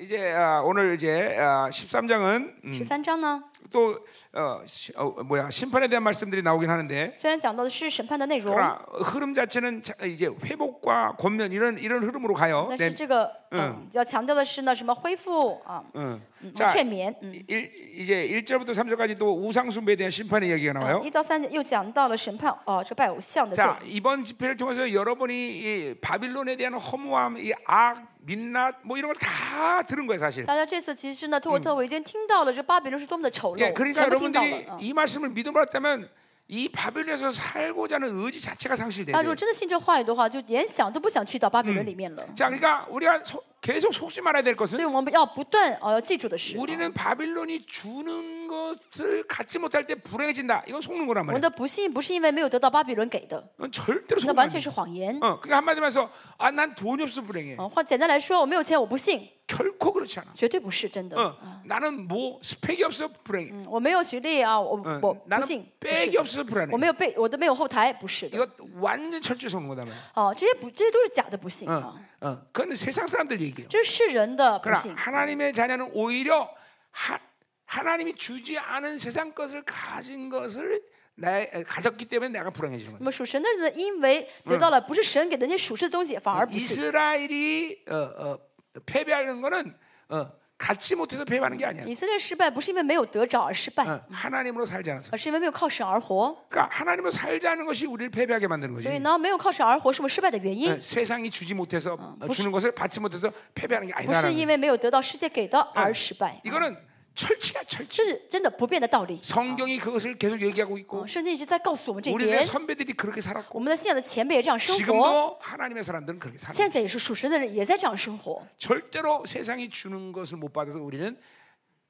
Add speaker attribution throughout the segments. Speaker 1: 이제 아, 오늘 이제 아, 13장은
Speaker 2: 十三章呢，
Speaker 1: 또 어, 시- 어, 뭐야 심판에 대한 말씀들이 나오긴 하는데
Speaker 2: 虽然讲到的是啊审判的内容，
Speaker 1: 그러나 흐름 자체는 자- 이제 회복과 권면 이런 이런 흐름으로 가요.
Speaker 2: 但
Speaker 1: 네.
Speaker 2: 是这个嗯，比较强调的是呢，什么恢复啊，
Speaker 1: 응.
Speaker 2: 嗯
Speaker 1: 자
Speaker 2: 劝勉，嗯，
Speaker 1: 일, 이제 1절부터 3절까지 또 우상 숭배에 대한 심판의 이야기가 나와요.
Speaker 2: 啊一到三节又讲到了审判哦，这拜偶像的罪。
Speaker 1: 자, 이번 집회를 통해서 여러분이 이 바빌론에 대한 허무함, 이 악, 민낯 뭐 이런 걸 다 들은 거예요, 사실.
Speaker 2: 大家这次其实呢，透过特我已经听到了这巴比伦是多么的丑
Speaker 1: 예,
Speaker 2: 陋，
Speaker 1: 그러니까
Speaker 2: 全部听到了
Speaker 1: 여러분들이 。
Speaker 2: 嗯
Speaker 1: 이 말씀을 믿음으로 했다면 이 바빌론에서 살고자 하는 의지 자체가
Speaker 2: 大家如
Speaker 1: 상실돼요.
Speaker 2: 果真的信这话语的话，就连想都不想去到巴比伦里面了。
Speaker 1: 자, 그러니까 우리가 소- 계속 속지 말아야 될
Speaker 2: 所以
Speaker 1: 것은
Speaker 2: 我们要不断哦，要记住的是，哦
Speaker 1: 우리는 바빌론이 주는 것을 갖지 못할 때 불행해진다. 이건 속는 거란
Speaker 2: 我们
Speaker 1: 말이야.
Speaker 2: 的不幸不是因为没有得到巴比伦给的，
Speaker 1: 이건 절대로
Speaker 2: 那
Speaker 1: 속는
Speaker 2: 完
Speaker 1: 거야.
Speaker 2: 全是谎言。
Speaker 1: 어, 그러니까 한마디로 해서 아, 난 돈이 없어 불행해.
Speaker 2: 嗯，换简单来说，我没有钱，我不信，
Speaker 1: 결코 그렇지 않아.
Speaker 2: 绝对不是真的。
Speaker 1: 어, 음. 나는 뭐 스펙이 없어 불행해.
Speaker 2: 嗯我没有学历啊，我
Speaker 1: 어
Speaker 2: 我不
Speaker 1: 나는
Speaker 2: 信，不是
Speaker 1: 백이
Speaker 2: 的
Speaker 1: 없어서 불안해.
Speaker 2: 我没有被我都没有后台，不是的。
Speaker 1: 이거 완전 철저히 속는 거다 말이야.
Speaker 2: 哦，这些不，这些都是假的不信啊，
Speaker 1: 어, 그건 세상 사람들 얘기예요.
Speaker 2: 这是啊世人的不
Speaker 1: 그러나
Speaker 2: 信。
Speaker 1: 하나님의 자녀는 오히려 하, 하나님이 주지 않은 세상 것을 가진 것을 나 가졌기 때문에 내가 불행해지는 거야.
Speaker 2: 那么属神的人呢，因为得到了不是神给的那属世的东西，反而不信。
Speaker 1: 이스라엘이 어, 어, 패배하는 거는 어, 갖지 못해서 패배하는 게 아니야.
Speaker 2: 以色列失败不是因为没有得着而失败，
Speaker 1: 어, 하나님으로 살지 않았어.
Speaker 2: 而是因为没有靠神而活。
Speaker 1: 그러니까 하나님으로 살자는 것이 우리를 패배하게 만드는
Speaker 2: 所以
Speaker 1: 거지.
Speaker 2: 呢，没有靠神而活是我们失败的原
Speaker 1: 어,
Speaker 2: 因，
Speaker 1: 세상이 주지 못해서 어, 주는 것을 받지 못해서 패배하는 게
Speaker 2: 不是
Speaker 1: 아니라는
Speaker 2: 因
Speaker 1: 거야.
Speaker 2: 为没有得到世界给的而失败，
Speaker 1: 이거는 철치야 철치.
Speaker 2: 这是真的不变的道理。
Speaker 1: 성경이 그것을 계속 얘기하고 있고
Speaker 2: 嗯圣经一直在告诉我们这一
Speaker 1: 우리들의
Speaker 2: 点，
Speaker 1: 선배들이 그렇게
Speaker 2: 我
Speaker 1: 살았고
Speaker 2: 们的信仰的前辈也这样生活，
Speaker 1: 지금도 하나님의 사람들은 그렇게 살아.
Speaker 2: 现在也是属神的人也在这样生活。
Speaker 1: 절대로 세상이 주는 것을 못 받아서 우리는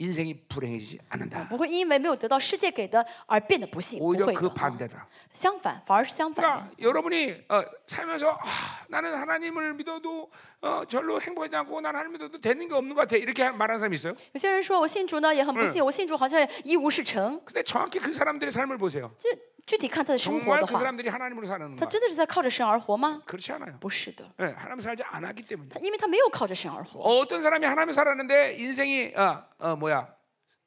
Speaker 1: 인생이 불행해지지 않는다.
Speaker 2: 不会因为没有得到世界给的而变得不幸，不
Speaker 1: 오히려
Speaker 2: 会
Speaker 1: 그
Speaker 2: 的。
Speaker 1: 반대다.
Speaker 2: 相反，反而是啊相反的。
Speaker 1: 그러니까 여러분이 어, 살면서 아, 나는 하나님을 믿어도 어, 절로 행복하지 않고 난 하나님 믿어도 되는 게 없는 것 같아. 이렇게 말하는 사람이 있어요.
Speaker 2: 有些人说我信主呢也很不幸，我信主好像也一无是成。
Speaker 1: 근데 정확히 그 사람들의 삶을 보세요.
Speaker 2: 这具体看他的生活
Speaker 1: 정말
Speaker 2: 的
Speaker 1: 그
Speaker 2: 话，
Speaker 1: 사람들이 하나님으로 사는
Speaker 2: 他
Speaker 1: 가
Speaker 2: 真的是在靠着神而活吗？
Speaker 1: 그렇지 않아요.
Speaker 2: 不是的，
Speaker 1: 예, 하나님 살지 않았기 때문에.
Speaker 2: 他因为他没有靠着神而活。
Speaker 1: 어떤 사람이 하나님 살았는데 인생이 어, 어 뭐야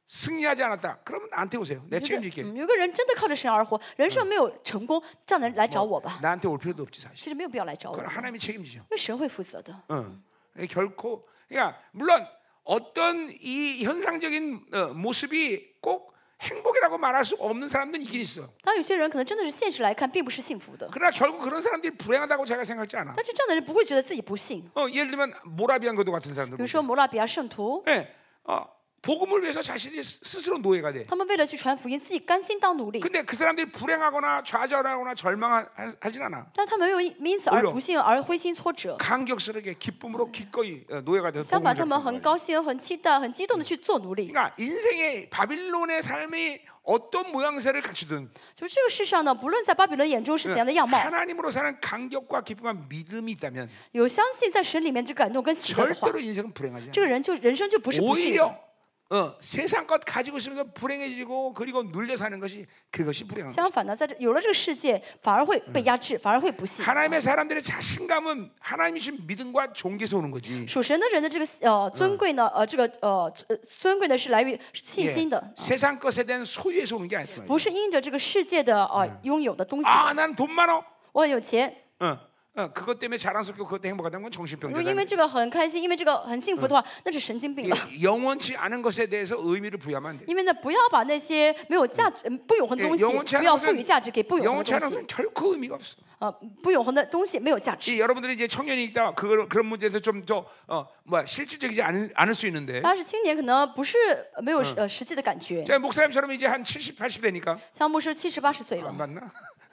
Speaker 1: 승리하지 않았다. 그러면 나한테 오세요. 내
Speaker 2: 有个
Speaker 1: 책임질게.
Speaker 2: 嗯有个人真的靠着神而活，人生没有成功，这样的人来找我吧，
Speaker 1: 나한테 올 필요도 없지 사실.
Speaker 2: 其实没有必要来找我，因
Speaker 1: 그걸 하나님이 책임지죠.
Speaker 2: 为神会负责的。
Speaker 1: 응. 결코 그러니까 물론 어떤 이 현상적인 어, 모습이 꼭 행복이라고 말할 수 없는 사람들은 있긴 있어.
Speaker 2: 当然有些人可能真的是现实来看并不是幸福的，
Speaker 1: 그러나 결국 그런 사람들이 불행하다고 제가 생각하지 않아.
Speaker 2: 但是这样的人不会觉得自己不幸。
Speaker 1: 어, 예를 들면 모라비안 거도 같은
Speaker 2: 比
Speaker 1: 사람들.
Speaker 2: 如
Speaker 1: 보면.
Speaker 2: 说摩拉比亚圣徒，
Speaker 1: 예. 어, 복음을 위해서 자신이 스- 스스로 노예가 돼.
Speaker 2: 他们为了去传福音，自己甘心当奴隶。
Speaker 1: 근데 그 사람들이 불행하거나 좌절하거나 절망하진 않아.
Speaker 2: 但他们没有因因此而
Speaker 1: 오히려
Speaker 2: 不幸而灰心挫折，
Speaker 1: 감격스럽게 기쁨으로 기꺼이 어, 노예가 돼서
Speaker 2: 相反，
Speaker 1: 복음을
Speaker 2: 他们很
Speaker 1: 전하는 거예요.
Speaker 2: 高兴、很期待、很激动的去做奴隶。
Speaker 1: 그러니까 인생의 바빌론의 삶이 어떤 모양새를 갖추든
Speaker 2: 就是这个世上呢，不论在巴比伦眼中是怎样的样貌，
Speaker 1: 하나님으로 사는 감격과 기쁨과 믿음이 있다면
Speaker 2: 有相信在神里面这感动跟喜乐的话，
Speaker 1: 절대로 인생은 불행하지
Speaker 2: 这
Speaker 1: 않아.
Speaker 2: 个人就人生就不是不幸的。
Speaker 1: 오히려 어, 세상 것 가지고 있으면서 불행해지고 그리고 눌려 사는 것이 그것이 불행한 거야.
Speaker 2: 相反呢，在这有了这个世界，反而会被压制，反而会不幸。
Speaker 1: 하나님의 사람들의 자신감은 하나님이 주신 믿음과 종교에서 오는 거지.
Speaker 2: 属神的人的这个呃尊贵呢，呃这个呃尊尊贵呢是来源于信
Speaker 1: 예.
Speaker 2: 心的，
Speaker 1: 세상 것에 대한 소유에서 오는 게 아니야.
Speaker 2: 不是因着这个世界的呃拥有的东西。
Speaker 1: 아, 난 돈 많어.
Speaker 2: 我很有钱，
Speaker 1: 어, 어, 그것 때문에 자랑스럽고 그것 때문에 행복하다는 건
Speaker 2: 如果因
Speaker 1: 정신병자다.
Speaker 2: 为这个很开心，因为这个很幸福的话，那是神经病了。
Speaker 1: 예, 영원치 않은 것에 대해서 의미를 부여하면 안 돼.
Speaker 2: 因为呢，不要把那些没有价值、嗯不哎永恒的
Speaker 1: 예,
Speaker 2: 东西，
Speaker 1: 영원치
Speaker 2: 不
Speaker 1: 않은
Speaker 2: 要赋予
Speaker 1: 것은
Speaker 2: 价值给不永恒
Speaker 1: 뭐 영원치
Speaker 2: 的
Speaker 1: 않은
Speaker 2: 东西。
Speaker 1: 것은 결코 의미가 없어.
Speaker 2: 呃，不永恒的东西没有价值。
Speaker 1: 이 여러분들이 이제 청년이니까 그런 그런 문제에서 좀더어뭐 실질적이지 않을, 않을 수 있는데.
Speaker 2: 但是青年可能不是呃没有呃实际的感觉，
Speaker 1: 제가 목사님처럼 이제 한 70, 80 되니까
Speaker 2: 像牧师七十八十岁了
Speaker 1: 안 ， 맞나?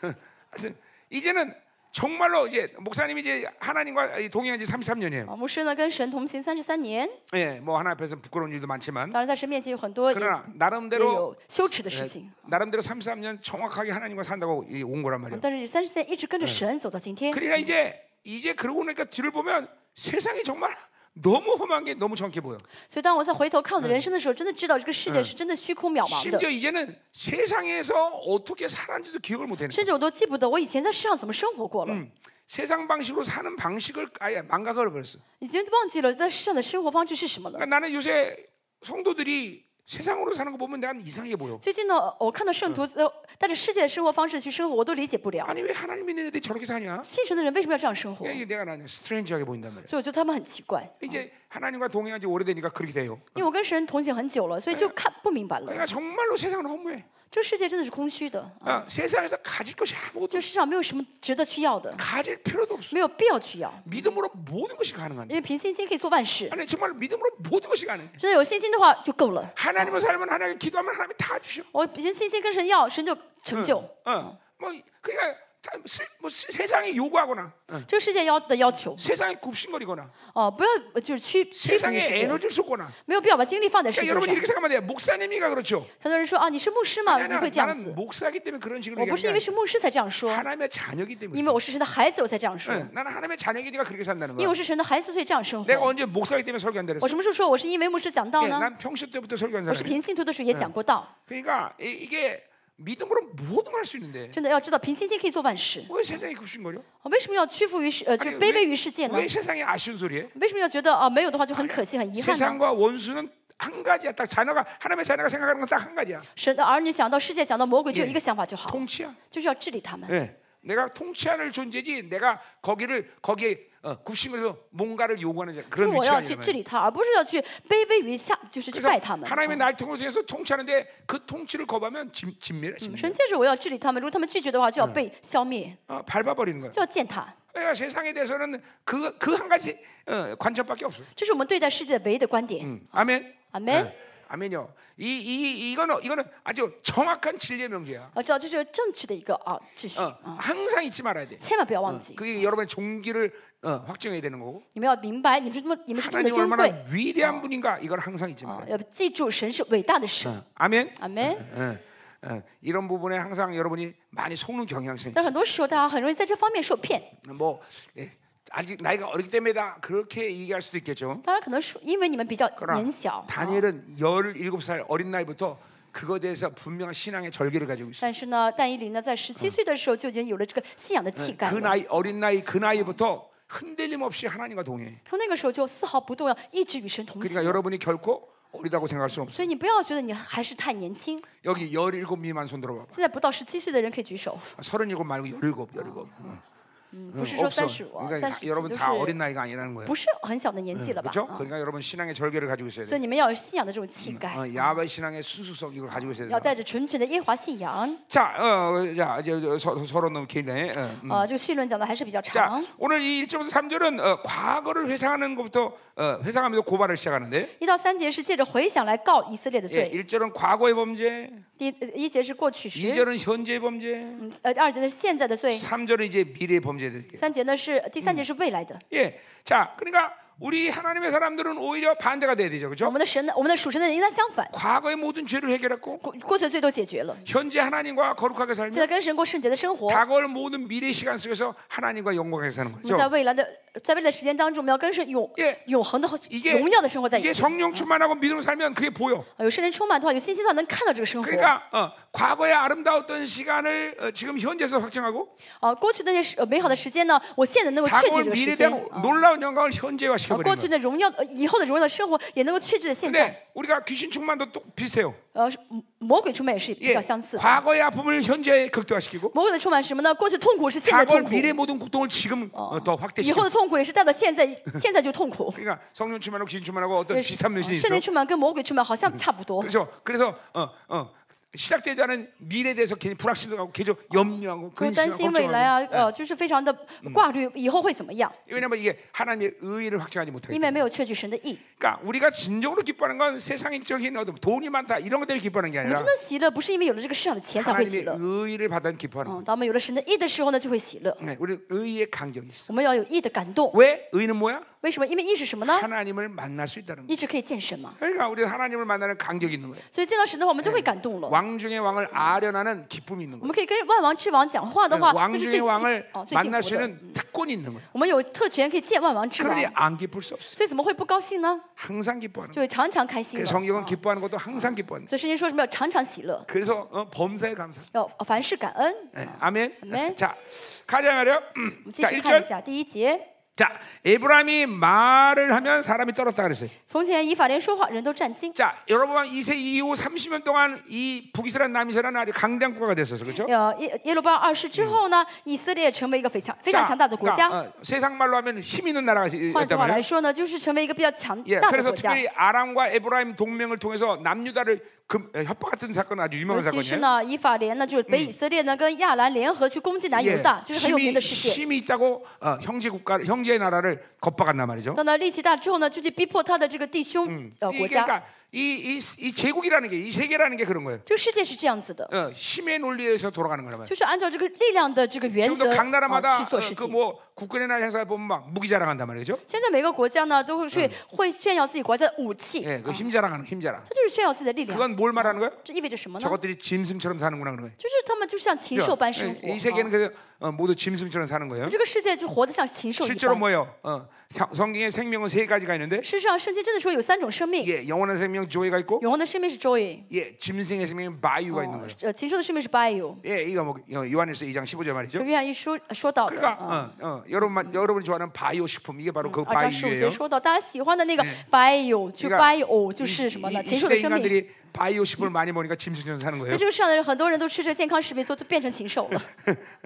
Speaker 1: 하여튼 이제는 정말로 이제 목사님이 이제 하나님과 이 동행한 지 33년이에요.
Speaker 2: 啊，牧师呢跟神同行三十三年，
Speaker 1: 예, 뭐 하나 앞에서 부끄러운 일도 많지만
Speaker 2: 当然在神面前有很多也
Speaker 1: 그러나
Speaker 2: 也
Speaker 1: 나름대로
Speaker 2: 有羞耻的
Speaker 1: 예,
Speaker 2: 事情，
Speaker 1: 나름대로 33년 정확하게 하나님과 산다고 이온 거란 말이에요.
Speaker 2: 但是三十三一直跟着神走到今天，
Speaker 1: 그러니까 이제 이제 그러고 나니까 뒤를 보면 세상이 정말 너무 험한 게 너무 정확해 보여.
Speaker 2: 所以当我在回头看我的人生的时候，真的知道这个世界是真的虚空渺茫的，
Speaker 1: 심지어 이제는 세상에서 어떻게 살았는지도 기억을 못 해요.
Speaker 2: 甚至我都记不得我以前在世上怎么生活过了。
Speaker 1: 세상 방식으로 사는 방식을 아예 망각을 버렸어.
Speaker 2: 已经忘记了在世上的生活方式是什么了。
Speaker 1: 그러니까 나는 요새 성도들이 세상으로 사는 거 보면 난 이상하게 보여.
Speaker 2: 最近呢，呃我看到圣徒呃带着世界的生活方式去生活，我都理解不了。
Speaker 1: 아니 왜 하나님 믿는 애들이 저렇게 사냐?
Speaker 2: 信神的人为什么要这样生活？
Speaker 1: 이게 내가 나는 스트레인지하게 보인단 말이야.
Speaker 2: 所以我觉得他们很奇怪，
Speaker 1: 이제 하나님과 동행한 지 오래되니까 그렇게 돼요.
Speaker 2: 因为我跟神同行很久了，所以就看不明白了。
Speaker 1: 그러니까 정말로 세상은 허무해.
Speaker 2: 这个世界真的是空虚的，
Speaker 1: 어, 세상에서 가질 것이 아무것도
Speaker 2: 这个世上没有什么值得去要的，
Speaker 1: 가질 필요도 없어.
Speaker 2: 没有必要去要，
Speaker 1: 믿음으로 모든 것이 가능한데.
Speaker 2: 因为凭信心可以做万事。
Speaker 1: 아니 정말 믿음으로 모든 것이 가능해.
Speaker 2: 真的有信心的话就够了。
Speaker 1: 하나님을 살면 하나님 기도하면 하나님이 다 주셔.
Speaker 2: 我凭信心跟神要，神就成就。
Speaker 1: 어. 뭐 그러니까 다 세- 뭐 세- 세상이 요구하거나 어.
Speaker 2: 这个世界要的要求，
Speaker 1: 세상이 굽신거리거나
Speaker 2: 哦、不要呃就是屈屈服于
Speaker 1: 세상에
Speaker 2: 世界，
Speaker 1: 에너지를 아, 쏟거나.
Speaker 2: 没有必要把精力放在世
Speaker 1: 그러니까
Speaker 2: 界上
Speaker 1: 여러분 。 이렇게 생각하면 돼요. 목사님이가 그렇죠.
Speaker 2: 很多人说啊，你是牧师吗？
Speaker 1: 아니,
Speaker 2: 你会
Speaker 1: 나는,
Speaker 2: 这样子
Speaker 1: 나는 ？ 목사기 때문에 그런 식으로
Speaker 2: 我不是因为
Speaker 1: 얘기하는 게
Speaker 2: 是牧师才这样说
Speaker 1: 아니라 ， 하나님의 자녀기
Speaker 2: 因
Speaker 1: 때문에.
Speaker 2: 为我是神的孩子，我才这样说。
Speaker 1: 응, 나는 하나님의 자녀기 때문에 그렇게 산다는
Speaker 2: 因为
Speaker 1: 거야.
Speaker 2: 我是神的孩子，所以这样生
Speaker 1: 내가
Speaker 2: 活。
Speaker 1: 언제 목사기 때문에 설교한다
Speaker 2: 我
Speaker 1: 그랬어?
Speaker 2: 什么时候说我是因为牧师讲道
Speaker 1: 예,
Speaker 2: 呢？
Speaker 1: 난 평시 때부터 설교한
Speaker 2: 我是
Speaker 1: 사람이야.
Speaker 2: 平信徒的时候也讲过道，
Speaker 1: 嗯 그러니까 이- 이게 믿음으로 모든 걸 할 수 있는데
Speaker 2: 真的要知道凭信心可以做万事。
Speaker 1: 왜 세상에 굽신거려?
Speaker 2: 我为什么要屈服于世呃，就是
Speaker 1: 아니,
Speaker 2: 卑微于世界
Speaker 1: 왜,
Speaker 2: 呢？
Speaker 1: 왜 세상에 아쉬운 소리해?
Speaker 2: 为什么要觉得啊、没有的话就很可惜、很遗憾呢？
Speaker 1: 세상과 원수는 한 가지야. 딱 자녀가 하나님의 자녀가 생각하는 건 딱 한 가지야.
Speaker 2: 神的儿女想到世界，想到魔鬼，就有
Speaker 1: 예
Speaker 2: 一个想法就好，
Speaker 1: 통치야.
Speaker 2: 就是要治理他们。
Speaker 1: 예. 내가 통치하는 존재지 내가 거기를 거기에 어, 굽신거려서 뭔가를 요구하는 자,
Speaker 2: 就是
Speaker 1: 그런
Speaker 2: 我
Speaker 1: 위치가
Speaker 2: 要去
Speaker 1: 아니야.
Speaker 2: 治理他，而不是要去卑微于下，就是去
Speaker 1: 그래서
Speaker 2: 拜他们。
Speaker 1: 하나님의 날 통해서 통치하는데 그 통치를 거부하면 진, 진멸해
Speaker 2: 嗯
Speaker 1: 진멸.
Speaker 2: 神借着我要治理他们，如果他们拒绝的话，就要被消灭，
Speaker 1: 어, 밟아버리는 거야.
Speaker 2: 就要践踏。
Speaker 1: 그러니까 세상에 대해서는 그 그 한 가지 어, 관점밖에 없어.
Speaker 2: 这是我们对待世界唯一的观点。
Speaker 1: 음, 아멘.
Speaker 2: 아멘.
Speaker 1: 네, 아멘요. 이이 이거는 이거는 아주 정확한 진리의 명제야.
Speaker 2: 我知道这是正确的一个啊秩序
Speaker 1: 어,
Speaker 2: 啊，
Speaker 1: 항상 잊지 말아야 돼.
Speaker 2: 千万不要忘记。
Speaker 1: 그게 여러분의 종기를 어, 확정해야 되는 거고
Speaker 2: 你们要明白，你们是多么，你们是多么
Speaker 1: 하나님
Speaker 2: 的尊
Speaker 1: 얼마나
Speaker 2: 贵
Speaker 1: 위대한 분인가 이걸 항상 잊지 말아야
Speaker 2: 啊！
Speaker 1: 돼.
Speaker 2: 要记住，神是伟大的神。
Speaker 1: 아멘.
Speaker 2: 阿门。
Speaker 1: 예, 예. 이런 부분에 항상 여러분이 많이 속는 경향성이
Speaker 2: 但很多时候，大家很容易在这方面受骗。
Speaker 1: 있어요. 뭐 예, 아직 나이가 어리기 때문에다 그렇게 얘기할 수도 있겠죠.
Speaker 2: 当然，可能是啊因为你们比较
Speaker 1: 그러나
Speaker 2: 年小，
Speaker 1: 다니엘은 17살 어린 나이부터 그거에 대해서 분명한 신앙의 절개를 가지고 있어요.
Speaker 2: 但是呢，但以理呢，在十七岁的时候就已经有了这个信仰的气概
Speaker 1: 그
Speaker 2: 了。
Speaker 1: 나이 어린 나이 그 나이부터 흔들림 없이 하나님과 동해.
Speaker 2: 从那个时候就丝毫不动摇，一直与神同
Speaker 1: 그러니까
Speaker 2: 行。
Speaker 1: 여러분이 결코 어리다고 생각할 수 없어요.
Speaker 2: 所以你不要觉得你还是太年轻，
Speaker 1: 여기 17 미만 손 들어 봐.
Speaker 2: 现在不到十七岁的人可以举手，
Speaker 1: 37 말고 17, 17. 응.
Speaker 2: 嗯不是
Speaker 1: 응,
Speaker 2: 说
Speaker 1: 없어.
Speaker 2: 三十五、三
Speaker 1: 그러니까
Speaker 2: 十几，
Speaker 1: 여러분
Speaker 2: 就
Speaker 1: 다 어린
Speaker 2: 是
Speaker 1: 나이가 아니라는 거예요.
Speaker 2: 不是很小的年纪了吧？
Speaker 1: 그렇죠?
Speaker 2: 啊
Speaker 1: 그러니까 여러분 신앙의 절개를 가지고 있어야
Speaker 2: 所
Speaker 1: 돼요.
Speaker 2: 以你们要有信仰的这种气概，
Speaker 1: 어, 야외 신앙의 순수성 이걸 가지고 있어야
Speaker 2: 要
Speaker 1: 돼요.
Speaker 2: 带着纯纯的耶华信仰。
Speaker 1: 자, 어, 자, 이제 서, 서로 너무 길네. 어, 음.
Speaker 2: 呃，这个绪论讲的还是比较
Speaker 1: 자
Speaker 2: 长。
Speaker 1: 오늘 이 1절부터 3절은 어, 과거를 회상하는 것부터 어, 회상하면서 고발을 시작하는데
Speaker 2: 一到三节是借着回想来告以色列的
Speaker 1: 예,
Speaker 2: 罪，
Speaker 1: 1절은 과거의 범죄
Speaker 2: 第一呃一节是过去时，
Speaker 1: 2절은 현재의 범죄
Speaker 2: 嗯呃，第二节呢是嗯现在的罪，
Speaker 1: 3절은 이제 미래의 범죄
Speaker 2: 三节呢是第三节是未来的。
Speaker 1: 예, 자 그러니까 우리 하나님의 사람들은 오히려 반대가 돼야 되죠 그죠
Speaker 2: 我们的神呢，我们的属神的人应该相反，
Speaker 1: 과거의 모든 죄를 해결했고
Speaker 2: 过过去的罪都解决了，
Speaker 1: 현재 하나님과 거룩하게
Speaker 2: 现
Speaker 1: 살며
Speaker 2: 在跟神过圣洁的生活。
Speaker 1: 과거의 모든 미래 시간 속에서 하나님과 영광하게 사는
Speaker 2: 我们在
Speaker 1: 거죠
Speaker 2: 未来的，在未来的时间当中，我们要跟神永
Speaker 1: 예
Speaker 2: 永恒的和
Speaker 1: 이게,
Speaker 2: 荣耀的生活在一
Speaker 1: 이게
Speaker 2: 起。
Speaker 1: 성령 충만하고 믿음을 살면 그게 보여
Speaker 2: 啊有圣灵充满的话，有信心的话，能看到这个生活。
Speaker 1: 그러니까 어, 과거의 아름다웠던 시간을 어, 지금 현재에서 확정하고
Speaker 2: 啊，过去的那些呃美好的时间呢，我现在能够确
Speaker 1: 올
Speaker 2: 据这个
Speaker 1: 미래에
Speaker 2: 时间。
Speaker 1: 대한
Speaker 2: 啊
Speaker 1: 놀라운 영광을
Speaker 2: 啊
Speaker 1: 현재화시켜버리는
Speaker 2: 过去
Speaker 1: 거예요.
Speaker 2: 的荣耀，呃以后的荣耀的生活也能够确据的现在。
Speaker 1: 근데 우리가 귀신 충만도 또 비슷해요.
Speaker 2: 呃，是魔鬼充满也是
Speaker 1: 예,
Speaker 2: 比较相似的。
Speaker 1: 과거의 아픔을 현재에 극대화시키고
Speaker 2: 魔鬼的充满是什么呢？过去痛苦是现在
Speaker 1: 과거
Speaker 2: 痛苦，
Speaker 1: 미래 모든 고통을 지금 어, 더
Speaker 2: 以后
Speaker 1: 확대시키고
Speaker 2: 的痛苦也是带到现在，现在就痛 苦。嗯
Speaker 1: 그러니까 성령 충만하고 귀신 충만하고 어떤
Speaker 2: 也
Speaker 1: 비슷한
Speaker 2: 是
Speaker 1: 면이
Speaker 2: 圣
Speaker 1: 있어.
Speaker 2: 灵充满跟魔鬼充满好像差不多。
Speaker 1: 그렇죠. 그래서 어, 어, 시작되지 않은 미래에 대해서 괜히 불확실하고 계속 염려하고
Speaker 2: 会担
Speaker 1: 근심하고
Speaker 2: 心未来啊，
Speaker 1: 걱정하고
Speaker 2: 呃，就是非常的挂虑，以后会怎么样？
Speaker 1: 왜냐하면 이게 하나님의 의의를 확증하지 못하기
Speaker 2: 因
Speaker 1: 때문에
Speaker 2: 为没有确据神的意。
Speaker 1: 그러니까 우리가 진정으로 기뻐하는 건 세상적인 어떤 돈이 많다 이런 것 때문에 기뻐하는 게
Speaker 2: 我们
Speaker 1: 아니라
Speaker 2: 真的喜乐，不是因为有了这个世上的钱才会
Speaker 1: 하나님의
Speaker 2: 喜乐。
Speaker 1: 의의를 받아 기뻐하는
Speaker 2: 嗯，当我们有了神的意的时候呢，就会喜乐。
Speaker 1: 네, 우리 의의 강경이 있어.
Speaker 2: 嗯我们要有意的感动。
Speaker 1: 왜 의는 뭐야?
Speaker 2: 为什么？因为意是什么呢？
Speaker 1: 하나님을 만날 수 있다는 거.
Speaker 2: 一直可以见神嘛。
Speaker 1: 그러니까 우리 하나님을 만나는 강경이 있는 거예요.
Speaker 2: 所以见到神的话，我们就会感动了。
Speaker 1: 왕 중의 왕을 아련하는 기쁨이 있는
Speaker 2: 我
Speaker 1: 거예요.
Speaker 2: 嗯们可以跟万王之王讲话的话，
Speaker 1: 왕
Speaker 2: 那是
Speaker 1: 중의
Speaker 2: 最幸
Speaker 1: 왕을
Speaker 2: 哦最幸
Speaker 1: 만날 수
Speaker 2: 福的。
Speaker 1: 있는 특권이 있는 거예요.
Speaker 2: 我们有特权可以啊见万王之王，
Speaker 1: 그러니 안 기쁠 수 없어요.
Speaker 2: 所以怎么会不高兴呢？
Speaker 1: 항상 기뻐하는 거예요.
Speaker 2: 就常常开心
Speaker 1: 그
Speaker 2: 的。
Speaker 1: 성경은 기뻐하는 것도 항상 기뻐하는 거예요.
Speaker 2: 所以圣经说什么要常常喜乐，
Speaker 1: 그래서 어, 범사에 감사.
Speaker 2: 要凡事感恩。
Speaker 1: 예, 아멘.
Speaker 2: 아멘.
Speaker 1: 자, 가자 말이요.
Speaker 2: 我们继
Speaker 1: 자
Speaker 2: 续看一
Speaker 1: 1절.
Speaker 2: 下第一节，
Speaker 1: 자, 에브라임이 말을 하면 사람이 떨었다 그랬어요.
Speaker 2: 从前以法莲说话，人都震惊。
Speaker 1: 자, 여러분 2세 이후 30년 동안 이 북이스라엘 남이스라엘 아주 강대한 국가가 됐었어. 그렇죠?
Speaker 2: 呃，耶耶罗波尔二世之后呢，以色列成为一个非常非常强大的国家。
Speaker 1: 그러니까, 어, 세상 말로 하면 힘 있는 나라가 있-
Speaker 2: 换句
Speaker 1: 있단
Speaker 2: 话
Speaker 1: 그렇죠?
Speaker 2: 来
Speaker 1: 말이에요.
Speaker 2: 说呢，就是成为一个比较强
Speaker 1: 예,
Speaker 2: 大的
Speaker 1: 그래서
Speaker 2: 国家。
Speaker 1: 특별히 아람과 에브라임 동맹을 통해서 남유다를 금, 에, 협박했던 사건은 아주
Speaker 2: 尤
Speaker 1: 유명한
Speaker 2: 其是
Speaker 1: 사건이에요.
Speaker 2: 呢，以法莲呢，就是北以色列呢跟亚兰联合去攻击南犹
Speaker 1: 예,
Speaker 2: 大，这是很有名
Speaker 1: 힘이,
Speaker 2: 的事件。
Speaker 1: 힘이 있다고 어, 형제 국가, 형제의 나라를 겁박한단 말이죠.
Speaker 2: 当他力气大之后呢，就去逼迫他的这个弟兄呃
Speaker 1: 이게
Speaker 2: 国家。
Speaker 1: 그러니까 이, 이, 이 제국이라는 게, 이 세계라는 게 그런 거예요.
Speaker 2: 这个世界是这样子的，
Speaker 1: 어, 힘의 논리에서 돌아가는 거란 말이에요.
Speaker 2: 就是按照这个力量的这个原则
Speaker 1: 지금도 각
Speaker 2: 啊
Speaker 1: 나라마다
Speaker 2: 去做事情。
Speaker 1: 그뭐 국군의 날 행사 보면 막 무기 자랑한단 말이죠.
Speaker 2: 现在每个国家呢都会去、会炫耀自己国家的武器，
Speaker 1: 예, 그 힘 자랑하는 힘 자랑.
Speaker 2: 哎这就是炫耀自己的力量。
Speaker 1: 그건 뭘 말하는 거예요?
Speaker 2: 这意味着什么呢？
Speaker 1: 저것들이 짐승처럼 사는구나 그런 거예요.
Speaker 2: 就是他们就像禽兽般生
Speaker 1: 그죠?
Speaker 2: 活。
Speaker 1: 예, 어? 이
Speaker 2: 啊
Speaker 1: 세계는 그래서 어, 모두 짐승처럼 사는 거예요.
Speaker 2: 这个世界就活得像禽兽一
Speaker 1: 실제로
Speaker 2: 般。
Speaker 1: 뭐예요? 어, 사- 성경에 생명은 세 가지가 있는데,
Speaker 2: 事实上，圣经真的说有三种生命，
Speaker 1: 예, 영원한 생명 조이가 있고,
Speaker 2: 永恒的生命是 joy，
Speaker 1: 예, 짐승의 생명 바이유가 있는 거예요.
Speaker 2: 呃，禽兽的生命是 bio。
Speaker 1: 예, 이거 뭐 요- 요한일서 2장 15절
Speaker 2: 这
Speaker 1: 말이죠.
Speaker 2: 约翰一书说到的。
Speaker 1: 그러니까
Speaker 2: 啊
Speaker 1: 어, 어, 여러분 여러분이 좋아하는 바이오 식품 이게 바로 그
Speaker 2: 二章十五
Speaker 1: 바이유예요.
Speaker 2: 节说到，大家喜欢的那个 bio，就 bio 就是什么呢？
Speaker 1: 그러니까 이, 이
Speaker 2: 禽兽的
Speaker 1: 시대
Speaker 2: 生命。
Speaker 1: 인간들이 바이오 식품을 많이 먹으니까 짐승처럼 사는
Speaker 2: 那
Speaker 1: 거예요.
Speaker 2: 这个世上的人，很多人都吃着健康食品，都都变成禽兽了，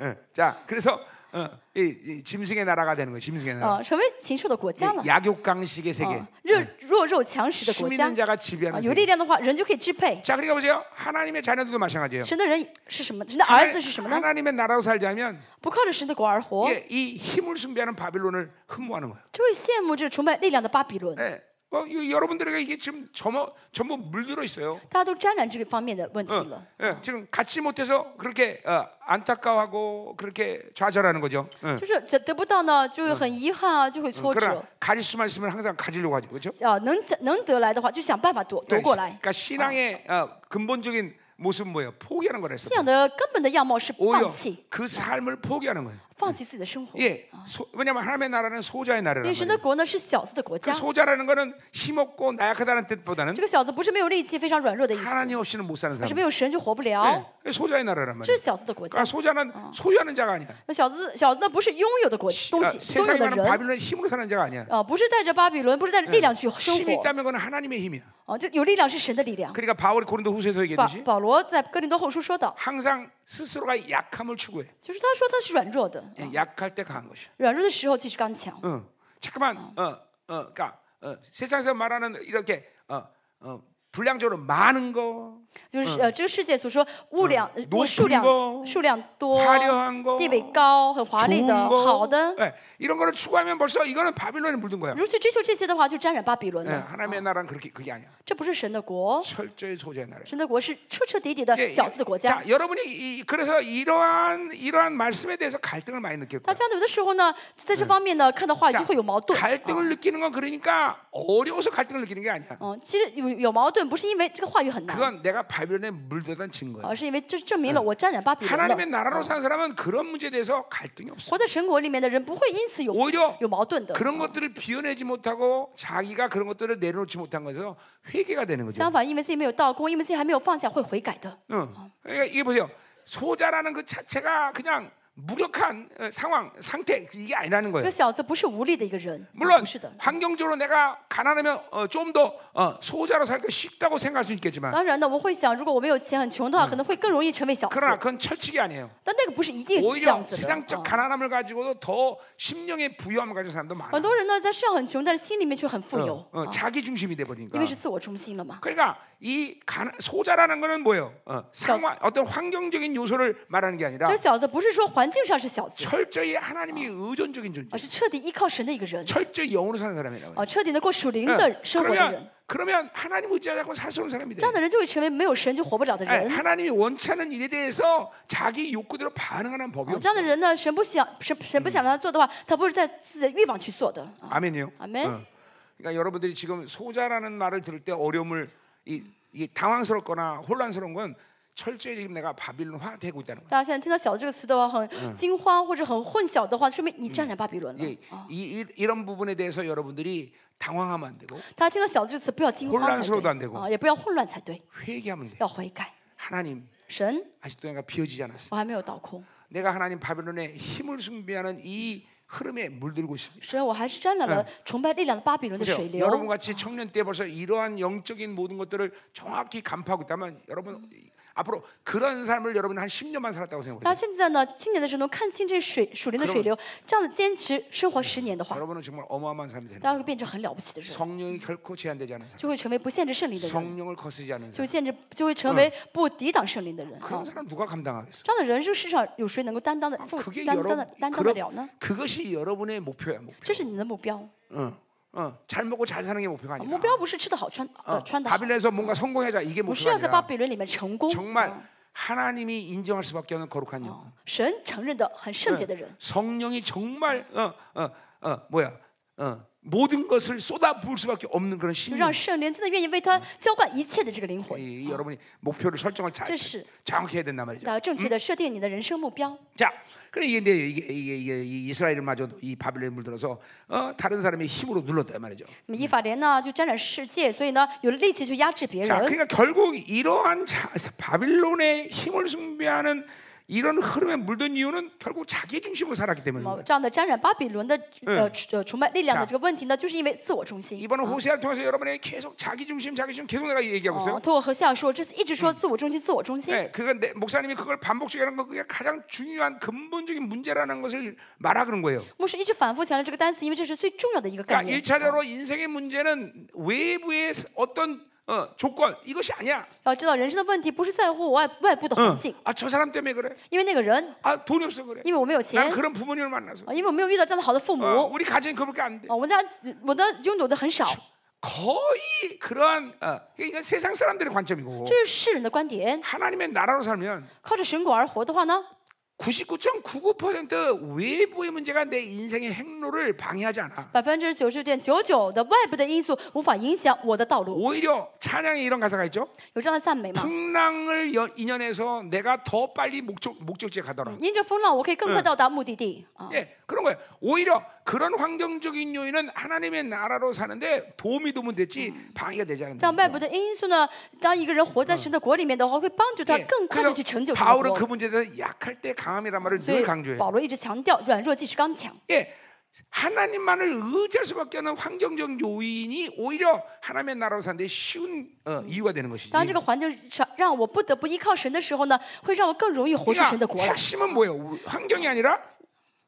Speaker 1: 예, 자, 그래서 어, 이, 이 짐승의 나라가 되는 거예요. 짐승의 나라.
Speaker 2: 啊，成为禽兽的国家了
Speaker 1: 예, 。 약육강식의 세계.
Speaker 2: 啊，弱弱肉强食的
Speaker 1: 힘
Speaker 2: 国家
Speaker 1: 있는 ， 자가 아,
Speaker 2: 啊，
Speaker 1: 지배하는
Speaker 2: 有
Speaker 1: 세계.
Speaker 2: 力量的话，人就可以支配。
Speaker 1: 자, 그러니까 보세요. 하나님의 자녀들도 마찬가지예요.
Speaker 2: 神的人是什么？神的儿子是什么呢？
Speaker 1: 하나님의 나라로 살자면
Speaker 2: 不靠着神的国而活，
Speaker 1: 예, 이 힘을 숭배하는 바빌론을 흠모하는 거예요.
Speaker 2: 就会羡慕这个崇拜力量的巴比伦。
Speaker 1: 예. 어, 이- 여러분들에게 이게 지금 전부, 전부 물들어 있어요.
Speaker 2: 大家都沾染这个方面的问题
Speaker 1: 어,
Speaker 2: 了，
Speaker 1: 예, 지금 갖지 못해서 그렇게 어, 안타까워하고 그렇게 좌절하는 거죠. 예.
Speaker 2: 就是得得不到呢，就会很遗憾啊，就会挫
Speaker 1: 그러나
Speaker 2: 折。
Speaker 1: 가질 수만 있으면 항상 가지려고 하죠, 그렇죠?
Speaker 2: 啊，能能得来的话，就想办法夺夺过来。
Speaker 1: 그러니까 신앙의 어, 근본적인 모습은 뭐예요? 포기하는 거랬어요.
Speaker 2: 信仰的根本的样貌是
Speaker 1: 오히려
Speaker 2: 放弃，
Speaker 1: 그 삶을 포기하는 거예요.
Speaker 2: 放弃自己的生活。因
Speaker 1: 예, 소- 왜냐면 하나님의 나라는 소자의 나라라는
Speaker 2: 为
Speaker 1: 거예요.
Speaker 2: 神的国呢是小子的国
Speaker 1: 그
Speaker 2: 家，
Speaker 1: 소자라는 거는 힘없고 나약하다는 뜻보다는
Speaker 2: 这个小子不是没有力气、非常软弱的意思，
Speaker 1: 하나님 없이는 못 사는
Speaker 2: 而是
Speaker 1: 사람.
Speaker 2: 没有神就活不了。
Speaker 1: 예, 소자의 나라란
Speaker 2: 这
Speaker 1: 말이에요.
Speaker 2: 是小子的国家
Speaker 1: 그러니까 。 소자는 소유하는 자가 아니야.
Speaker 2: 那小子小子呢不是呃拥有的国东
Speaker 1: 그러니까
Speaker 2: 西，拥
Speaker 1: 세상에
Speaker 2: 有的
Speaker 1: 가는
Speaker 2: 人。
Speaker 1: 바빌론의 힘으로 사는 자가 아니야.
Speaker 2: 啊，不是带着巴比伦，不嗯是带着力量去生
Speaker 1: 힘이
Speaker 2: 活，
Speaker 1: 있다면 그건 하나님의 힘이야.
Speaker 2: 啊，这有力量是神的力量。
Speaker 1: 그러니까 바울이 고린도 후서에서
Speaker 2: 保
Speaker 1: 얘기했듯이
Speaker 2: 保罗在哥林多后书说到，
Speaker 1: 항상 스스로가 약함을 추구해.
Speaker 2: 就是他说他是软弱的，
Speaker 1: 예, 약할 때 강한 것이야.
Speaker 2: 软弱的时候其实刚强。
Speaker 1: 어, 잠깐만, 어, 어, 그러니까 어, 세상에서 말하는 이렇게 어, 어, 불량적으로 많은 거,
Speaker 2: 就是呃，这个世界所说物量、呃
Speaker 1: 多
Speaker 2: 物数量
Speaker 1: 苹果
Speaker 2: 数量多、
Speaker 1: 화려한 거,
Speaker 2: 地位高、很华丽
Speaker 1: 좋은
Speaker 2: 的、好
Speaker 1: 거,
Speaker 2: 的，
Speaker 1: 예, 이런 거를 추구하면 벌써 이거는 바빌론에 물든 거야.
Speaker 2: 如果去追求这些的话，就沾染巴比伦
Speaker 1: 예,
Speaker 2: 了。
Speaker 1: 하나님의 나라는 그렇게 그게 아니야.
Speaker 2: 这不是神的国，
Speaker 1: 철저히 소재의 나라.
Speaker 2: 神的国是彻彻底底的
Speaker 1: 예,
Speaker 2: 小子的国
Speaker 1: 예, 음.
Speaker 2: 家。
Speaker 1: 자, 여러분이 이, 그래서 이러한 이러한 말씀에 대해서 갈등을 많이 느낄
Speaker 2: 大
Speaker 1: 거예요.
Speaker 2: 家有的时候呢，在这方面呢，看到话语
Speaker 1: 자,
Speaker 2: 就会有矛盾。
Speaker 1: 갈등을 느끼는 건 그러니까 어려워서 갈등을 느끼는 게 아니야.
Speaker 2: 嗯，其实有有矛盾，不是因为这个话语很难，
Speaker 1: 그건 내가 바빌론에 물들던 증거야.
Speaker 2: 而是因为这证明了我沾染巴比伦了
Speaker 1: 하나님의 。 나라로 사는 사람은 그런 문제에 대해서 갈등이 없어.
Speaker 2: 活在神国里面的人不会因此有
Speaker 1: 오히려
Speaker 2: 有矛盾的。
Speaker 1: 그런 것들을 비워내지 못하고 자기가 그런 것들을 내려놓지 못한 것에서 회개가 되는 거죠.
Speaker 2: 相反，因为自己没有到功，因为自己还没有放下，会悔改的。
Speaker 1: 어. 그러니까 이게 보세요. 소자라는 그 자체가 그냥 무력한 어, 상황, 상태 이게 아니라는
Speaker 2: 这
Speaker 1: 거예요.
Speaker 2: 个小子不是无力的一个人，
Speaker 1: 물론
Speaker 2: 不是的。
Speaker 1: 환경적으로 내가 가난하면 어, 좀 더 소자로 살기 쉽다고 생각할 수 있겠지만
Speaker 2: 当然呢，我们会想，如果我没有钱很穷的嗯话，可能会更容易成为小子。
Speaker 1: 그러나 그건 철칙이 아니에요.
Speaker 2: 但那个不是一定这
Speaker 1: 오히려
Speaker 2: 样子的。
Speaker 1: 세상적
Speaker 2: 啊
Speaker 1: 가난함을 가지고도 더 심령의 부여함을 가진 사람도
Speaker 2: 很
Speaker 1: 많아.
Speaker 2: 多人呢，在世上很穷，但是心里面却很富有，
Speaker 1: 어, 자기 중심이 돼 버리니까.
Speaker 2: 因为是自我中心了嘛。
Speaker 1: 그러니까 이 가난- 소자라는 거는 뭐예요? 어, 상황, 어떤 환경적인 요소를 말하는 게 아니라
Speaker 2: 这小子不是说环境上是小子，
Speaker 1: 철저히 하나님이 의존적인 존재,
Speaker 2: 而是彻底依靠神的一个人，
Speaker 1: 철저히 영으로 사는 사람이라고.
Speaker 2: 啊，
Speaker 1: 요 어,
Speaker 2: 彻底的过属灵的生活的人
Speaker 1: 그러면 。 그러면 하나님 의지하지 않고 살 수 없는 사람이
Speaker 2: 这
Speaker 1: 돼.
Speaker 2: 样的人就会成为没有神就活不了的
Speaker 1: 아니,
Speaker 2: 人。
Speaker 1: 하나님이 원치 않은 일에 대해서 자기 욕구대로 반응하는 법이
Speaker 2: 啊这样
Speaker 1: 없어.
Speaker 2: 的人呢，神不想神神不想让他做的话，他不是在自己的欲望去做的。啊
Speaker 1: 아멘이요.
Speaker 2: 아멘.
Speaker 1: 어. 그러니까 여러분들이 지금 소자라는 말을 들을 때 어려움을 이, 이 당황스럽거나 혼란스러운 건 철저히 지금 내가 바빌론화 되고 있다는 거예요.
Speaker 2: 大家现在听到“小”这个词的话，很惊慌或者很混淆的话，说明你沾染巴比伦了。
Speaker 1: 이게 이, 이, 이런 부분에 대해서 여러분들이 당황하면 안 되고
Speaker 2: 大家听到“小”这个词，不要惊慌才
Speaker 1: 혼란스러워도안되
Speaker 2: 对
Speaker 1: 고
Speaker 2: 啊，也不要混乱才对，
Speaker 1: 회개하면 돼.
Speaker 2: 要悔改。
Speaker 1: 하나님
Speaker 2: 神，
Speaker 1: 아직도 내가 비어지지 않았어.
Speaker 2: 我还没有倒空，
Speaker 1: 내가 하나님 바빌론의 힘을 숭배하는 이 흐름에 물들고 있습니다.
Speaker 2: 神，我还是沾染了崇拜力量的巴比伦的
Speaker 1: 그죠? 네.
Speaker 2: 水流。
Speaker 1: 여러분 같이 청년 때 벌써 이러한 영적인 모든 것들을 정확히 간파하고 있다면 여러분 앞으로 그런 삶을 여러분 한 10년만 살았다고
Speaker 2: 大
Speaker 1: 생각해보세요.
Speaker 2: 家现在呢，青年的时候能看清这水属灵的水流，这样的坚持生活十年的话，
Speaker 1: 여러분은 정말 어마어마한 사람이 되는 거예요.
Speaker 2: 大家会变成很了不起的人，
Speaker 1: 성령이 결코 제한되지 않은 사람.
Speaker 2: 就会成为不限制圣灵的人，
Speaker 1: 성령을 거스지 않은
Speaker 2: 就
Speaker 1: 사람.
Speaker 2: 会限制，就会成为不抵挡圣灵的人。
Speaker 1: 그런
Speaker 2: 啊，
Speaker 1: 사람 누가 감당하겠어?
Speaker 2: 这样的人生世上有谁能够担当的、负
Speaker 1: 그게
Speaker 2: 担当
Speaker 1: 여러분
Speaker 2: 的、担当得了呢？
Speaker 1: 그것이 여러분의 목표야. 목표.
Speaker 2: 这是你哎的目标，
Speaker 1: 어, 어, 잘 먹고 잘 사는 게 목표가
Speaker 2: 目
Speaker 1: 아니라.
Speaker 2: 标不是吃得好、穿呃
Speaker 1: 어,
Speaker 2: 穿得好，
Speaker 1: 바빌론에서 뭔가 성공하자 이게
Speaker 2: 不是
Speaker 1: 목표가
Speaker 2: 要在巴
Speaker 1: 아니라
Speaker 2: 比伦里面成功。
Speaker 1: 정말 하나님이 인정할 수밖에 없는 거룩한 영.
Speaker 2: 嗯神承认的很圣洁的人，
Speaker 1: 성령이 정말 어 어 어 뭐야 어 모든 것을 쏟아 부을 수밖에 없는 그런
Speaker 2: 就
Speaker 1: 심령.
Speaker 2: 让圣灵真的愿意为他浇灌一切的这个灵魂。
Speaker 1: 이, 이 여러분이 목표를 설정을 잘
Speaker 2: 뜻이.
Speaker 1: 정확히 해야 된단 말이죠.
Speaker 2: 要正确的设定你的人生目标。
Speaker 1: 자, 그래 이게 이제 이게 이게, 이게 이 이스라엘을 마저도 이 바빌론에 물들어서 어, 다른 사람의 힘으로 눌렀단 말이죠.
Speaker 2: 那么以法莲呢，就沾染世界，所以呢，有了力气去压制别
Speaker 1: 자,
Speaker 2: 人。
Speaker 1: 그러니까 결국 이러한 자, 바빌론의 힘을 숭배하는 이런 흐름에 물든 이유는 결국 자기 중심으로 살았기 때문인 거예요.
Speaker 2: 这样的沾染巴比伦的呃呃崇拜力量的这个问题呢，就是因为自我中心。
Speaker 1: 이번은 호세아를 통해서 여러분에게 계속 자기 중심, 자기 중심 계속 내가 얘기하고
Speaker 2: 哦，
Speaker 1: 있어요.
Speaker 2: 通过和夏说，这次一直说自我中心，自我中心。
Speaker 1: 네, 그건 내, 목사님이 그걸 반복적이라는 건 그게 가장 중요한 근본적인 문제라는 것을 말하 그런 거예요.
Speaker 2: 牧师一直反复强调这个单词，因为这是最重要的一个概
Speaker 1: 그러니까
Speaker 2: 念。
Speaker 1: 일차적으로 인생의 문제는 외부의 어떤 어, 조건 이것이 아니야.
Speaker 2: 要知道，人生的问题不是在乎外外部的环境，
Speaker 1: 아, 저 사람 때문에 그래.
Speaker 2: 因为那个人，
Speaker 1: 아 돈이 없어 그래.
Speaker 2: 因为我没有钱
Speaker 1: 난 ， 그런 부모님을 만나서.
Speaker 2: 啊因为我没有遇到这么好的父母，
Speaker 1: 어,
Speaker 2: 啊，
Speaker 1: 우리 가정이 그밖에 안 돼.
Speaker 2: 我们家我的拥有的很少，
Speaker 1: 거의 그러한 어, 그러니까 세상 사람들의 관점이고
Speaker 2: 这是世人的观点。
Speaker 1: 하나님의 나라로 살면
Speaker 2: 靠着神果而活的话呢，
Speaker 1: 99.99% 외부의 문제가 내 인생의 행로를 방해하지 않아.
Speaker 2: 百分之九十点九九的外部的因素无法影响我的道路。
Speaker 1: 오히려 찬양에 이런 가사가 있죠.
Speaker 2: 有这样的赞美吗？
Speaker 1: 풍랑을 연- 인연해서 내가 더 빨리 목적 목적지에 가더라.
Speaker 2: 因着风浪，我可以更快到达目的地啊！
Speaker 1: 예, 그런 거예요. 오히려 그런 환경적인 요인은 하나님의 나라로 사는데 도움이 되면 됐지 방해가 되지 않는다.
Speaker 2: 像外部的因素呢，当一个人活在神的国里面的话，会帮助他
Speaker 1: 예,
Speaker 2: 更快的去成就
Speaker 1: 그래서
Speaker 2: 神的
Speaker 1: 바울은 그
Speaker 2: 国。
Speaker 1: 문제에 대해서 약할 때 강함이란 말을
Speaker 2: 所
Speaker 1: 늘
Speaker 2: 以
Speaker 1: 강조해요.
Speaker 2: 保罗一直强调，软弱即是刚强。
Speaker 1: 예, 하나님만을 의지할 수밖에 없는 환경적 요인이 오히려 하나님의 나라로 사는데 쉬운 어, 이유가 되는 것이지.
Speaker 2: 当这个环境上让我不得不依靠神的时候呢，会让我更容易活出神的
Speaker 1: 그러니까
Speaker 2: 国来。
Speaker 1: 핵심은 뭐예요? 환경이 아니라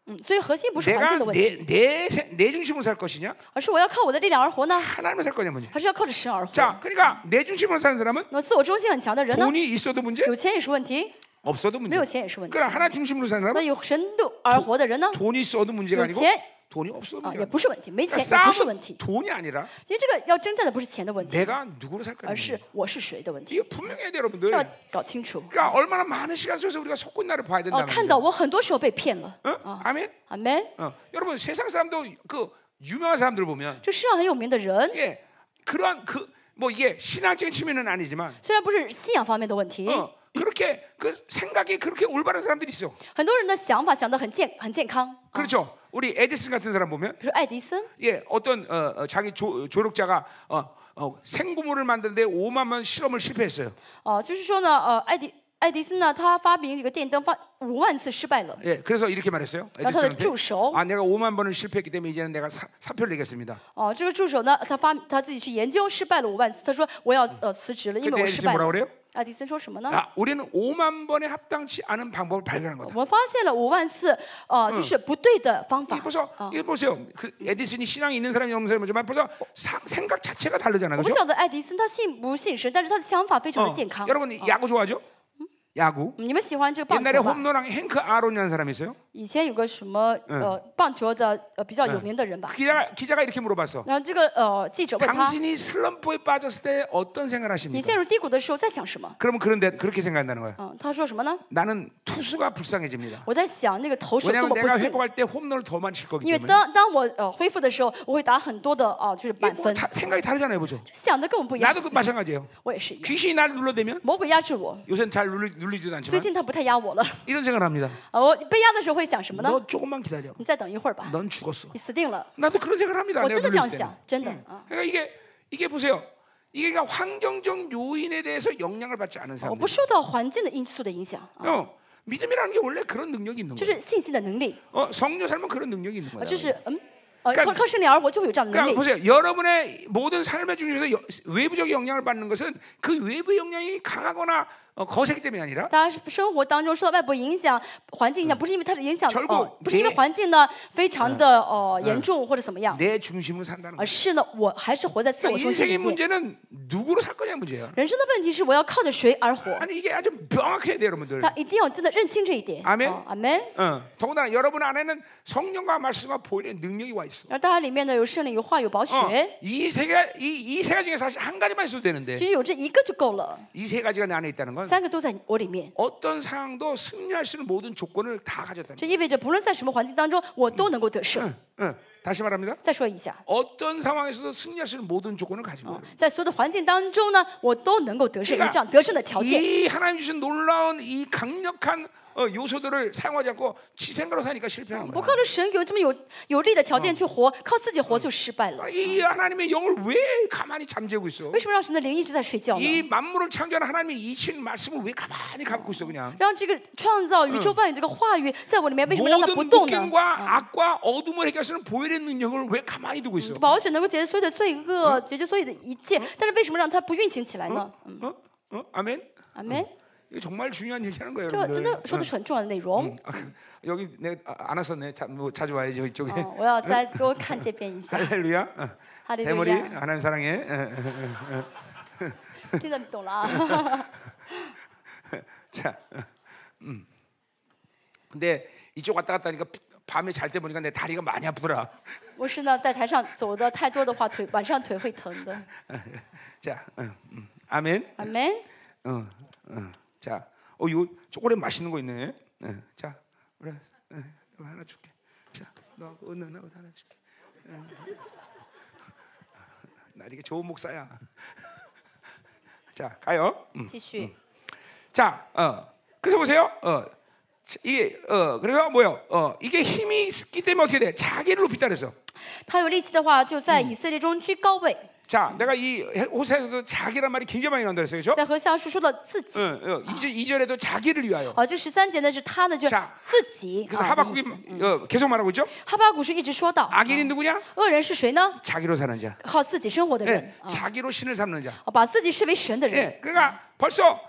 Speaker 2: 嗯，所以核心不是环
Speaker 1: 내가
Speaker 2: 境的问题，
Speaker 1: 내내 내 중심으로 살 것이냐,
Speaker 2: 而是我要靠我的力量而活呢，
Speaker 1: 하나님을 살 거냐 문제.
Speaker 2: 还是要靠着神而活？
Speaker 1: 자, 그러니까 내 중심으로 사는 사람은
Speaker 2: 那么自我中心很强的人呢，
Speaker 1: 돈이 있어도 문제,
Speaker 2: 有钱也是问题，
Speaker 1: 없어도 문제.
Speaker 2: 没有钱也是问题。
Speaker 1: 그러니까 하나 중심으로 사는
Speaker 2: 那
Speaker 1: 사람은
Speaker 2: 有神的而活的人呢，
Speaker 1: 돈이 있어도 문제가 아니고
Speaker 2: 요 钱.
Speaker 1: 돈이 없어도
Speaker 2: 啊，
Speaker 1: 문제가
Speaker 2: 也
Speaker 1: 아니고.
Speaker 2: 不是问题，没
Speaker 1: 그러니까
Speaker 2: 钱也不是问
Speaker 1: 싸움은
Speaker 2: 题。
Speaker 1: 돈이 아니라
Speaker 2: 其实这个要征战的不是钱的问题，
Speaker 1: 내가 누구로 살 거냐.
Speaker 2: 而是我是谁的问题，
Speaker 1: 이거 분명해야 돼 여러분들.
Speaker 2: 要搞清楚。
Speaker 1: 그러니까 얼마나 많은 시간 속에서 우리가 속고 있나를 봐야
Speaker 2: 哦、
Speaker 1: 된다는
Speaker 2: 看到我很多时候被骗了，
Speaker 1: 어? 아멘.
Speaker 2: 阿门。
Speaker 1: 어. 여러분 세상 사람도 그 유명한 사람들 보면
Speaker 2: 这世上很有名的人，
Speaker 1: 예 그러한 그 뭐 이게 신앙적인 측면은 아니지만
Speaker 2: 虽然不是信仰方面的问题，
Speaker 1: 어 그렇게 그 생각이 그렇게 올바른 사람들이 있어.
Speaker 2: 很多人的想法想得很健很健康，
Speaker 1: 그렇죠. 우리 에디슨 같은 사람 보면
Speaker 2: 比如说爱迪生，
Speaker 1: 예 어떤 어, 어, 자기 조, 조력자가 어, 어, 생고물을 만드는데 5만 번 실험을 실패했어요.
Speaker 2: 哦、就是说呢，呃，爱迪爱迪生呢，他发明一个电灯发五万次失败了，
Speaker 1: 예 그래서 이렇게 말했어요.
Speaker 2: 야, 다
Speaker 1: 에디슨한테
Speaker 2: 주소.
Speaker 1: 아 내가 5만 번을 실패했기 때문에 이제는 내가 사, 사표를 내겠습니다.
Speaker 2: 哦、这个助手呢，他发他自己去研究失败了五万次，他说我要呃辞职了，因为我失败
Speaker 1: 그때에디슨뭐라그래요
Speaker 2: 了。爱迪生说什么呢？
Speaker 1: 아, 우리는 5만 번에 합당치 않은 방법을 발견한 거다.
Speaker 2: 我们发现了五万次，呃，就是不对的方法。
Speaker 1: 보세요. 이거 보세요. 그 에디슨이 신앙이 있는 사람이 없는 사람이지만 보세요. 사- 생각 자체가 다르잖아.
Speaker 2: 我不
Speaker 1: 그렇죠? 어.
Speaker 2: 晓得爱迪生他信不信神，但是他的想法非常的健康。
Speaker 1: 여러분 야구 좋아하죠? 야구. 음,
Speaker 2: 你们喜欢这个棒球
Speaker 1: 嗯 옛날에
Speaker 2: 吗？
Speaker 1: 홈런왕 행크 아론이라는 사람이 있어요.
Speaker 2: 以前有个什么呃棒球的呃比较有名的人吧，
Speaker 1: 그 기자가, 기자가 이렇게 물어봤어.
Speaker 2: 然后这个呃记者问他，
Speaker 1: 당신이 슬럼프에 빠졌을 때 어떤 생각을
Speaker 2: 你
Speaker 1: 하십니까?
Speaker 2: 陷入低谷的时候在想什么？
Speaker 1: 그러면 그런데 그렇게 생각한다는 거야.
Speaker 2: 嗯，他说什么呢？
Speaker 1: 나는 투수가 불쌍해집니다.
Speaker 2: 我在想那个投手多
Speaker 1: 왜냐하면
Speaker 2: 么不
Speaker 1: 내가
Speaker 2: 幸，
Speaker 1: 회복할 때 홈런을 더뭐 많이 칠 거기
Speaker 2: 因为
Speaker 1: 때문에.
Speaker 2: 当当我呃恢复的时候，我会打很多的啊、就是
Speaker 1: 이게
Speaker 2: 满
Speaker 1: 뭐
Speaker 2: 分，
Speaker 1: 다, 생각이 다르잖아요, 보죠.
Speaker 2: 想的跟我们不一样
Speaker 1: 나도 。그 마찬가지예요.
Speaker 2: 我也是一样，
Speaker 1: 귀신이 나를 눌러대면
Speaker 2: 魔鬼压制我，
Speaker 1: 요새는 잘 눌리, 눌리지도
Speaker 2: 最
Speaker 1: 않지만
Speaker 2: 近他不太压我了。
Speaker 1: 이런 생각을 합니다.
Speaker 2: 啊，我被压的时候会想什么呢？
Speaker 1: 너 조금만 기다려.
Speaker 2: 你再等一会儿吧，
Speaker 1: 넌 죽었어.
Speaker 2: 你死定了。
Speaker 1: 나도 그런 생각을 합니다.
Speaker 2: 我
Speaker 1: 내가
Speaker 2: 真的这样
Speaker 1: 눌렸을 때는.
Speaker 2: 想，真的啊，
Speaker 1: 그러니까 이게 이게 보세요. 이게 그러니까 환경적 요인에 대해서 영향을 받지 않은
Speaker 2: 我不
Speaker 1: 사람들.
Speaker 2: 受到环境的因素的影响啊，
Speaker 1: 어, 믿음이라는 게 원래 그런 능력이 있는
Speaker 2: 就
Speaker 1: 거예요.
Speaker 2: 是信心的能力，
Speaker 1: 어, 성료 삶은 그런 능력이 있는
Speaker 2: 啊，这
Speaker 1: 거예요.
Speaker 2: 是嗯，呃，
Speaker 1: 干
Speaker 2: 靠靠圣灵而活就会有这样的能
Speaker 1: 그러니까
Speaker 2: 力。
Speaker 1: 보세요. 여러분의 모든 삶의 중에서 여- 외부적 영향을 받는 것은 그 외부 영향이 강하거나 어, 거세기 때문이 아니라
Speaker 2: 大家生活当中受到外部影响、环境影响，不是因为它的影响
Speaker 1: 결국
Speaker 2: 哦、不是因为
Speaker 1: 내
Speaker 2: 环境呢非常的哦、呃严重或者怎么样，
Speaker 1: 내 중심으로 산다는 거예요.
Speaker 2: 而是呢，我还是活在自我
Speaker 1: 그러니까
Speaker 2: 中心里
Speaker 1: 인생의
Speaker 2: 面。
Speaker 1: 문제는 누구로 살 거냐 문제예요.
Speaker 2: 人生的问题是我要靠着谁而活，
Speaker 1: 아니 이게 아주 명확해야 돼요, 여러분들.
Speaker 2: 他一定要真的认清这一点。
Speaker 1: 아멘
Speaker 2: 哦阿门。
Speaker 1: 어, 더군다나 여러분 안에는 성령과 말씀과 보일의 능력이 와 있어.
Speaker 2: 而大家里面呢有圣灵、有话、有宝血，
Speaker 1: 어, 이세 가지 이이세 가지 중에 사실 한 가지만 있어도 되는데
Speaker 2: 其实有这一个就够了，
Speaker 1: 이 세 가지가 내 안에 있다는 건
Speaker 2: 三个都在我里面。
Speaker 1: 어떤 상황도 승리할 수 있는 모든 조건을 다 가졌다는
Speaker 2: 这意味着不论在什么环境当中，我都能够得胜。
Speaker 1: 거예요. 어, 다시 말합니다.
Speaker 2: 再说一下，
Speaker 1: 어떤 상황에서도 승리할 수 있는 모든 조건을 가진 거예요.
Speaker 2: 在所有的环境当中呢，我都能够得胜，有
Speaker 1: 어, 그러니까
Speaker 2: 这样得胜的条件。
Speaker 1: 이 하나님 주신 놀라운 이 강력한 어, 요소들을 사용하지 않고 지 생각으로 사니까 실패하는
Speaker 2: 不
Speaker 1: 거예요.
Speaker 2: 靠着神给我这么有有利的条件去活，靠自己活就失败了。
Speaker 1: 이 하나님의 영을 그- 왜 가만히 잠재우고 있어?
Speaker 2: 为什么让神的灵一直在睡觉呢？
Speaker 1: 이 만물을 창조한 하나님의 이친 말씀을 왜 가만히 감고 있어 그냥?
Speaker 2: 让这个创造宇宙万有这个话语在我里面，为什么让嗯它不
Speaker 1: 모든
Speaker 2: 动呢？
Speaker 1: 폭행과 악과 어둠을 해결하는 보혈의 능력을 왜 가만히 두고 있어?
Speaker 2: 保险能够解决所有的罪恶，解决所有的一切，但是为什么让它不运行起来呢？
Speaker 1: 어? 어? 아멘?
Speaker 2: 阿门。
Speaker 1: 이거 정말 중요한 얘기하는 거예요,
Speaker 2: 这个真
Speaker 1: 여러분들.
Speaker 2: 的说的是很重要的内容。
Speaker 1: 아, 그, 여기 내가 아, 안 왔었네. 자, 뭐 자주 와야지 이쪽에.
Speaker 2: 嗯，我要再多看这边一下。
Speaker 1: 할렐루야. 어.
Speaker 2: 어. 할렐루야.
Speaker 1: 대머리 하나님 사랑해. 어, 어.
Speaker 2: 听得懂了啊？
Speaker 1: 자, 음. 근데 이쪽 왔다 갔다 하니까 밤에 잘 때 보니까 내 다리가 많이 아프더라.
Speaker 2: 我是呢，在台上走的太多的话，腿晚上腿会疼的。
Speaker 1: 자, 어, 음. 아멘.
Speaker 2: 阿门。
Speaker 1: 어, 어. 자, 어, 요 초콜릿 맛있는 거 있네. 어, 자, 우리 어, 이거 하나 줄게. 자, 너 은은 하고 하나 줄게. 어. 나 이게 좋은 목사야. 자, 가요.
Speaker 2: 继续，
Speaker 1: 자, 어. 그래서 보세요. 어. 이게 어 그래서 뭐요? 어 이게 힘이 있기 때문에 어떻게 돼? 자기를 높이다 그래서.
Speaker 2: 他有力气的话，就在以色列中居高位。
Speaker 1: 자, 내가 이 호세에서도 자기란 말이 굉장히 많이 나온다 그랬어요. 그렇죠?
Speaker 2: 在何西阿书说到自己，
Speaker 1: 어, 어. 2절에도 자기를 위하여.
Speaker 2: 啊，这十三节呢是他呢就是
Speaker 1: 자
Speaker 2: 自己
Speaker 1: 그래서
Speaker 2: 啊的意
Speaker 1: 하박국이
Speaker 2: 思。
Speaker 1: 어, 계속 말하고 있죠?
Speaker 2: 哈巴谷是一直说到，
Speaker 1: 악인이 누구냐?
Speaker 2: 恶人是谁呢？
Speaker 1: 자기로 사는 자.
Speaker 2: 靠自己生活的
Speaker 1: 예,
Speaker 2: 人，
Speaker 1: 자기로 신을 삼는 자.
Speaker 2: 啊，把自己视为神的人，
Speaker 1: 예, 그러니까 벌써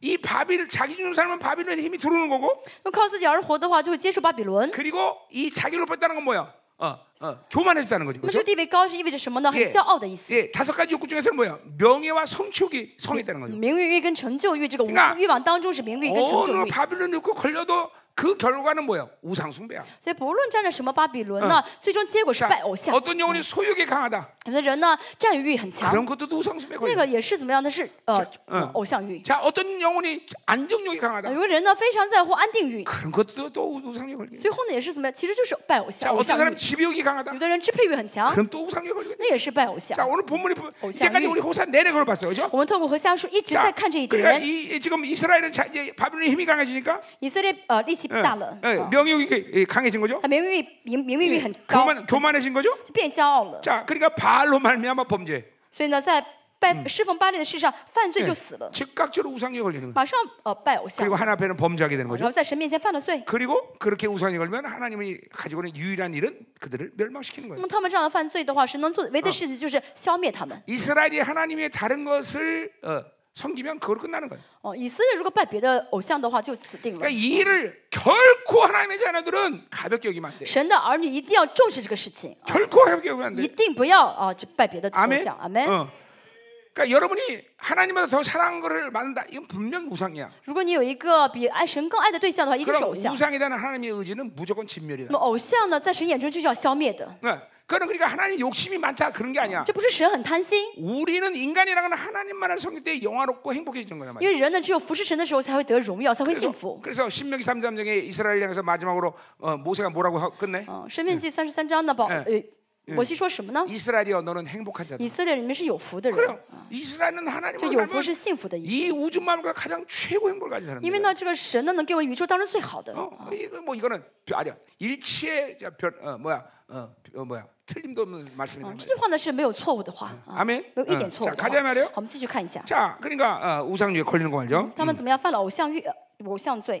Speaker 1: 이 바빌 자기 중심 사람은 바빌론의 힘이 들어오는 거고,
Speaker 2: 那么靠自己而活的话，就会接受巴比伦。
Speaker 1: 그리고 이 자기로 뺐다는 건 뭐야? 어, 어, 교만해졌다는 거죠.
Speaker 2: 那么
Speaker 1: 그렇죠?
Speaker 2: 这个地位高是意味着什么呢？很
Speaker 1: 예,
Speaker 2: 骄傲的意思。
Speaker 1: 예, 다섯 가지 욕구 중에서는 뭐야? 명예와 성취욕이 성했다는 거죠.
Speaker 2: 名誉欲跟成就欲，这个无
Speaker 1: 그러니까
Speaker 2: 欲望当中是名誉跟成就
Speaker 1: 어느
Speaker 2: 欲。
Speaker 1: 바빌론 욕구 걸려도 그 결과는 뭐야? 우상 숭배야.
Speaker 2: 所以不论沾了什么巴比伦呢，最终结果嗯是啊哦
Speaker 1: 자,
Speaker 2: 拜偶像。
Speaker 1: 어떤 영혼이 소욕에 강하다.
Speaker 2: 有的人呢，占有欲很强，
Speaker 1: 그런 것도 우상 숭배
Speaker 2: 那
Speaker 1: 걸려.
Speaker 2: 个也是怎么样的是呃
Speaker 1: 嗯
Speaker 2: 偶像欲。
Speaker 1: 자, 어떤 영혼이 안정욕이
Speaker 2: 呃
Speaker 1: 강하다.
Speaker 2: 有个人呢非常在乎安定欲，
Speaker 1: 그런 것도 또 우상에 걸려.
Speaker 2: 最后呢也是怎么样？其实就是拜偶
Speaker 1: 자,
Speaker 2: 像，偶
Speaker 1: 어떤
Speaker 2: 像
Speaker 1: 사람
Speaker 2: 欲。
Speaker 1: 집욕이 강하다.
Speaker 2: 有的人支配欲很强，
Speaker 1: 그럼 또 우상에 걸리겠네.
Speaker 2: 那也是拜偶
Speaker 1: 어? 자
Speaker 2: 像。
Speaker 1: 오늘 본문이 부-
Speaker 2: 어,
Speaker 1: 이제까지
Speaker 2: 장인.
Speaker 1: 우리 호사 내내 걸어봤어요, 그렇죠?
Speaker 2: 我们透过和下书一直在看这一
Speaker 1: 그러니까
Speaker 2: 点，
Speaker 1: 이, 이 지금 이스라엘은 자, 이제 바빌론의 힘이 강해지니까
Speaker 2: 以色列呃力气
Speaker 1: 예,
Speaker 2: 大了，
Speaker 1: 예,
Speaker 2: 啊
Speaker 1: 명예욕이 이렇게 강해진 거죠?
Speaker 2: 他名誉欲名名誉欲很高，
Speaker 1: 교만 교만해진 거죠?
Speaker 2: 就变骄傲了。
Speaker 1: 자 그러니까 바알로 말미암아 범죄
Speaker 2: 所以呢，在拜侍奉巴黎的事上犯
Speaker 1: 네.
Speaker 2: 罪就死了，
Speaker 1: 예, 즉각적으로 우상에 걸리는 거예요.
Speaker 2: 马上呃拜偶像
Speaker 1: 그리고 ， 하나 앞에는 범죄하게 되는
Speaker 2: 然
Speaker 1: 거죠.
Speaker 2: 后在神面前犯了罪。
Speaker 1: 그리고 그렇게 우상에 걸면 하나님이 가지고 있는 유일한 일은 그들을 멸망시키는
Speaker 2: 那
Speaker 1: 거예요.
Speaker 2: 么他们这样的犯罪的话，神能做唯一的事情就是消灭他们。
Speaker 1: 이스라엘이 하나님의 다른 것을 어, 섬기면 그걸로 끝나는 거예요.
Speaker 2: 哦，以色列如果拜别的偶像的话，就死定了
Speaker 1: 그러니까 。이 일을 결코 하나님의 자녀들은 가볍게 여기면 안 돼.
Speaker 2: 神的儿女一定要重视这个事情，
Speaker 1: 결코 가볍게 여기면 안 돼.
Speaker 2: 一定不要啊，这拜别的偶
Speaker 1: 아멘.
Speaker 2: 像。阿门。
Speaker 1: 어. 그러니까 여러분이 하나님보다 더 사랑한 거를 만든다. 이건 분명히 우상이야.
Speaker 2: 如果你有一个比爱神更爱的对象的话，一定是
Speaker 1: 그럼
Speaker 2: 偶像。
Speaker 1: 우상에 대한 하나님의 의지는 무조건 진멸이다.
Speaker 2: 那么偶像呢，在神眼中就是要消灭的。
Speaker 1: 네. 그거는 그러니까 하나님 욕심이 많다 그런 게 아니야.
Speaker 2: 这不是神很贪心，
Speaker 1: 우리는 인간이라는 하나님만을 섬길 때 영화롭고 행복해지는 거란
Speaker 2: 因
Speaker 1: 말이야.
Speaker 2: 为人呢，只有服侍神的时候才会得荣耀，才会幸
Speaker 1: 그래서,
Speaker 2: 福。
Speaker 1: 그래서 신명기 3장에 이스라엘 향해서 마지막으로 어, 모세가 뭐라고 하- 끝내?
Speaker 2: 嗯，《生命记》三十三章呢，保呃，摩西说什么呢？
Speaker 1: 이스라엘이여 어. 너는 행복한 자다.
Speaker 2: 以色列人民是有福的人，
Speaker 1: 그래요. 이스라엘은
Speaker 2: 这
Speaker 1: 하나님을
Speaker 2: 有福
Speaker 1: 살면
Speaker 2: 是幸福的意思。
Speaker 1: 이 우주 만물과 가장 최고 행복을 가진
Speaker 2: 因为
Speaker 1: 사람이에요.
Speaker 2: 呢，这个神呢，能给我们宇宙当中最好的。
Speaker 1: 어, 이거 뭐 이거는 별- 아니야. 일치의 자, 별, 어, 뭐야, 어, 어, 뭐야, 틀림도 없는 말씀이란
Speaker 2: 嗯，这
Speaker 1: 말이야.
Speaker 2: 句话呢是没有错误的话，啊，
Speaker 1: 아멘.
Speaker 2: 没有一
Speaker 1: 어,
Speaker 2: 点错误
Speaker 1: 자
Speaker 2: 的话。
Speaker 1: 가자
Speaker 2: 好
Speaker 1: 말이요. ，
Speaker 2: 我们继续看一下，
Speaker 1: 자 그러니까 어, 우상류에 걸리는 거 말이죠.
Speaker 2: 他们怎么样犯了偶像欲、呃偶像罪？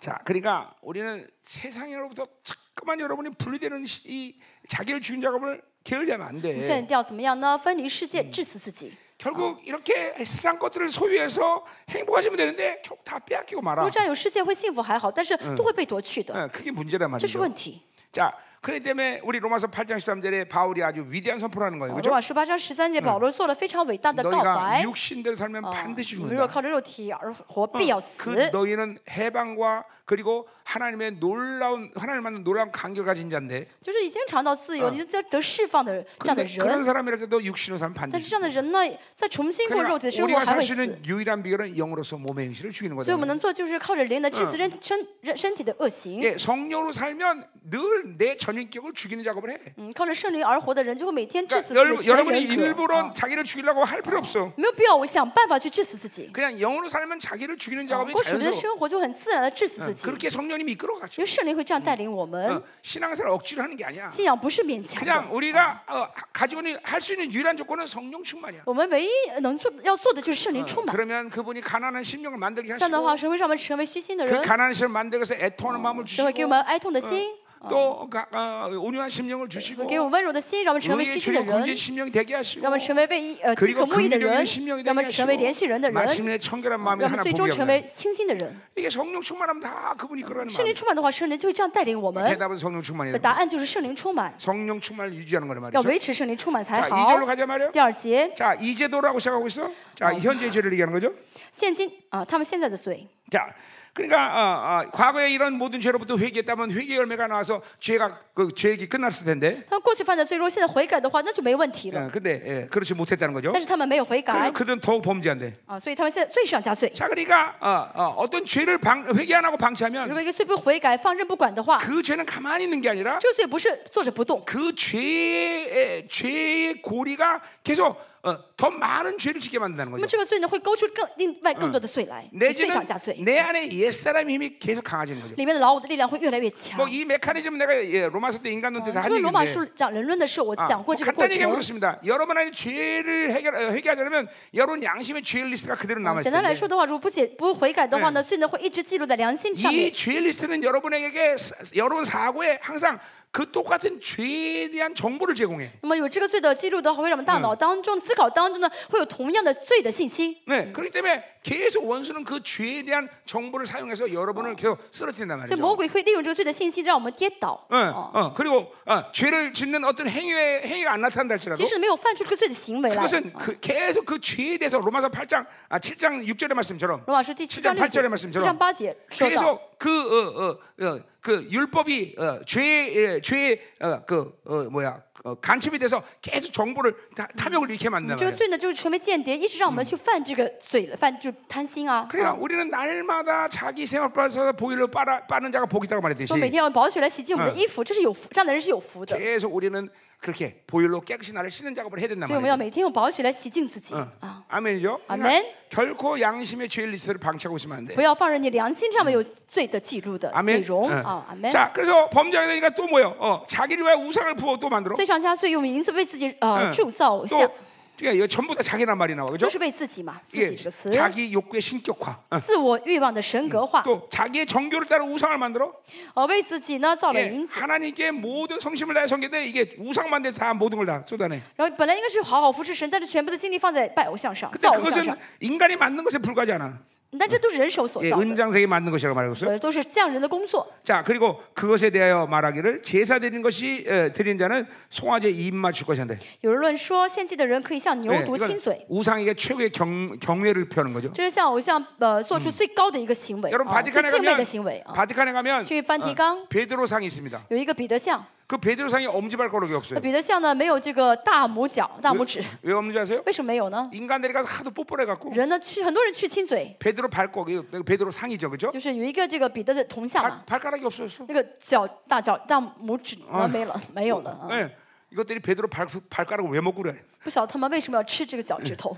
Speaker 1: 자 그러니까 우리는 세상으로부터 자꾸만 여러분이 분리되는 시- 이 자기를 주인 작업을 게을리하면 안
Speaker 2: 我们现在
Speaker 1: 돼.
Speaker 2: 要怎么样呢？分离世界，致死自己。
Speaker 1: 결국 이렇게 세상 것들을 소유해서 행복하시면 되는데 결국 다 빼앗기고
Speaker 2: 如
Speaker 1: 말아.
Speaker 2: 果占有世界会幸福还好，但是都会被夺去的，
Speaker 1: 어, 그게 문제란
Speaker 2: 这是
Speaker 1: 말이죠.
Speaker 2: 问题。
Speaker 1: 자, 그렇기 때문에 우리 로마서 8장 13절에 바울이 아주 위대한 선포라는 거예요.
Speaker 2: 啊罗
Speaker 1: 그렇죠?
Speaker 2: 马十八章十三节，保罗做了非常伟大的告
Speaker 1: 너희가
Speaker 2: 白。
Speaker 1: 육신대로 살면
Speaker 2: 啊
Speaker 1: 반드시
Speaker 2: 你们若
Speaker 1: 죽는다.
Speaker 2: 靠着肉体而活，必要
Speaker 1: 그
Speaker 2: 死。
Speaker 1: 너희는 해방과 그리고 하나님의 놀라운 하나님 만든 놀라운 간격을 가진 자인데
Speaker 2: 就是已经尝到自由，已经在得释放的这样的
Speaker 1: 근데
Speaker 2: 人。
Speaker 1: 그런 사람이라도 육신으로 살면
Speaker 2: 但是
Speaker 1: 반드시
Speaker 2: 这样的人呢，在重新过
Speaker 1: 그러나
Speaker 2: 肉体的生活
Speaker 1: 우리가
Speaker 2: 还
Speaker 1: 살
Speaker 2: 会
Speaker 1: 수
Speaker 2: 死。
Speaker 1: 있는 유일한 비결은 영으로서 몸의 행실을 죽이는
Speaker 2: 所以我们
Speaker 1: 거잖아요.
Speaker 2: 能做就是靠着灵的致死身身人身体的恶行。
Speaker 1: 예, 성령으로 살면 늘 내 전인격을 죽이는 작업을 해.
Speaker 2: 嗯，靠着圣灵而活的人，就会每天致死
Speaker 1: 그러니까
Speaker 2: 自己
Speaker 1: 여러분,
Speaker 2: 的全
Speaker 1: 여러분이
Speaker 2: 人格。
Speaker 1: 일부러
Speaker 2: 啊
Speaker 1: 자기를 죽이려고 할 필요 없어.
Speaker 2: 没有必要，我想办法去致死自己。
Speaker 1: 그냥 영으로 살면 자기를 어, 죽이는
Speaker 2: 啊
Speaker 1: 작업이
Speaker 2: 过属灵的
Speaker 1: 자연스러워.
Speaker 2: 生活就很自然的致死自己，
Speaker 1: 그렇게 성령님이 이끌어 가죠. 어,
Speaker 2: 因为圣灵会这样带领我们。
Speaker 1: 신앙생활 억지로 하는 게 아니야.
Speaker 2: 信仰不是勉强的，
Speaker 1: 그냥 우리가 어, 가지고 있는 할 수 있는 유일한 조건은 성령 충만이야.
Speaker 2: 我们唯一能做要做的就是圣灵充满。
Speaker 1: 그러면 그분이 가난한 심령을 만들게
Speaker 2: 这样的
Speaker 1: 하시고
Speaker 2: 话，神会让我们成为虚心的
Speaker 1: 그
Speaker 2: 人，
Speaker 1: 가난한 심령 만들어서 애통하는 마음을
Speaker 2: 神会给
Speaker 1: 주시고
Speaker 2: 我们哀痛的心，
Speaker 1: 또 가- 어, 온유한 심령을
Speaker 2: 会
Speaker 1: 주시고
Speaker 2: 给我们温柔的心，让我们成为
Speaker 1: 의의
Speaker 2: 虚心的
Speaker 1: 주님 군제
Speaker 2: 人，
Speaker 1: 심령이 되게 하시고
Speaker 2: 让我们成为被一呃饥渴
Speaker 1: 그리고
Speaker 2: 沐浴的人
Speaker 1: 긍휼적인 ， 심령이
Speaker 2: 让
Speaker 1: 되게
Speaker 2: 我们成为连续人的
Speaker 1: 하시고
Speaker 2: 人，
Speaker 1: 말씀에 청결한 마음이
Speaker 2: 让我们
Speaker 1: 하나
Speaker 2: 最终
Speaker 1: 보게
Speaker 2: 成
Speaker 1: 하면
Speaker 2: 为清新的人。
Speaker 1: 이게 성령 충만하면 다 그분이 이끌어가는
Speaker 2: 圣灵
Speaker 1: 마음
Speaker 2: 充满的话，圣灵就会这样带领我们。
Speaker 1: 대답은 성령 충만이에요
Speaker 2: 答案就是圣灵充满，
Speaker 1: 성령 충만을 유지하는 거란
Speaker 2: 要
Speaker 1: 말이죠
Speaker 2: 维持圣灵充满才
Speaker 1: 자
Speaker 2: 好
Speaker 1: 2절로 。 가자 말이에요
Speaker 2: 第二节，
Speaker 1: 자 이제도라고 시작하고 있어 자 현재 죄를 얘기하는 거죠
Speaker 2: 现今啊，他们现在的罪，
Speaker 1: 자, 그러니까 어, 어, 과거에 이런 모든 죄로부터 회개했다면 회개 열매가 나와서 죄가 그 죄액이 끝났을 텐데.
Speaker 2: 他们过去犯的罪，如果现在悔改的话，那就没问题了。
Speaker 1: 어, 근데 예, 그렇지 못했다는 거죠.
Speaker 2: 但是他们没有悔改
Speaker 1: 그래서 그들은 더욱 범죄한데.
Speaker 2: 啊，所以他们现在罪上加罪。
Speaker 1: 자, 그러니까 어, 떤 죄를 방- 회개 안 하고
Speaker 2: 如
Speaker 1: 방치하면
Speaker 2: 果一个罪不悔改，放任不管的话，
Speaker 1: 그 죄는 가만히 있는 게 아니라
Speaker 2: 这个罪不是坐着不动，
Speaker 1: 그 죄의 죄의 고리가 계속 어, 더 많은 죄를 짓게 만든다는
Speaker 2: 那么
Speaker 1: 거죠.
Speaker 2: 这个罪呢，会勾出更另外更多的罪来，
Speaker 1: 내
Speaker 2: 罪
Speaker 1: 죄는
Speaker 2: 上加罪，
Speaker 1: 내 안에 옛 사람의 힘이 계속 강해지는 거죠.
Speaker 2: 里面的老我的力量会越来越强。
Speaker 1: 뭐 이 메커니즘 내가 예, 로마서 때 인간론 때다
Speaker 2: 这
Speaker 1: 한
Speaker 2: 个罗马
Speaker 1: 얘기인데.
Speaker 2: 书讲人论的啊时候，我
Speaker 1: 아,
Speaker 2: 讲过
Speaker 1: 뭐
Speaker 2: 这个过
Speaker 1: 간단히
Speaker 2: 程
Speaker 1: 얘기하면 。 그렇습니다. 여러분 안에 죄를 해결, 어, 회개하려면 여러분 양심의 죄 리스트가 그대로 네.
Speaker 2: 嗯
Speaker 1: 남아
Speaker 2: 简
Speaker 1: 있을
Speaker 2: 单来
Speaker 1: 텐데
Speaker 2: 说的话，如果不解不悔改的话呢，罪呢会一直记录在良心上面
Speaker 1: 이。죄 리스트는 여러분에게 사- 여러분 사고에 항상 그 똑같은 죄에 대한 정보를 제공해.
Speaker 2: 那么有这个罪的记录的话，会让我们大脑当中、思考当中呢，会有同样的罪的信息。
Speaker 1: 네, 그렇기 때문에 계속 원수는 그 죄에 대한 정보를 사용해서 여러분을 계속 쓰러뜨린단
Speaker 2: 所以
Speaker 1: 말이죠.
Speaker 2: 魔鬼会利用这个罪的信息，让我们跌倒。
Speaker 1: 어, 뭐 어, 그리고 어, 죄를 짓는 어떤 행위에, 행위가 안 나타난다 할지라도
Speaker 2: 即使没有犯出这个罪的行为来。
Speaker 1: 그것은 그, 계속 그 죄에 대해서 로마서 8장, 아, 7장 6절의 말씀처럼
Speaker 2: 罗马书第七章
Speaker 1: 7
Speaker 2: 六
Speaker 1: 장
Speaker 2: 节
Speaker 1: 8절의말씀처
Speaker 2: 七
Speaker 1: 럼
Speaker 2: 章八节说到，
Speaker 1: 그래서 그어어그 율법이 어, 죄의 죄의 어, 그 어, 뭐야 어, 간첩이 돼서 계속 정보를 다, 탐욕을 잃게 만든다
Speaker 2: 这个
Speaker 1: 말이야.
Speaker 2: 罪呢就是成为间谍，一直让我们去犯这个罪了，犯就是贪心啊。
Speaker 1: 그러니까 우리는 날마다 자기 생활 빠져서 보일러 빨아, 빠는 자가 복이 있다고
Speaker 2: 说每
Speaker 1: 말했듯이
Speaker 2: 天要保血来洗净我们的衣服，这是有福，嗯这样的人是有福的。
Speaker 1: 계속 우리는 그렇게 보일러 깨끗이 나를 씻는 작업을 해야 된단
Speaker 2: 所以我们要
Speaker 1: 말이야.
Speaker 2: 每天用保血来洗净自己啊，
Speaker 1: 아멘이죠. 그러니까
Speaker 2: 아멘.
Speaker 1: 결코 양심의 죄 리스트를 방치하고 있으면 안 돼.
Speaker 2: 不要放任你良心上面有罪的记录的内
Speaker 1: 아멘.
Speaker 2: 容
Speaker 1: 응.
Speaker 2: 啊，阿门。
Speaker 1: 자, 그래서 범죄하게 되니까 또 뭐요? 어, 자기를 위해 우상을 부어 또 만들어.
Speaker 2: 罪上加罪，用名字为自己呃
Speaker 1: 嗯
Speaker 2: 铸造偶像
Speaker 1: 어, 또 ， 그러니까 이거 전부 다 자기란 말이 나와, 그죠?
Speaker 2: 都是为自己嘛，自
Speaker 1: 예,
Speaker 2: 己这个词，
Speaker 1: 자기 욕구의 신격화. 어.
Speaker 2: 自我欲望的神格化，
Speaker 1: 또 자기의 정교를 따라 우상을 만들어.
Speaker 2: 呃，为自己呢造了
Speaker 1: 예,
Speaker 2: 银子。
Speaker 1: 하나님께 모든 성심을 다해 섬기는데 이게 우상만 돼서 다 모든 걸 다 쏟아내.
Speaker 2: 然后本来应该是好好服侍神，但是全部的精力放在拜偶像上、造
Speaker 1: 근데
Speaker 2: 偶像
Speaker 1: 그것은
Speaker 2: 上。
Speaker 1: 인간이 만든 것에 불과하지 않아.
Speaker 2: 但这都是人手所
Speaker 1: 예,
Speaker 2: 造的，
Speaker 1: 은장색에 맞는 것이라고 말하고 있어요.
Speaker 2: 呃，都是匠人的工作。
Speaker 1: 자, 그리고 그것에 대하여 말하기를 제사 드리는 것이 에, 드린 자는 송아지의 입 맞출 것이 한데.
Speaker 2: 有人论说，献祭的人可以向牛犊亲嘴，
Speaker 1: 우상에게 최고의 경, 경외를 표하는 거죠.
Speaker 2: 这是向偶像呃做出最高的一个行为，
Speaker 1: 여러분
Speaker 2: 啊最
Speaker 1: 바티칸에 어.
Speaker 2: 敬畏
Speaker 1: 가면
Speaker 2: 的行为啊。
Speaker 1: 바티칸에 가면
Speaker 2: 去梵蒂冈
Speaker 1: 베드로 상이 있습니다.
Speaker 2: 有一个彼得像，
Speaker 1: 그 베드로 상이 엄지발가락이 없어요.
Speaker 2: 那彼得像呢没有这个大拇脚、大拇指，
Speaker 1: 왜 없는지 아세요?
Speaker 2: 为什么没有呢？
Speaker 1: 인간들이 가서 하도 뽀뽀해 갖고
Speaker 2: 人呢去很多人去亲嘴，
Speaker 1: 베드로 발꼭 이거 베드로 상이죠, 그죠?
Speaker 2: 就是有一个这个彼得的铜像嘛，
Speaker 1: 발, 발가락이 없어졌어.
Speaker 2: 那个脚大脚大拇指呢没了，没有了啊！
Speaker 1: 예, 이것들이 베드로 발, 발가락을 왜 먹고 그래?
Speaker 2: 不晓得他们为什么要吃这个脚趾头，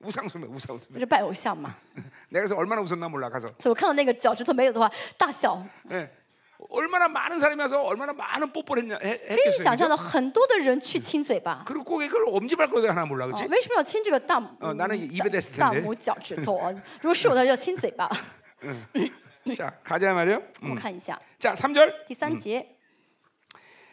Speaker 1: 우상 숭배, 우상 숭배.
Speaker 2: 不是拜偶像嘛？
Speaker 1: 내가 그래서 얼마나 웃었나 몰라 가서.
Speaker 2: 所以我看到那个脚趾头没有的话，大笑，
Speaker 1: 예. 얼마나 많은 사람이 와서 얼마나 많은 뽀뽀를 했냐 했-
Speaker 2: 可以
Speaker 1: 했겠어요.
Speaker 2: 想象
Speaker 1: 그죠?
Speaker 2: 到很多的人去亲嘴吧。
Speaker 1: 그리고 꼭 이걸 엄지발가락 하나 몰라, 그렇지?
Speaker 2: 啊为什么要亲这个大
Speaker 1: 哦
Speaker 2: 嗯
Speaker 1: 나는입에댔을텐데
Speaker 2: 大拇脚趾头啊？ 如果是我的要亲嘴 巴。
Speaker 1: 자, 가자 말이요.
Speaker 2: 我们看一下
Speaker 1: 자, 3절.
Speaker 2: 第三节，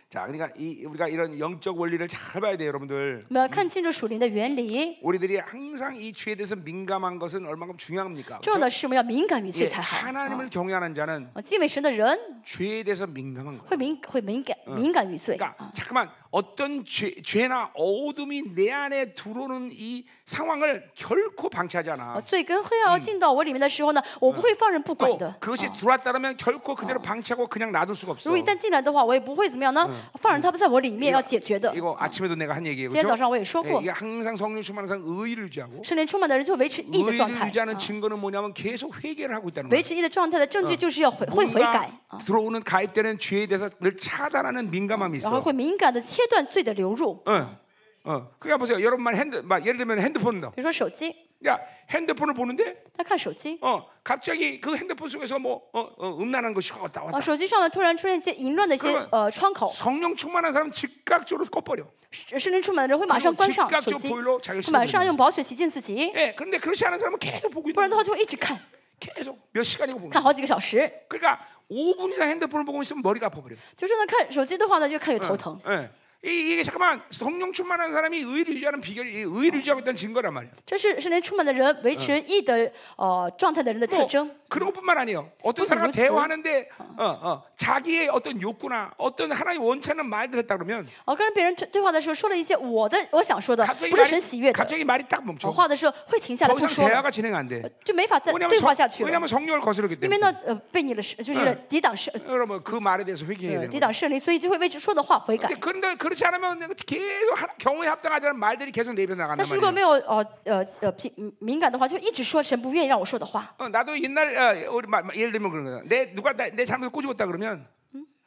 Speaker 1: 자, 그러니까 이, 우리가 이런 영적 원리를 잘 봐야 돼요, 여러분들.
Speaker 2: 我们要看清楚属灵的原理。
Speaker 1: 우리들이 항상 이 죄에 대해서 민감한 것은 얼마만큼 중요합니까?
Speaker 2: 重要的是我们要敏感于
Speaker 1: 예,
Speaker 2: 罪才好。
Speaker 1: 하나님을 경외하는 자는
Speaker 2: 啊，敬畏神的人
Speaker 1: 죄에 대해서 민감한 거예요.
Speaker 2: 会敏会敏感嗯敏感于罪。
Speaker 1: 그러니까 잠깐만 어떤 죄, 죄나 어둠이 내 안에 들어오는 이 상황을 결코 방치하지
Speaker 2: 啊，
Speaker 1: 않아.
Speaker 2: 罪跟黑暗要进到我里面的时候呢，我不会放任不管
Speaker 1: 또
Speaker 2: 的。
Speaker 1: 그것이 들어왔다면 결코 그대로 방치하고 그냥 놔둘 수가
Speaker 2: 如
Speaker 1: 없어.
Speaker 2: 果一旦进来的话，我也不会怎么样呢？放任他们在我里面要解决的。
Speaker 1: 이거 아침에도 내가 한 얘기예요.
Speaker 2: 今天
Speaker 1: 그렇죠?
Speaker 2: 早上我也说过。
Speaker 1: 이게 항상 성령 충만한 사람 의의를 유지하고
Speaker 2: 圣灵充满的人就维持义的状
Speaker 1: 의의를
Speaker 2: 态。
Speaker 1: 유지하는
Speaker 2: 啊
Speaker 1: 증거는 뭐냐면 계속 회개를 하고 있다는 거예요.
Speaker 2: 维持义的嗯状态的证据就是要悔会悔改
Speaker 1: 뭔가 ， 들어오는 가입되는 죄에 대해서 늘 차단하는 민감함이
Speaker 2: 然后
Speaker 1: 있어.
Speaker 2: 会敏感的切断罪的流入。
Speaker 1: 어, 어. 그러니까 보세요. 여러분만 핸드, 막 예를 들면 핸드폰도.
Speaker 2: 比如说手机，
Speaker 1: 그러니까 핸드폰을 보는데,
Speaker 2: 他看手机，
Speaker 1: 어, 갑자기 그 핸드폰 속에서 뭐 어, 어, 음란한 것이 왔다
Speaker 2: 啊，
Speaker 1: 왔다.
Speaker 2: 手机上面突然出现一些淫乱的一些
Speaker 1: 그러면
Speaker 2: 呃窗口，
Speaker 1: 성령 충만한 사람 은 즉각적으로 꺼버려.
Speaker 2: 圣圣灵充满的人会马上关上
Speaker 1: 즉각적
Speaker 2: 手机
Speaker 1: 보일러자기를쓰거든요 ，
Speaker 2: 马上用保血洗净自己，
Speaker 1: 예, 그런데 그렇지 않은 사람은 계속 보고
Speaker 2: 不
Speaker 1: 있는
Speaker 2: 然的
Speaker 1: 거야.
Speaker 2: 话就会一直看，
Speaker 1: 계속 몇 시간이고 보는
Speaker 2: 看
Speaker 1: 거야.
Speaker 2: 好几个小时。
Speaker 1: 그러니까 5분 이상 핸드폰을 보고 있으면 머리가 아파버려.
Speaker 2: 就是呢，看手机的话呢，越看越头疼。
Speaker 1: 예. 이- 이게 잠깐만 성령 충만한 사람이 의를 유지하는 비결이 이 의를 유지하고 있다는 증거란 말이야.
Speaker 2: 这是圣灵充满的人维持义的呃状态的人的特
Speaker 1: 뭐
Speaker 2: 征。
Speaker 1: 그런 것뿐만 아니에요. 어떤
Speaker 2: 그것은
Speaker 1: 사람과
Speaker 2: 그렇지.
Speaker 1: 대화하는데 어, 어, 자기의 어떤 욕구나 어떤 하나님 원치 않는 말들 했다 그러면
Speaker 2: 哦，跟别人对对话的时候说了一些我的我想说的，
Speaker 1: 갑자기 어,
Speaker 2: 不是神喜悦
Speaker 1: 말이,
Speaker 2: 的。
Speaker 1: 갑자기 말이 딱 멈춰.
Speaker 2: 哦话的时候会停下来
Speaker 1: 더
Speaker 2: 不
Speaker 1: 이상
Speaker 2: 说了，
Speaker 1: 대화가 진행 안 돼.
Speaker 2: 就没法再
Speaker 1: 왜냐하면,
Speaker 2: 对
Speaker 1: 성,
Speaker 2: 话下去了。
Speaker 1: 왜냐하면 성령을 거스르기
Speaker 2: 因为
Speaker 1: 때문에.
Speaker 2: 呢，呃，被你的是就是抵挡圣、
Speaker 1: 여러분 그 말에 대해서 회개해야
Speaker 2: 呃
Speaker 1: 되는 거예요.
Speaker 2: 抵挡圣灵，所以就会为说的话悔改
Speaker 1: 근데 。 그런데 그렇지 않으면 계속 하- 경우에 합당하지 않은 말들이 계속 내 입에서
Speaker 2: 但
Speaker 1: 나간단
Speaker 2: 是如
Speaker 1: 말이에요.
Speaker 2: 果没有呃呃呃敏敏感的话，就一直说神不愿意让我说的话。
Speaker 1: 어, 나도 옛날 어, 우리 마- 마- 예를 들면 그런 거야. 내 누가 나, 내 잘못을 꼬집었다 그러면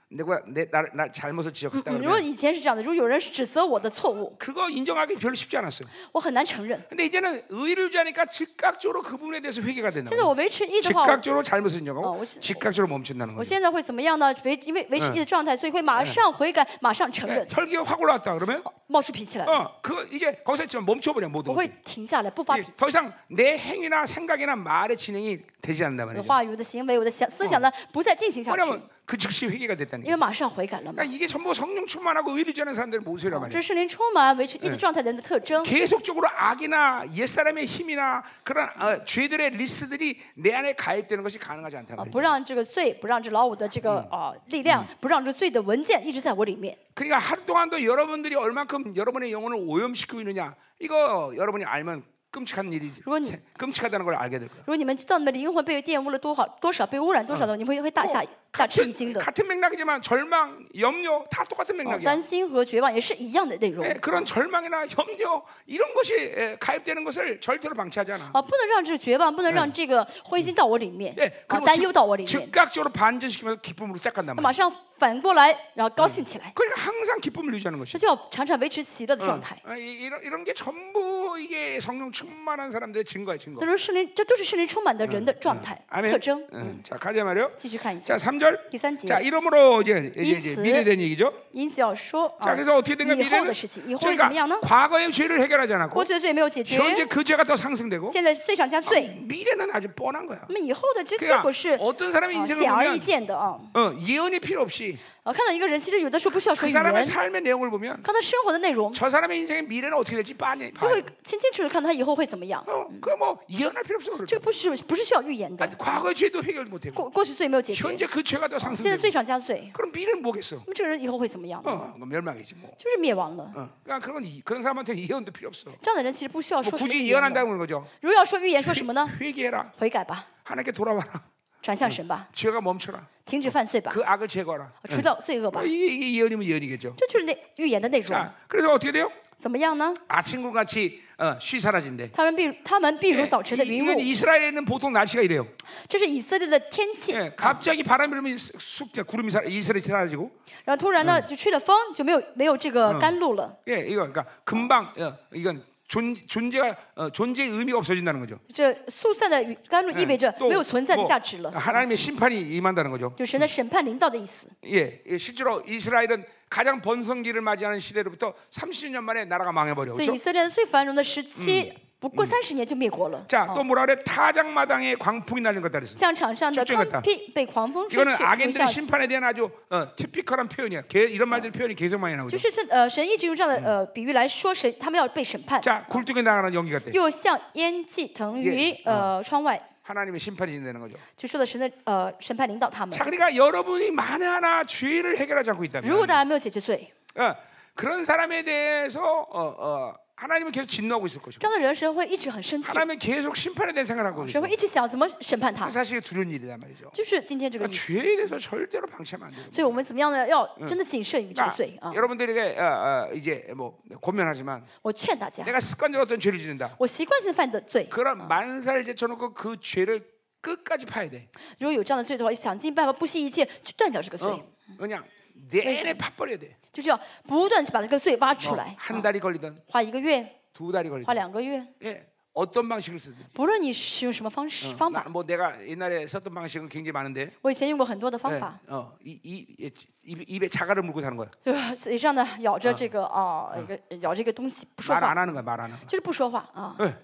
Speaker 1: 내가 내나 나 잘못을 지적했다
Speaker 2: 嗯，如果
Speaker 1: 그러면
Speaker 2: 以前是这样的，如果有人指责我的错误，
Speaker 1: 그거 인정하기 별로 쉽지 않았어요.
Speaker 2: 我很难承认。
Speaker 1: 근데 이제는 의를 유지하니까 즉각적으로 그 부분에 대해서 회개가 된다.
Speaker 2: 现在我维持义的话，我
Speaker 1: 즉각적으로 잘못을
Speaker 2: 어,
Speaker 1: 인정하고
Speaker 2: 오시-
Speaker 1: 즉각적으로 멈춘다는
Speaker 2: 我
Speaker 1: 거죠.
Speaker 2: 现在会怎么样呢？维因为维持义的状态，所以会马上悔改，马上承
Speaker 1: 예,
Speaker 2: 认，
Speaker 1: 혈기가 확 올라왔다 그러면
Speaker 2: 冒出脾气来了，
Speaker 1: 어, 그 이제 거기서 지금 멈춰버려
Speaker 2: 我
Speaker 1: 모든
Speaker 2: 会
Speaker 1: 것들이.
Speaker 2: 停下来，不发
Speaker 1: 예,
Speaker 2: 脾气。
Speaker 1: 더 이상 내 행위나 생각이나 말의 진행이 되지 않는단
Speaker 2: 我的
Speaker 1: 말이죠.
Speaker 2: 话语、我的行为、我的想思想呢，不再进行下去，
Speaker 1: 왜냐하면 그 즉시 회개가 됐다는
Speaker 2: 因
Speaker 1: 거예요.
Speaker 2: 为马上悔改了嘛。
Speaker 1: 그러니까 이게 전부 성령 충만하고 의를 유지하는 사람들의 모습이란
Speaker 2: 这
Speaker 1: 말이에요.
Speaker 2: 是圣灵充满维持义的状态的人的特征。
Speaker 1: 계속적으로 악이나 옛사람의 힘이나 그런 어, 죄들의 리스트들이 내 안에 가입되는 것이 가능하지 않단
Speaker 2: 啊，
Speaker 1: 말이에요.
Speaker 2: 不让这个罪，不让这老五的这个啊力量，不让这罪的文件一直在我里面。
Speaker 1: 그러니까 하루 동안도 여러분들이 얼만큼 여러분의 영혼을 오염시키고 있느냐 이거 여러분이 알면 끔찍한 일이
Speaker 2: 그건-
Speaker 1: 세- 끔찍하다는 걸 알게 될 거예요.
Speaker 2: 如果你们知道你们灵魂被玷污了多少多少，被污染多少的，你们会会大下
Speaker 1: 어,
Speaker 2: 大吃一
Speaker 1: 같은,
Speaker 2: 惊的。
Speaker 1: 같은 맥락이지만 절망, 염려 다 똑같은
Speaker 2: 哦
Speaker 1: 맥락이야.
Speaker 2: 担心和绝望也是一样的内容
Speaker 1: 예, 。 그런 절망이나 염려 이런 것이 예, 가입되는 것을 절대로 방치하지 않아.
Speaker 2: 啊，不能让这个绝望，不能让这个灰心到我里面
Speaker 1: 예, ，
Speaker 2: 啊，
Speaker 1: 그리고
Speaker 2: 担忧到我里嗯
Speaker 1: 즉,
Speaker 2: 面，
Speaker 1: 즉각적으로 반전시키면서 기쁨으로 짝간단
Speaker 2: 那马
Speaker 1: 말이야.
Speaker 2: 上反过来，然后高兴起来，
Speaker 1: 그러니까 항상 기쁨을 유지하는 것이.
Speaker 2: 这就要常常维持喜乐的状态。
Speaker 1: 어, 이- 이런 이런 게 전부 이게 성령 충만한 사람들의 증거야 증거.
Speaker 2: 这都是圣灵，这都是圣灵充满的人的状态特
Speaker 1: 아멘.
Speaker 2: 征。
Speaker 1: 응. 자 가자 말이요.
Speaker 2: 继续看一
Speaker 1: 자
Speaker 2: 下，
Speaker 1: 3절.
Speaker 2: 기산지.
Speaker 1: 자 이름으로 이제 이제, 이제
Speaker 2: 인스.
Speaker 1: 미래된 얘기죠.
Speaker 2: 因此要说
Speaker 1: 자
Speaker 2: 啊，
Speaker 1: 그래서 어떻게 된가
Speaker 2: 以后的啊
Speaker 1: 미래는
Speaker 2: 事情，以后会怎么样呢
Speaker 1: 그러니까 ？ 과거의 죄를 해결하지
Speaker 2: 过
Speaker 1: 않았고
Speaker 2: 去的罪没有解决，
Speaker 1: 현재 그 죄가 더 상승되고
Speaker 2: 现在罪上加罪。
Speaker 1: 미래는 아주 뻔한 거야.
Speaker 2: 嗯那么以后的这结
Speaker 1: 그러니까
Speaker 2: 果是
Speaker 1: 음, 어떤 사람의
Speaker 2: 啊
Speaker 1: 인생을
Speaker 2: 显而易
Speaker 1: 보면
Speaker 2: 见的啊，
Speaker 1: 어, 예언이 필요 없이
Speaker 2: 啊，看到一个人，其实有的时候不需要说
Speaker 1: 그
Speaker 2: 语言，
Speaker 1: 사람의
Speaker 2: 看
Speaker 1: 삶의 내용을 보면
Speaker 2: 他生活的内容，
Speaker 1: 저 사람의 인생의 미래는 어떻게 될지 빠네.
Speaker 2: 就会清清楚楚看他以后会怎么样。
Speaker 1: 어, 그뭐 예언할 필요 없어. 그렇죠.
Speaker 2: 这个不是不是需要预言的，
Speaker 1: 과거의 죄도 해결 못하고
Speaker 2: 过过去罪没有解决，
Speaker 1: 현재 그 죄가 더
Speaker 2: 现在
Speaker 1: 상승되고
Speaker 2: 罪上加罪，
Speaker 1: 그럼 미래는 뭐겠어?
Speaker 2: 那么这个人以后会怎么样？
Speaker 1: 어, 그건 멸망이지 뭐.
Speaker 2: 就是灭亡了。
Speaker 1: 어, 그러니까 그런 이- 그런 사람한테 예언도 필요 없어. 뭐
Speaker 2: 这样的人其实不需要说什么
Speaker 1: 굳이
Speaker 2: 预言的。
Speaker 1: 예언한다는 거죠.
Speaker 2: 如果要说预言，说什么呢？
Speaker 1: 회개해라.
Speaker 2: 悔改吧，
Speaker 1: 하나님께 돌아와라.
Speaker 2: 转向神吧，
Speaker 1: 죄가 멈춰라.
Speaker 2: 停止犯罪吧，
Speaker 1: 그 악을 제거하라.
Speaker 2: 除掉罪恶吧
Speaker 1: 뭐 。 이게, 이게 예언이면 예언이겠죠.
Speaker 2: 这就是啊那预言的内容。
Speaker 1: 자, 그래서 어떻게 돼요?
Speaker 2: 怎么样呢？
Speaker 1: 아침과 같이 어, 쉬 사라진대.
Speaker 2: 他们必他们必如
Speaker 1: 예,
Speaker 2: 早晨的
Speaker 1: 이-
Speaker 2: 云
Speaker 1: 이건
Speaker 2: 雾，
Speaker 1: 이스라엘에는 보통 날씨가 이래요.
Speaker 2: 这是以色列的天气。
Speaker 1: 예, 갑자기 바람이 불면 쑥- 쑥 구름이 사, 이스라엘이 사라지고
Speaker 2: 然后突然呢，就吹了风，就没有没有这个甘露了。
Speaker 1: 예, 이거 그러니까 금방 어, 이건 존, 존재가 어, 존재의 의미가 없어진다는 거죠.
Speaker 2: 这速散的雨甘露意味着
Speaker 1: 또
Speaker 2: 没有存在的
Speaker 1: 뭐,
Speaker 2: 价值了，
Speaker 1: 하나님의 심판이 임한다는 거죠.
Speaker 2: 就神的审判临到的意思。
Speaker 1: 예, 예, 실제로 이스라엘은 가장 번성기를 맞이하는 시대로부터 30년 만에 나라가 망해버려.
Speaker 2: 所以
Speaker 1: 그렇죠?
Speaker 2: 以色列最繁荣的时期，不过三十年就灭国了。
Speaker 1: 자, 또 뭐라 그래? 타작마당에 광풍이 날린 것다 그랬어.
Speaker 2: 像场上
Speaker 1: 就
Speaker 2: 的
Speaker 1: 这个
Speaker 2: 糠秕被狂风吹去，
Speaker 1: 이거는
Speaker 2: 留
Speaker 1: 악인들의
Speaker 2: 下
Speaker 1: 심판에 대한 아주 어, 티피컬한 표현이야. 개- 이런 말들 표현이 계속 많이
Speaker 2: 就
Speaker 1: 나오죠.
Speaker 2: 是神呃神一直用这样的呃比喻来说神，他们要被审判，
Speaker 1: 자, 굴뚝에 나가는 연기가 돼.
Speaker 2: 又像烟气腾于
Speaker 1: 예
Speaker 2: 呃窗外，
Speaker 1: 하나님의 심판이 된다는 거죠.
Speaker 2: 就说的神的呃审判领导他们
Speaker 1: 자, 。 그러니까 여러분이 만에 하나 죄를 해결하지 않고
Speaker 2: 如果
Speaker 1: 있다면
Speaker 2: 大家没有解决罪，
Speaker 1: 어, 그런 사람에 대해서 어, 어, 하나님은 계속 진노하고 있을 것이고
Speaker 2: 这样的人神会一直很生气，
Speaker 1: 하나님은 계속 심판에 대한 생각을 하고 계시고
Speaker 2: 神会一直想怎么审判他
Speaker 1: 그 ， 사실 두려운 일이란 말이죠.
Speaker 2: 就是今天这个意
Speaker 1: 그러니까
Speaker 2: 思。
Speaker 1: 죄에 대해서 절대로 방치하면 안 돼요.
Speaker 2: 所以我们怎么样呢？要真的谨慎于这个
Speaker 1: 그러니까
Speaker 2: 罪啊！
Speaker 1: 여러분들에게 어, 어, 이제 뭐 고면하지만
Speaker 2: 我劝大家，
Speaker 1: 내가 습관적으로 어떤 죄를 지는다.
Speaker 2: 我习惯性犯的罪，
Speaker 1: 그런 만사를 제쳐놓고 그 죄를 끝까지 파야 돼.
Speaker 2: 如果有这样的罪的话，想尽办法不惜一切去断掉这个罪，
Speaker 1: 어, 그냥 내내 팥버려야 돼.
Speaker 2: 就是要不断去把这个罪挖出
Speaker 1: 어,
Speaker 2: 来，
Speaker 1: 한 달이 걸리든
Speaker 2: 花一个月，
Speaker 1: 두 달이
Speaker 2: 花
Speaker 1: 걸리든
Speaker 2: 两个月，
Speaker 1: 예, 어떤 방식을 쓰든
Speaker 2: 不论你使用什么方式方法，
Speaker 1: 나, 뭐 내가 옛날에 썼던 방식은 굉장히 많은데
Speaker 2: 我以前用过很多的方
Speaker 1: 예,
Speaker 2: 法，
Speaker 1: 어, 이, 이, 이- 입, 입에 자갈을 물고 사는 거야.
Speaker 2: 就是嘴上呢咬着这个啊，一个咬着一个东西不说
Speaker 1: 말
Speaker 2: 话，
Speaker 1: 안 하는 거야. 말 안 하는 거야.
Speaker 2: 就是不说话啊，
Speaker 1: 예,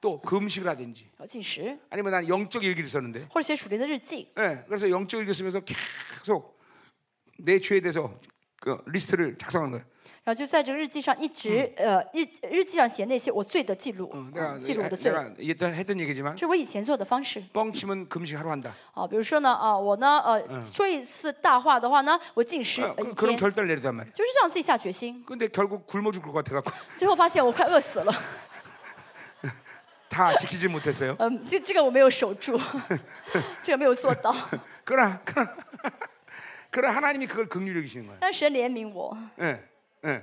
Speaker 1: 또 금식을 하든지
Speaker 2: 要进食
Speaker 1: 아니면 난 영적 일기를 썼는데
Speaker 2: 或者写属灵的日记，
Speaker 1: 예, 그래서 영적 일기 쓰면서 계속 내 죄에 대해서 그 리스트를 작성한 거예요.
Speaker 2: 然后就在这个日记上一直呃日日记上写那些我罪的记录，
Speaker 1: 어,
Speaker 2: 啊
Speaker 1: 내가
Speaker 2: 记录我的
Speaker 1: 내-
Speaker 2: 罪，
Speaker 1: 내가 일단 했던 얘기지만
Speaker 2: 这是我以前做的方式。
Speaker 1: 뻥치면 금식 하루 한다.
Speaker 2: 啊，比如说呢，啊，我呢，呃，说一次大话的话呢，我禁食
Speaker 1: 어,
Speaker 2: 呃一
Speaker 1: 그, 그런
Speaker 2: 天，
Speaker 1: 결단을 내리단 말이야.
Speaker 2: 就是这样自己下决心。
Speaker 1: 근데 결국 굶어 죽을 것 같아 갖고
Speaker 2: 最后发现我快饿死了，
Speaker 1: 다 지키지 못했어요.
Speaker 2: 嗯，这这个我没有守住， 这个没有做 到，
Speaker 1: 그러나 그러나 그러나 하나님이 그걸 긍휼히 여기시는 거예요.
Speaker 2: 但神怜悯我，
Speaker 1: 예. 예.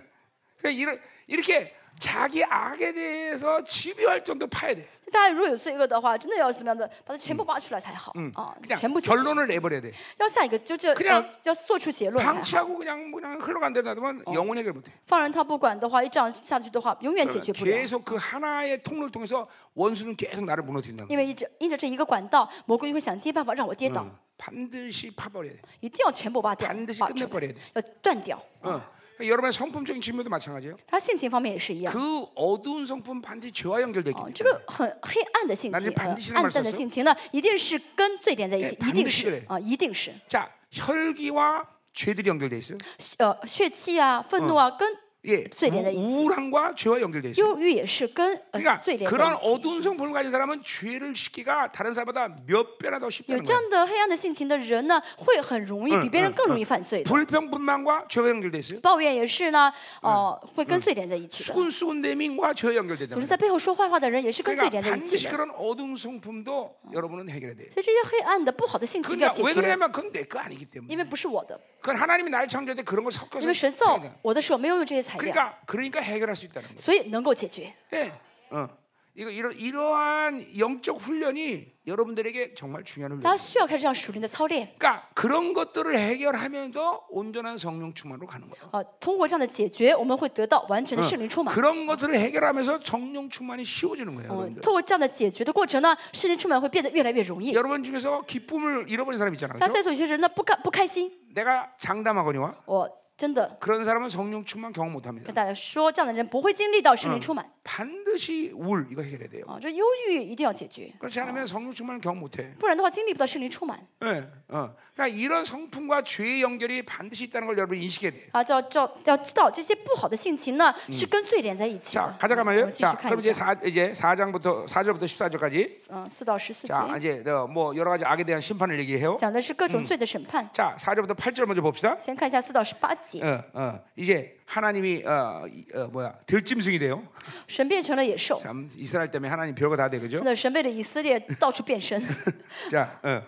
Speaker 1: 그러니까 이런 이렇게 자기 악에 대해서 집요할 정도 파야 돼.
Speaker 2: 大家如果有罪恶的话，真的要怎么样的，把它全部挖出来才好啊，
Speaker 1: 그냥
Speaker 2: 全部解决
Speaker 1: 결론을 내버려야 돼.
Speaker 2: 要下一个就这
Speaker 1: 그냥
Speaker 2: 呃要做出结论才好。
Speaker 1: 방치하고 그냥 그냥 흘러간 대로 놔두면 영혼 해결 못 해.
Speaker 2: 放任他不管的话，一这样下去的话，永远解决不了，
Speaker 1: 계속 어. 그 하나의 통로를 통해서 원수는 계속 나를 무너뜨린다.
Speaker 2: 因为一直因着这一个管道，魔鬼就会想尽办法让我跌倒，
Speaker 1: 반드시 파버려야 돼.
Speaker 2: 一定要全部挖掉
Speaker 1: 반드시，
Speaker 2: 挖出
Speaker 1: 끝내버려야
Speaker 2: 来
Speaker 1: 돼 ，
Speaker 2: 要断掉。
Speaker 1: 어. 여러분의 성품적인 질문도 마찬가지예요.
Speaker 2: 他性情方面也是一样。
Speaker 1: 그 어두운 성품 반드시 죄와 연결되기
Speaker 2: 哦，
Speaker 1: 때문에
Speaker 2: 这个很黑暗的性
Speaker 1: 나
Speaker 2: 情
Speaker 1: 지금，
Speaker 2: 呃
Speaker 1: 반드시라는말
Speaker 2: 暗淡的
Speaker 1: 썼어
Speaker 2: 性情呢，一定是跟罪连在一起，
Speaker 1: 예
Speaker 2: 一定
Speaker 1: 반드시
Speaker 2: 是
Speaker 1: 그래
Speaker 2: 啊、一定是，
Speaker 1: 자, 혈기와 죄들이 연결돼 있어요.
Speaker 2: 呃，血气啊、愤怒啊，跟
Speaker 1: 예,
Speaker 2: 죄에 대한
Speaker 1: 우- 우울함과 죄와 연결돼 있어요.
Speaker 2: 忧郁也是跟呃罪
Speaker 1: 그러니까
Speaker 2: 连在
Speaker 1: 그런
Speaker 2: 一起。
Speaker 1: 어두운 성품을 가진 사람은 죄를 씻기가 다른 사람보다 몇 배나 더
Speaker 2: 有
Speaker 1: 쉽다는 거예요.
Speaker 2: 这样的黑嗯暗的性情的人呢，会很容易比别人更容易犯罪的。
Speaker 1: 불평분만과 죄와 연결돼 있어요.
Speaker 2: 抱怨也是呢，哦、会跟罪连在一起的。
Speaker 1: 수군수군 내민과 죄와 연결되다.
Speaker 2: 总是在背后说坏话的人，也是跟罪
Speaker 1: 그러니까
Speaker 2: 连在一起
Speaker 1: 반드시
Speaker 2: 的。
Speaker 1: 그런 어두운 성품도 여러분은 해결해야 돼요.
Speaker 2: 所以这些黑暗的、不好的性情要
Speaker 1: 그러니까
Speaker 2: 解
Speaker 1: 왜
Speaker 2: 决，
Speaker 1: 그러냐면 그건 내 거 아니기 때문에.
Speaker 2: 因为不是我的，
Speaker 1: 그건 하나님이 나를 창조할 때 그런 걸 섞어서
Speaker 2: 因为神
Speaker 1: 해야
Speaker 2: 造
Speaker 1: 돼.
Speaker 2: 我的时候没有用这些材料，
Speaker 1: 그러니까 그러니까 해결할 수 있다는 거예요.
Speaker 2: 所以能够解决。
Speaker 1: 예. 어. 이거 이러, 이러한 영적 훈련이 여러분들에게 정말 중요한
Speaker 2: 大家
Speaker 1: 훈련.
Speaker 2: 需要开始这样属灵的操练。
Speaker 1: 그러니까 그런 것들을 해결하면서 온전한 성령 충만으로 가는 거예요.
Speaker 2: 啊，通过这样的解决，我们会得到完全的圣灵充满。
Speaker 1: 그런 것들을 해결하면서 성령 충만이 쉬워지는 거예요,
Speaker 2: 嗯，
Speaker 1: 여러분들.
Speaker 2: 通过这样的解决的过程呢，圣灵充满会变得越来越容易。
Speaker 1: 여러분 중에서 기쁨을 잃어버린 사람 있잖아요.
Speaker 2: 但
Speaker 1: 그렇죠?
Speaker 2: 在座有些人呢，不开不开心，
Speaker 1: 내가 장담하거니와
Speaker 2: 我真的
Speaker 1: 그런 사람은 성령 충만 경험 못 합니다.
Speaker 2: 跟大家说，这样的人不会经历到圣灵充满，
Speaker 1: 반드시 울 이거 해결해야 돼요.
Speaker 2: 啊，这忧郁一定要解决，
Speaker 1: 그렇지 않으면 성령 충만을 경험 못해.
Speaker 2: 不然的话经历不到圣灵充满
Speaker 1: 예, 어. 그러니까 이런 성품과 죄의 연결이 반드시 있다는 걸 여러분 인식해야 돼.
Speaker 2: 啊。要要要知道这些不好的性情呢是跟罪连在一起
Speaker 1: 자,
Speaker 2: 的。嗯
Speaker 1: 가자
Speaker 2: 我
Speaker 1: 가만요.
Speaker 2: 们继续
Speaker 1: 자,
Speaker 2: 看
Speaker 1: 그럼
Speaker 2: 一
Speaker 1: 이제
Speaker 2: 下，
Speaker 1: 사 이제 4장부터 4절부터 14절까지.
Speaker 2: 嗯，四到十四节
Speaker 1: 자, 이제 어, 뭐 여러 가지 악에 대한 심판을 얘기해요.
Speaker 2: 讲的是各种罪的审判。
Speaker 1: 자, 4절부터 8절 먼저 봅시다.
Speaker 2: 先看一下四到十八节，
Speaker 1: 어, 어. 이제 하나님이 어, 이, 어 뭐야? 들짐승이 돼요.
Speaker 2: 神变成了野兽，
Speaker 1: 참 이스라엘 때문에 하나님 별거 다 돼. 그죠?
Speaker 2: 真的神为了以色列到处变身。
Speaker 1: 자, 어.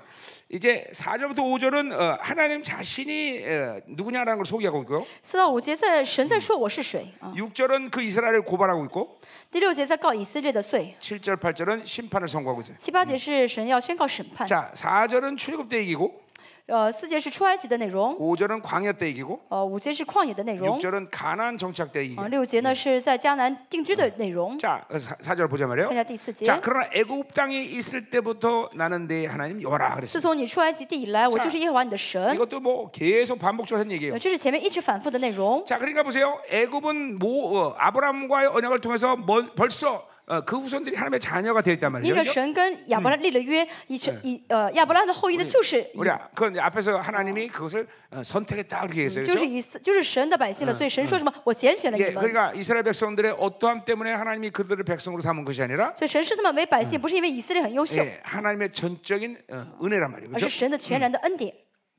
Speaker 1: 이제 4절부터 5절은 어, 하나님 자신이 어, 누구냐라는 걸 소개하고 있고요.
Speaker 2: 四到五节在神在说我是谁啊，
Speaker 1: 6절은 그 이스라엘을 고발하고 있고
Speaker 2: 第六节在告以色列的罪，
Speaker 1: 7절, 8절은 심판을 선고하고 있어요.
Speaker 2: 七八节是神要宣告审判，
Speaker 1: 자, 4절은 출애굽 때 얘기고
Speaker 2: 呃，四节是出埃及的内容，
Speaker 1: 5절은 광야 때 얘기고
Speaker 2: 呃，五节是旷野的内容，
Speaker 1: 6절은 가나안 정착 때 얘기.
Speaker 2: 啊，六节呢是在迦南定居的内容。
Speaker 1: 자, 4절 보자
Speaker 2: 看一
Speaker 1: 말이에요.
Speaker 2: 下第四节，
Speaker 1: 자, 그러나 애굽 땅에 있을 때부터 나는 내 하나님 여호라 그랬어요.
Speaker 2: 自从你出埃及地以来，我就是耶和华你的神。
Speaker 1: 이것도 뭐 계속 반복적으로 한 얘기예요.
Speaker 2: 呃这是前面一直反复的内容。
Speaker 1: 자, 그러니까 보세요. 애굽은 모 어, 아브라함과의 언약을 통해서 먼- 벌써 어, 그 후손들이 하나님의 자녀가 되었단
Speaker 2: 因
Speaker 1: 말이에요.
Speaker 2: 着
Speaker 1: 그죠?
Speaker 2: 神跟亚伯拉罕立了约，以成以呃亚伯拉罕的后裔呢，就是以
Speaker 1: 우리 아- 그건 이제 앞에서 하나님이 그것을 어, 선택했다 그렇게 얘기했어요.
Speaker 2: 就是
Speaker 1: 그렇죠?
Speaker 2: 以色就是神的百姓了。所以神说什么？我拣选了你
Speaker 1: 예,
Speaker 2: 们。
Speaker 1: 그러니까 이스라엘 백성들의 어떠함 때문에 하나님이 그들을 백성으로 삼은 것이 아니라
Speaker 2: 所以神视他们为百姓，不是因为以色列很优秀，
Speaker 1: 예, 하나님의 전적인 어, 은혜란 말이에요.
Speaker 2: 而
Speaker 1: 그렇죠?
Speaker 2: 是神的全然的恩典。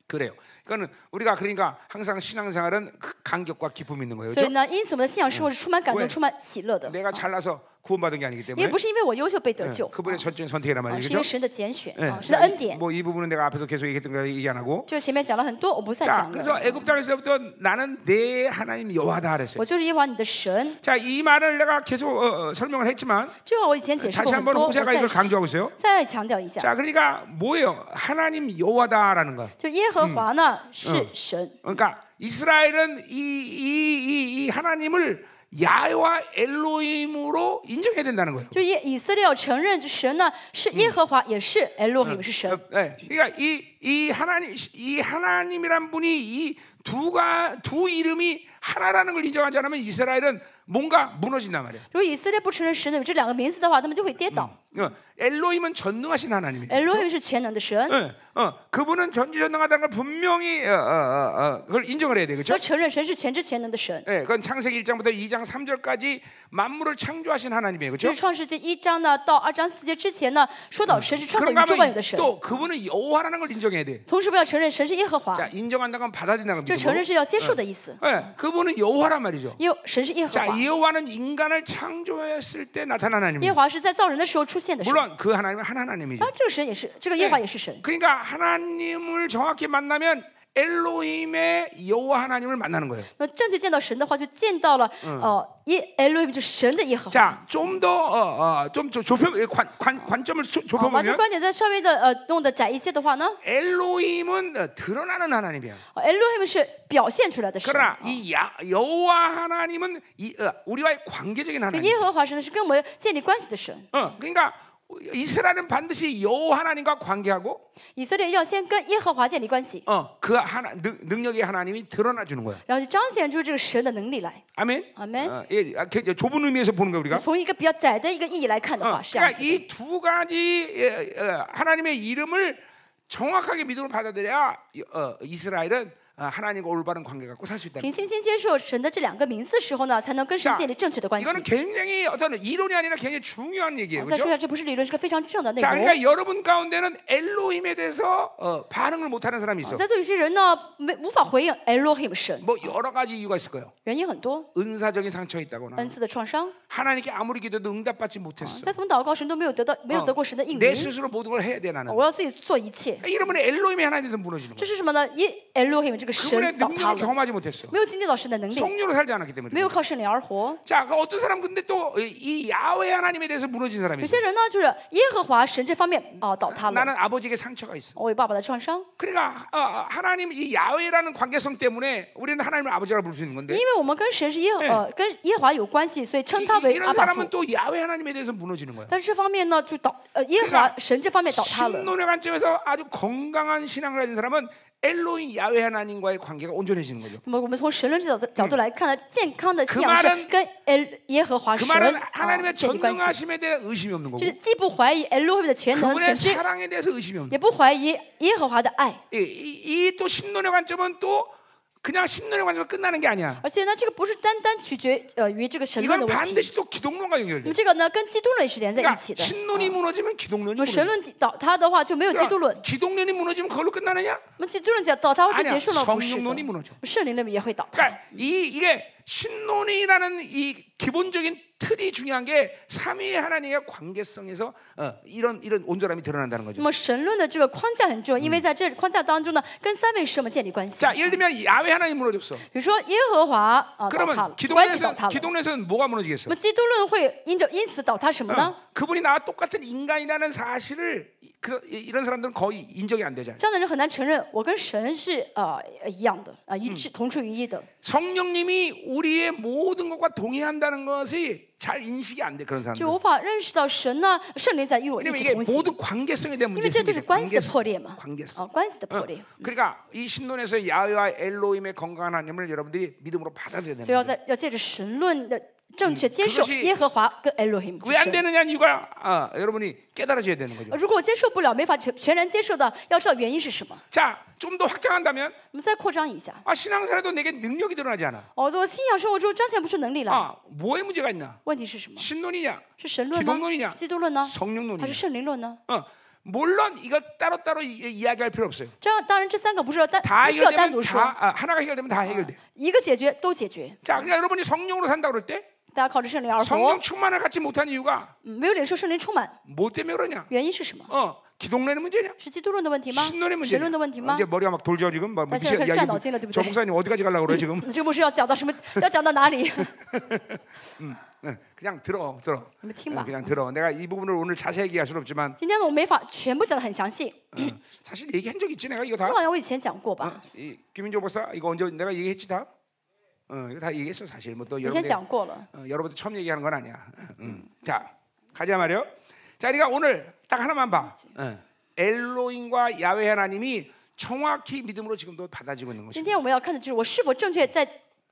Speaker 1: 그래요. 그러니까는 우리가 그러니까 항상 신앙생활은 그 간격과 기쁨이 있는 거예요.
Speaker 2: 所以
Speaker 1: 그렇죠?
Speaker 2: 呢，因此我们的信仰生活是充满感
Speaker 1: 왜
Speaker 2: 动、充满喜乐的，
Speaker 1: 내가 잘나서 구원받은 게 아니기
Speaker 2: 因为
Speaker 1: 때문에
Speaker 2: 不是因为我优秀被得
Speaker 1: 예,
Speaker 2: 救，
Speaker 1: 그분의 전적인 선택이란
Speaker 2: 啊
Speaker 1: 말이에요.
Speaker 2: 是因为
Speaker 1: 그렇죠?
Speaker 2: 神的拣选，啊
Speaker 1: 예,
Speaker 2: 神的恩
Speaker 1: 이-
Speaker 2: 典。
Speaker 1: 뭐 이 부분은 내가 앞에서 계속 얘기했던 거 얘기 안 하고
Speaker 2: 这个前面讲了很多，我不再
Speaker 1: 자,
Speaker 2: 讲
Speaker 1: 그래서
Speaker 2: 了。
Speaker 1: 애굽 땅에서부터 나는 내 하나님 여호와다 그랬어요.
Speaker 2: 我就是耶和华你的神，
Speaker 1: 자, 이 말을 내가 계속 어, 어, 설명을 했지만
Speaker 2: 这话我以前解释
Speaker 1: 다시
Speaker 2: 过很
Speaker 1: 한 번
Speaker 2: 多，我
Speaker 1: 호세가
Speaker 2: 再
Speaker 1: 이걸 강조하고 있어요.
Speaker 2: 再强调一下，
Speaker 1: 자, 그러니까 뭐예요? 하나님 여호와다라는 거.
Speaker 2: 就是耶和华呢是神，
Speaker 1: 그러니까 이스라엘은 이 이 이 하나님을 야와 엘로힘으로 인정해야 된다는 거예요.
Speaker 2: 就是耶以色列要承认神呢是耶和华，也是 Elohim 是
Speaker 1: 어,
Speaker 2: 神。
Speaker 1: 네. 그러니까 이 이 하나님 이 하나님이란 분이 이 두가 두 이름이 하나라는 걸 인정하지 않으면 이스라엘은 뭔가 무너진단 말이에요.
Speaker 2: 如果以色列不承认神有这两个名字的话，他们就会跌倒。
Speaker 1: 어, 엘로힘은 전능하신 하나님이에요.
Speaker 2: Elohim 是全能的神，
Speaker 1: 예, 어, 그분은 전지전능하다는 걸 분명히 어, 어, 어, 어, 그걸 인정을 해야 되겠죠.
Speaker 2: 要承认神是全知全能的神。
Speaker 1: 예, 그건 창세기 1장부터 2장 3절까지 만물을 창조하신 하나님이에요.
Speaker 2: 就
Speaker 1: 그렇죠?
Speaker 2: 是创世纪一章呢到二章四节之前呢，说到神是创造
Speaker 1: 그런가
Speaker 2: 宇宙万有
Speaker 1: 하면
Speaker 2: 的神，
Speaker 1: 또 그분은 여호와라는 걸 인정해야 돼.
Speaker 2: 同时不要承认神是耶和华，
Speaker 1: 자, 인정한다는 건 받아들인다는
Speaker 2: 这承
Speaker 1: 겁니다.
Speaker 2: 认是要接受的意思。
Speaker 1: 예, 그분은 그렇죠. 여호와란 말이죠.
Speaker 2: 耶神是耶和
Speaker 1: 자,
Speaker 2: 华，
Speaker 1: 여호와는 인간을 창조했을 때 나타난
Speaker 2: 耶
Speaker 1: 하나님이에요.
Speaker 2: 和华是在造人的时候出现的神。
Speaker 1: 물론 그 하나님은 한 하나님이죠.
Speaker 2: 当然，这个神也是，这个耶和华也是神。
Speaker 1: 그러니까 하나님을 정확히 만나면 엘로힘의 여호와 하나님을 만나는 거예요.
Speaker 2: 那正确见到神的话，就见到了呃耶 Elohim，就是神的耶和华。
Speaker 1: 자, 좀더어어좀 좁혀 관, 관 관점을 수-
Speaker 2: 啊，把这
Speaker 1: 좁혀보면
Speaker 2: 个观点再稍微的呃弄得窄一些的话呢
Speaker 1: 엘로힘은 어, 드러나는 하나님이야.
Speaker 2: 어，Elohim 是表现出来的神，
Speaker 1: 그러나 이 야, 여호와 하나님은 이, 어, 우리와의 관계적인
Speaker 2: 这
Speaker 1: 하나님.
Speaker 2: 耶和华神呢是跟我们建立关系的神。
Speaker 1: 어, 그러니까 이스라엘은 반드시 여호와 하나님과 관계하고
Speaker 2: 以色列要先跟耶和华建立关系，
Speaker 1: 어, 그 하나 능, 능력의 하나님이 드러나 주는 거야.
Speaker 2: 然后就彰显出这个神的能力来。
Speaker 1: 아멘.
Speaker 2: 아멘.
Speaker 1: 어, 예, 아, 그- 좁은 의미에서 보는 거야 우리가.
Speaker 2: 从一个比较窄的一个意义来看的
Speaker 1: 어,
Speaker 2: 话，是这样
Speaker 1: 그러니까
Speaker 2: 子的。
Speaker 1: 이 두 가지 예, 어, 하나님의 이름을 정확하게 믿음으로 받아들여야 어, 이스라엘은 어, 하나님과 올바른 관계 갖고 살 수 있다.
Speaker 2: 凭信心接受神的这两个名字的时候呢，才能跟神
Speaker 1: 자
Speaker 2: 建立正确的关系。
Speaker 1: 이거는 굉장히 어떤 이론이 아니라 굉장히 중요한 얘기예요.
Speaker 2: 再说
Speaker 1: 그렇죠?
Speaker 2: 一下，这不是理论，是个非常重要的内
Speaker 1: 자,
Speaker 2: 容。
Speaker 1: 그러니까 여러분 가운데는 엘로힘에 대해서 어, 반응을 못하는 사람이 있어.
Speaker 2: 在座有些人呢，没无法回应 Elohim 神，
Speaker 1: 뭐 여러 가지 이유가 있을 거예요.
Speaker 2: 原因很多，嗯
Speaker 1: 은사적인 상처 있다거나
Speaker 2: 恩赐的创伤，
Speaker 1: 하나님께 아무리 기도도 응답받지 못했어.
Speaker 2: 再怎么祷告，神都没有得到，没嗯有得过神的应
Speaker 1: 내
Speaker 2: 允。
Speaker 1: 스스로 모든 어. 걸 해야 돼 나는.
Speaker 2: 我要自己做一切，
Speaker 1: 이러면 엘로힘의 하나님에서 무너지는
Speaker 2: 这
Speaker 1: 거야.
Speaker 2: 是什么呢？因 Elohim 这个
Speaker 1: 그분의
Speaker 2: 神倒塌
Speaker 1: 능력을
Speaker 2: 了，
Speaker 1: 경험하지 못했어.
Speaker 2: 没有经历到神的能力，
Speaker 1: 성료로 살지 않았기
Speaker 2: 没
Speaker 1: 때문에.
Speaker 2: 有靠圣灵而活。
Speaker 1: 자, 그 어떤 사람 근데 또 이 야외 하나님에 대해서 무너진 사람이
Speaker 2: 有
Speaker 1: 있어.
Speaker 2: 些人呢，就是耶和华神这方面啊倒塌了，
Speaker 1: 나는 아버지에게 상처가 있어.
Speaker 2: 我有哦爸爸的创伤，
Speaker 1: 그러니까 어, 어, 하나님 이 야외라는 관계성 때문에 우리는 하나님을 아버지라 부를 수 있는
Speaker 2: 因
Speaker 1: 건데
Speaker 2: 为我们跟神是耶和呃跟耶和华有关系，所以称他
Speaker 1: 이,
Speaker 2: 为
Speaker 1: 이런
Speaker 2: 阿爸父
Speaker 1: 사람은 。또 야외 하나님에 대해서 무너지는 거야.
Speaker 2: 但是这方面呢，就倒呃耶和华神这方面倒塌了。
Speaker 1: 신론의 관점에서 아주 건강한 신앙을 가진 사람은 엘로이 야외 하나님과의 관계가 온전해지는 거죠.
Speaker 2: 那么我们从神论这角度角度来看呢，健康的信仰
Speaker 1: 그
Speaker 2: 是
Speaker 1: 말은
Speaker 2: 跟 L 耶和华
Speaker 1: 그
Speaker 2: 神
Speaker 1: 말은
Speaker 2: 啊
Speaker 1: 하나님의
Speaker 2: 建立关系，
Speaker 1: 전능하심에 대한 의심이 없는 거고
Speaker 2: 就是既不怀疑 L 会的全能
Speaker 1: 그분의
Speaker 2: 全知，
Speaker 1: 사랑에 대해서 의심이 없는
Speaker 2: 也不怀疑耶和华的爱。
Speaker 1: 이또 신론의 관점은 또 그냥 신론의 관점은 끝나는 게 아니야.
Speaker 2: 而且呢，这个不是单单取决呃于这个神论的
Speaker 1: 이건
Speaker 2: 问题，
Speaker 1: 반드시 또 기독론과
Speaker 2: 那么
Speaker 1: 연결돼.
Speaker 2: 这个呢跟基督论是连在一
Speaker 1: 그러니까
Speaker 2: 起的。
Speaker 1: 신론이 무너지면 기독론이
Speaker 2: 那么神
Speaker 1: 무너져.
Speaker 2: 论倒塌的话就没有基督
Speaker 1: 그러니까 ，
Speaker 2: 论
Speaker 1: 뭐 기독론이 무너지면 그걸로 끝나느냐?
Speaker 2: 那么基督论讲倒塌会
Speaker 1: 아니야
Speaker 2: 就结束了，
Speaker 1: 성령
Speaker 2: 不是
Speaker 1: 논이무너져
Speaker 2: 的。圣灵论也会倒塌。
Speaker 1: 그러니까 이 이게 신론이라는 이 기본적인 틀이 중요한 게 삼위의 하나님의 관계성에서 어, 이런 이런 온전함이 드러난다는
Speaker 2: 那
Speaker 1: 거죠.
Speaker 2: 么神论的这个框架很重要，因为在这框架当中呢，跟三位神们建立关系。
Speaker 1: 자, 예를 들면 야외 하나님 무너졌어.
Speaker 2: 比如说耶和华啊倒塌
Speaker 1: 그러면
Speaker 2: 了，关系倒
Speaker 1: 기독론에서
Speaker 2: 塌了。
Speaker 1: 기독론에서는 뭐가
Speaker 2: 那
Speaker 1: 무너지겠어? 어,
Speaker 2: 么基督论会因着因此倒塌什么呢？
Speaker 1: 그분이 나와 똑같은 인간이라는 사실을 이- 그, 이- 이런 사람들은 거의 인정이 안 되잖아요.
Speaker 2: 这样的人很难承认我跟神是呃一样的啊、一致同出于一的。
Speaker 1: 嗯 성령님이 우리의 모든 것과 동의한다는 것이 잘 인식이 안 돼 그런
Speaker 2: 就
Speaker 1: 사람들.
Speaker 2: 无法认识到神呢，圣灵在与我一
Speaker 1: 왜냐면
Speaker 2: 直
Speaker 1: 이게
Speaker 2: 同行，
Speaker 1: 모두 관계성에 대한
Speaker 2: 因为这就是
Speaker 1: 문제죠.
Speaker 2: 关系的破
Speaker 1: 관계성.
Speaker 2: 裂嘛，
Speaker 1: 관계성.
Speaker 2: 啊，关系的破裂。
Speaker 1: 嗯 그러니까 이 신론에서 야훼와 엘로임의 건강한 하나님을 여러분들이 믿음으로 받아들여야
Speaker 2: 所以
Speaker 1: 됩니다.
Speaker 2: 要在要借着神论的正确接受
Speaker 1: 그것이
Speaker 2: 耶和华跟 Elohim 之
Speaker 1: 왜 안
Speaker 2: 神。
Speaker 1: 되느냐는 이유가 아, 여러분이 깨달아져야 되는 거죠.
Speaker 2: 如果我接受不了，没法全全然接受的，要知道原因是什么。
Speaker 1: 자, 좀 더 확장한다면
Speaker 2: 我们再扩张一下。
Speaker 1: 아, 신앙생활에도 내게 능력이 드러나지 않아.
Speaker 2: 哦，我信仰生活中彰显不出能力来，
Speaker 1: 아, 뭐에 문제가 있나?
Speaker 2: 问题是什么？
Speaker 1: 신론이냐?
Speaker 2: 是神论
Speaker 1: 기독론이냐
Speaker 2: 吗？基督论呢？还
Speaker 1: 성령론이냐?
Speaker 2: 是圣灵论呢？
Speaker 1: 어, 물론 이거 따로따로 이- 이- 이야기할 필요 없어요.
Speaker 2: 这样当然这三个不是要单
Speaker 1: 다
Speaker 2: 不需要单
Speaker 1: 해결되면
Speaker 2: 独说，
Speaker 1: 다 아, 하나가 해결되면 다 해결돼.
Speaker 2: 一个解决都解决。
Speaker 1: 자, 그러니까 여러분이 성령으로 산다 그럴 때
Speaker 2: 大家靠着圣灵而活
Speaker 1: 성령 ， 충만을 갖지 못한 이유가
Speaker 2: 嗯没有领受圣灵充满，
Speaker 1: 뭐 때문에 그러냐?
Speaker 2: 原因是什么？
Speaker 1: 어, 기독론의 문제냐?
Speaker 2: 是基督论的问题吗？
Speaker 1: 신론의
Speaker 2: 神
Speaker 1: 문제.
Speaker 2: 论的问题啊吗
Speaker 1: 이제 ？ 머리가 막 돌죠 지금. 막
Speaker 2: 다시
Speaker 1: 미치겠-
Speaker 2: 다시
Speaker 1: 야, 이거
Speaker 2: 짠 어찌나
Speaker 1: 저
Speaker 2: 되는데.
Speaker 1: 목사님 어디까지 가려고 그래 지금?
Speaker 2: 你这牧师要讲到什么？要讲到哪里？
Speaker 1: 응, 네, 그냥 들어, 들어.
Speaker 2: 한번 팀
Speaker 1: 응,
Speaker 2: 봐.
Speaker 1: 그냥 들어. 내가 이 부분을 오늘 자세히 얘기할 수는 없지만
Speaker 2: 今天呢，我没法全部讲得很详细，
Speaker 1: 응, 사실 얘기한 적 있지 내가 이거 다.
Speaker 2: 这好像我以前讲过吧？
Speaker 1: 이, 김민조 목사 이거 언제 내가 얘기했지 다? 어, 이거 다 얘기했어 사실. 뭐 또
Speaker 2: 以前
Speaker 1: 여러분들
Speaker 2: 讲过了。
Speaker 1: 어, 여러분들 처음 얘기하는 건 아니야. 음. 자, 가자 말이요. 자, 우리가 오늘 딱 하나만 봐. 어. 엘로인과 야훼 하나님이 정확히 믿음으로 지금도 받아지고 있는 것이죠.
Speaker 2: 今天我们要看的就是我是否正确在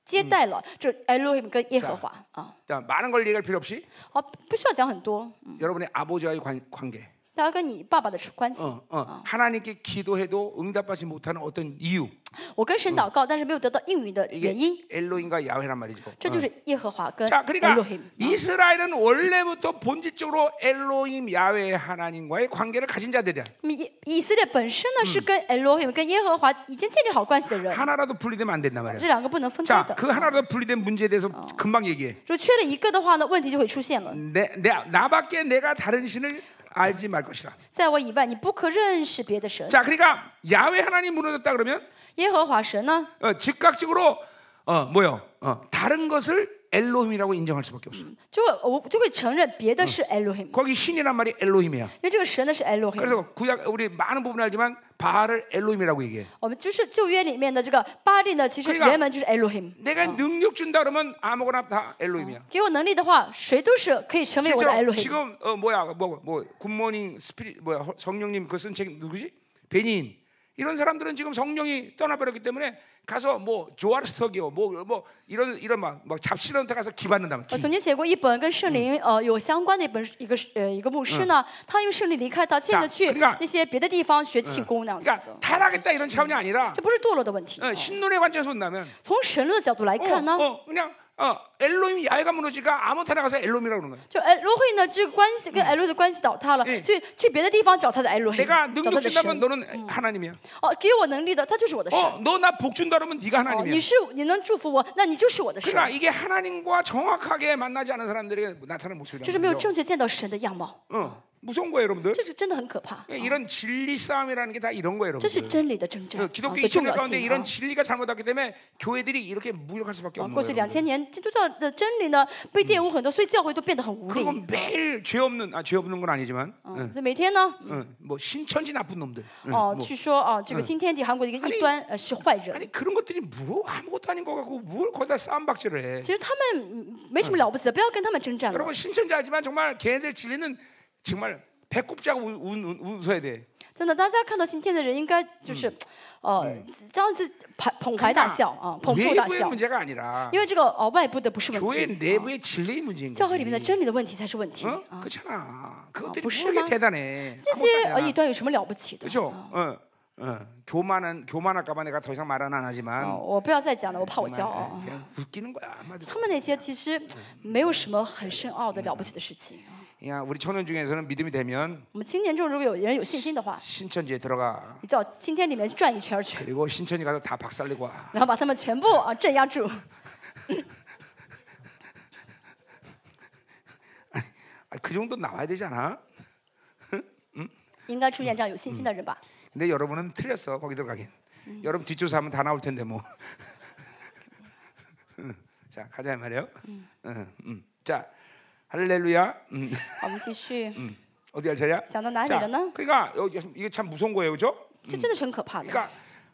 Speaker 2: 接待了这 Elohim 跟耶和华嗯啊，
Speaker 1: 자, 많은 걸 얘기할 필요 없이
Speaker 2: 好，不需要讲很多，
Speaker 1: 여러분의 아버지와의 관, 관계.
Speaker 2: 大家跟你爸爸的关系。
Speaker 1: 어, 어. 하나님께 기도해도 응답받지 못하는 어떤 이유.
Speaker 2: 我跟神祷告，但是没有得到应允的原因，
Speaker 1: 이게 엘로인과 야훼란 말이죠.
Speaker 2: 这就是耶和华跟
Speaker 1: 嗯 자, 그러니까
Speaker 2: Elohim。
Speaker 1: 이스라엘은 원래부터 본질적으로 엘로임 야훼 하나님과의 관계를 가진 자들이야.
Speaker 2: 那么嗯以以色列本身呢
Speaker 1: 嗯
Speaker 2: 是跟 Elohim 跟耶和华已经建立好关系的人，
Speaker 1: 하나라도 분리되면 안 된단 말이야.
Speaker 2: 这两个不能分开
Speaker 1: 자,
Speaker 2: 的。
Speaker 1: 그 하나라도 분리된 문제에 대해서 금방 얘기해.
Speaker 2: 说缺了一个的话呢，问题就会出现了。
Speaker 1: 내, 내 나밖에 내가 다른 신을 알지 말 것이라.
Speaker 2: 在我以外，你不可认识别的神。
Speaker 1: 자, 그러니까 야훼 하나님 무너졌다 그러면
Speaker 2: 耶和华神呢，
Speaker 1: 어, 즉각적으로 어, 뭐요? 어, 다른 것을 엘로힘이라고 인정할 수밖에 없어.
Speaker 2: 就会我就会承认别的是 Elohim，、
Speaker 1: 거기 신이란 말이 엘로힘이야.
Speaker 2: 因为这个神呢是 Elohim。
Speaker 1: 嗯 그래서 구약 우리 많은 부분 을 알지만 바알을 엘로힘이라고 얘기해.
Speaker 2: 我们就是旧约里面的这个巴利呢，其实
Speaker 1: 그러니까
Speaker 2: 原文就是 Elohim。
Speaker 1: 내가 능력 준다 그러면 아무거나 다 엘로힘이야.
Speaker 2: 给我能力的话，谁都是可以成为我的
Speaker 1: 실제로
Speaker 2: Elohim。
Speaker 1: 지금 어, 뭐야 뭐, 뭐 굿모닝 스피릿 뭐야 허- 성령님 그 쓴 책 누구지? 베니인 이런 사람들은 지금 성령이 떠나버렸기 때문에 가서 뭐 조아르스터기요 뭐뭐 이런 이런 막, 막 잡신한테 가서 기받는다면
Speaker 2: 呃我曾经写过一本跟圣灵呃有相关的一本一个呃一个牧师呢，他因为圣灵离开，他现在
Speaker 1: 자
Speaker 2: 去
Speaker 1: 그러니까
Speaker 2: 那些别的地方学气功那样子
Speaker 1: 그러니까
Speaker 2: 的。
Speaker 1: 타락했다 이런 차원이 아니라
Speaker 2: 这不是堕落的问题，
Speaker 1: 어, 신론의 관점에서 본다면
Speaker 2: 从神论的角度来
Speaker 1: 어,
Speaker 2: 看呢，
Speaker 1: 어, 그냥 어, 엘로임 야외가 무너지가 아무 타나 가서 엘로임이라고 그러는 거야.
Speaker 2: 就哎罗会呢，这个关系跟 L 的关系倒塌了，去去别的地方找他的 L 黑，
Speaker 1: 내가
Speaker 2: 找他
Speaker 1: 능력
Speaker 2: 的
Speaker 1: 준다면
Speaker 2: 神。
Speaker 1: 너는 하나님이야.
Speaker 2: 哦，给我能力的，他就是我的神。
Speaker 1: 어, 너 나 복 준다 그러면 네가
Speaker 2: 哦，你
Speaker 1: 하나님이야.
Speaker 2: 是你能祝福我，那你就是我的神。
Speaker 1: 그러니까 이게 하나님과 정확하게 만나지 않은 사람들에게 나타나는
Speaker 2: 这是没有
Speaker 1: 모습이라는 거죠.
Speaker 2: 正确见到神的样貌，
Speaker 1: 어, 무서운 거예요, 여러분들. 예,
Speaker 2: 这是真的很可怕，
Speaker 1: 이런 진리 싸움이라는 게 다 이런 거예요,
Speaker 2: 这是
Speaker 1: 여러분들.
Speaker 2: 真理的征战啊
Speaker 1: 어, 기독교
Speaker 2: 的
Speaker 1: 입장
Speaker 2: 重要
Speaker 1: 가운데
Speaker 2: 性
Speaker 1: 이런
Speaker 2: 啊。
Speaker 1: 진리가 잘못됐기 때문에 교회들이 이렇게 무력할 수밖에
Speaker 2: 啊
Speaker 1: 없는
Speaker 2: 过去
Speaker 1: 거예요.
Speaker 2: 两
Speaker 1: 여러분들.
Speaker 2: 千年，基督教的真理呢被玷污很多，所以教会都变得很无力。
Speaker 1: 그건 매일 죄 없는 아 죄 없는 건 아니지만
Speaker 2: 嗯，所以每天呢，
Speaker 1: 어, 뭐 신천지 나쁜 놈들 뭐.
Speaker 2: 哦，据说啊，这个新天地韩国的一个异端呃是坏人，
Speaker 1: 아니 그런 것들이 뭐 아무것도 아닌 거 갖고 뭘 거기다 싸움박질을 해.
Speaker 2: 其实他们嗯没什么了不起的，不要跟他们征战了。
Speaker 1: 여러분 신천지 알지만 정말 걔네들 진리는 정말 배꼽 자고 웃- 웃- 웃- 웃어야 돼.
Speaker 2: 所真的，大家看到今天的人，应该就是，呃，这样子捧捧怀大笑啊，捧腹
Speaker 1: 그러니까
Speaker 2: 大
Speaker 1: 외부의
Speaker 2: 笑，
Speaker 1: 문제가 아니라
Speaker 2: 因为这个呃外部的不是问
Speaker 1: 교회
Speaker 2: 题，啊
Speaker 1: 내부의 진리의 문제인
Speaker 2: 教会里面的
Speaker 1: 거지.
Speaker 2: 真理的问题才是问题
Speaker 1: 어?
Speaker 2: 啊。
Speaker 1: 그렇잖아.
Speaker 2: 아,
Speaker 1: 그것들이
Speaker 2: 무슨
Speaker 1: 모르게
Speaker 2: 말-
Speaker 1: 대단해.
Speaker 2: 这
Speaker 1: 아무것도
Speaker 2: 些
Speaker 1: 아니야.
Speaker 2: 呃异端有什么了不起的？
Speaker 1: 그렇죠? 어, 어. 교만한 교만할까봐 내가 더 이상 말은 안
Speaker 2: 哦
Speaker 1: 하지만 ，
Speaker 2: 我不要再讲了，我怕我
Speaker 1: 정말,
Speaker 2: 骄傲。
Speaker 1: 에, 어, 그냥 웃기는 거야. 한마디로.
Speaker 2: 他们那些其实没有什么很深奥的了不起的事情。
Speaker 1: 그냥 우리 청년 중에서는 믿음이 되면
Speaker 2: 我们青年中如果有人有信心的话，
Speaker 1: 신천지에 들어가.
Speaker 2: 你到青天里面转一圈儿去，
Speaker 1: 그리고 신천지 가서 다 박살내고 와.
Speaker 2: 然后把他们全部啊镇压住。
Speaker 1: 아, 그 정도 나와야 되잖아.
Speaker 2: 应该出现这样有信心的人吧？
Speaker 1: 근데 여러분은 틀렸어. 거기 들어가긴. 여러분 뒷조사하면 다 나올 텐데 뭐. 응. 자 가자 이 말이에요. 응, 응. 자 할렐루야. 음.
Speaker 2: 好，我们继续，
Speaker 1: 어디 할 차례야?
Speaker 2: 자, 너 나를 잃었나?
Speaker 1: 그러니까 여기 이게 참 무서운 거예요, 그렇죠?
Speaker 2: 这真的是很可怕的。
Speaker 1: 그러니까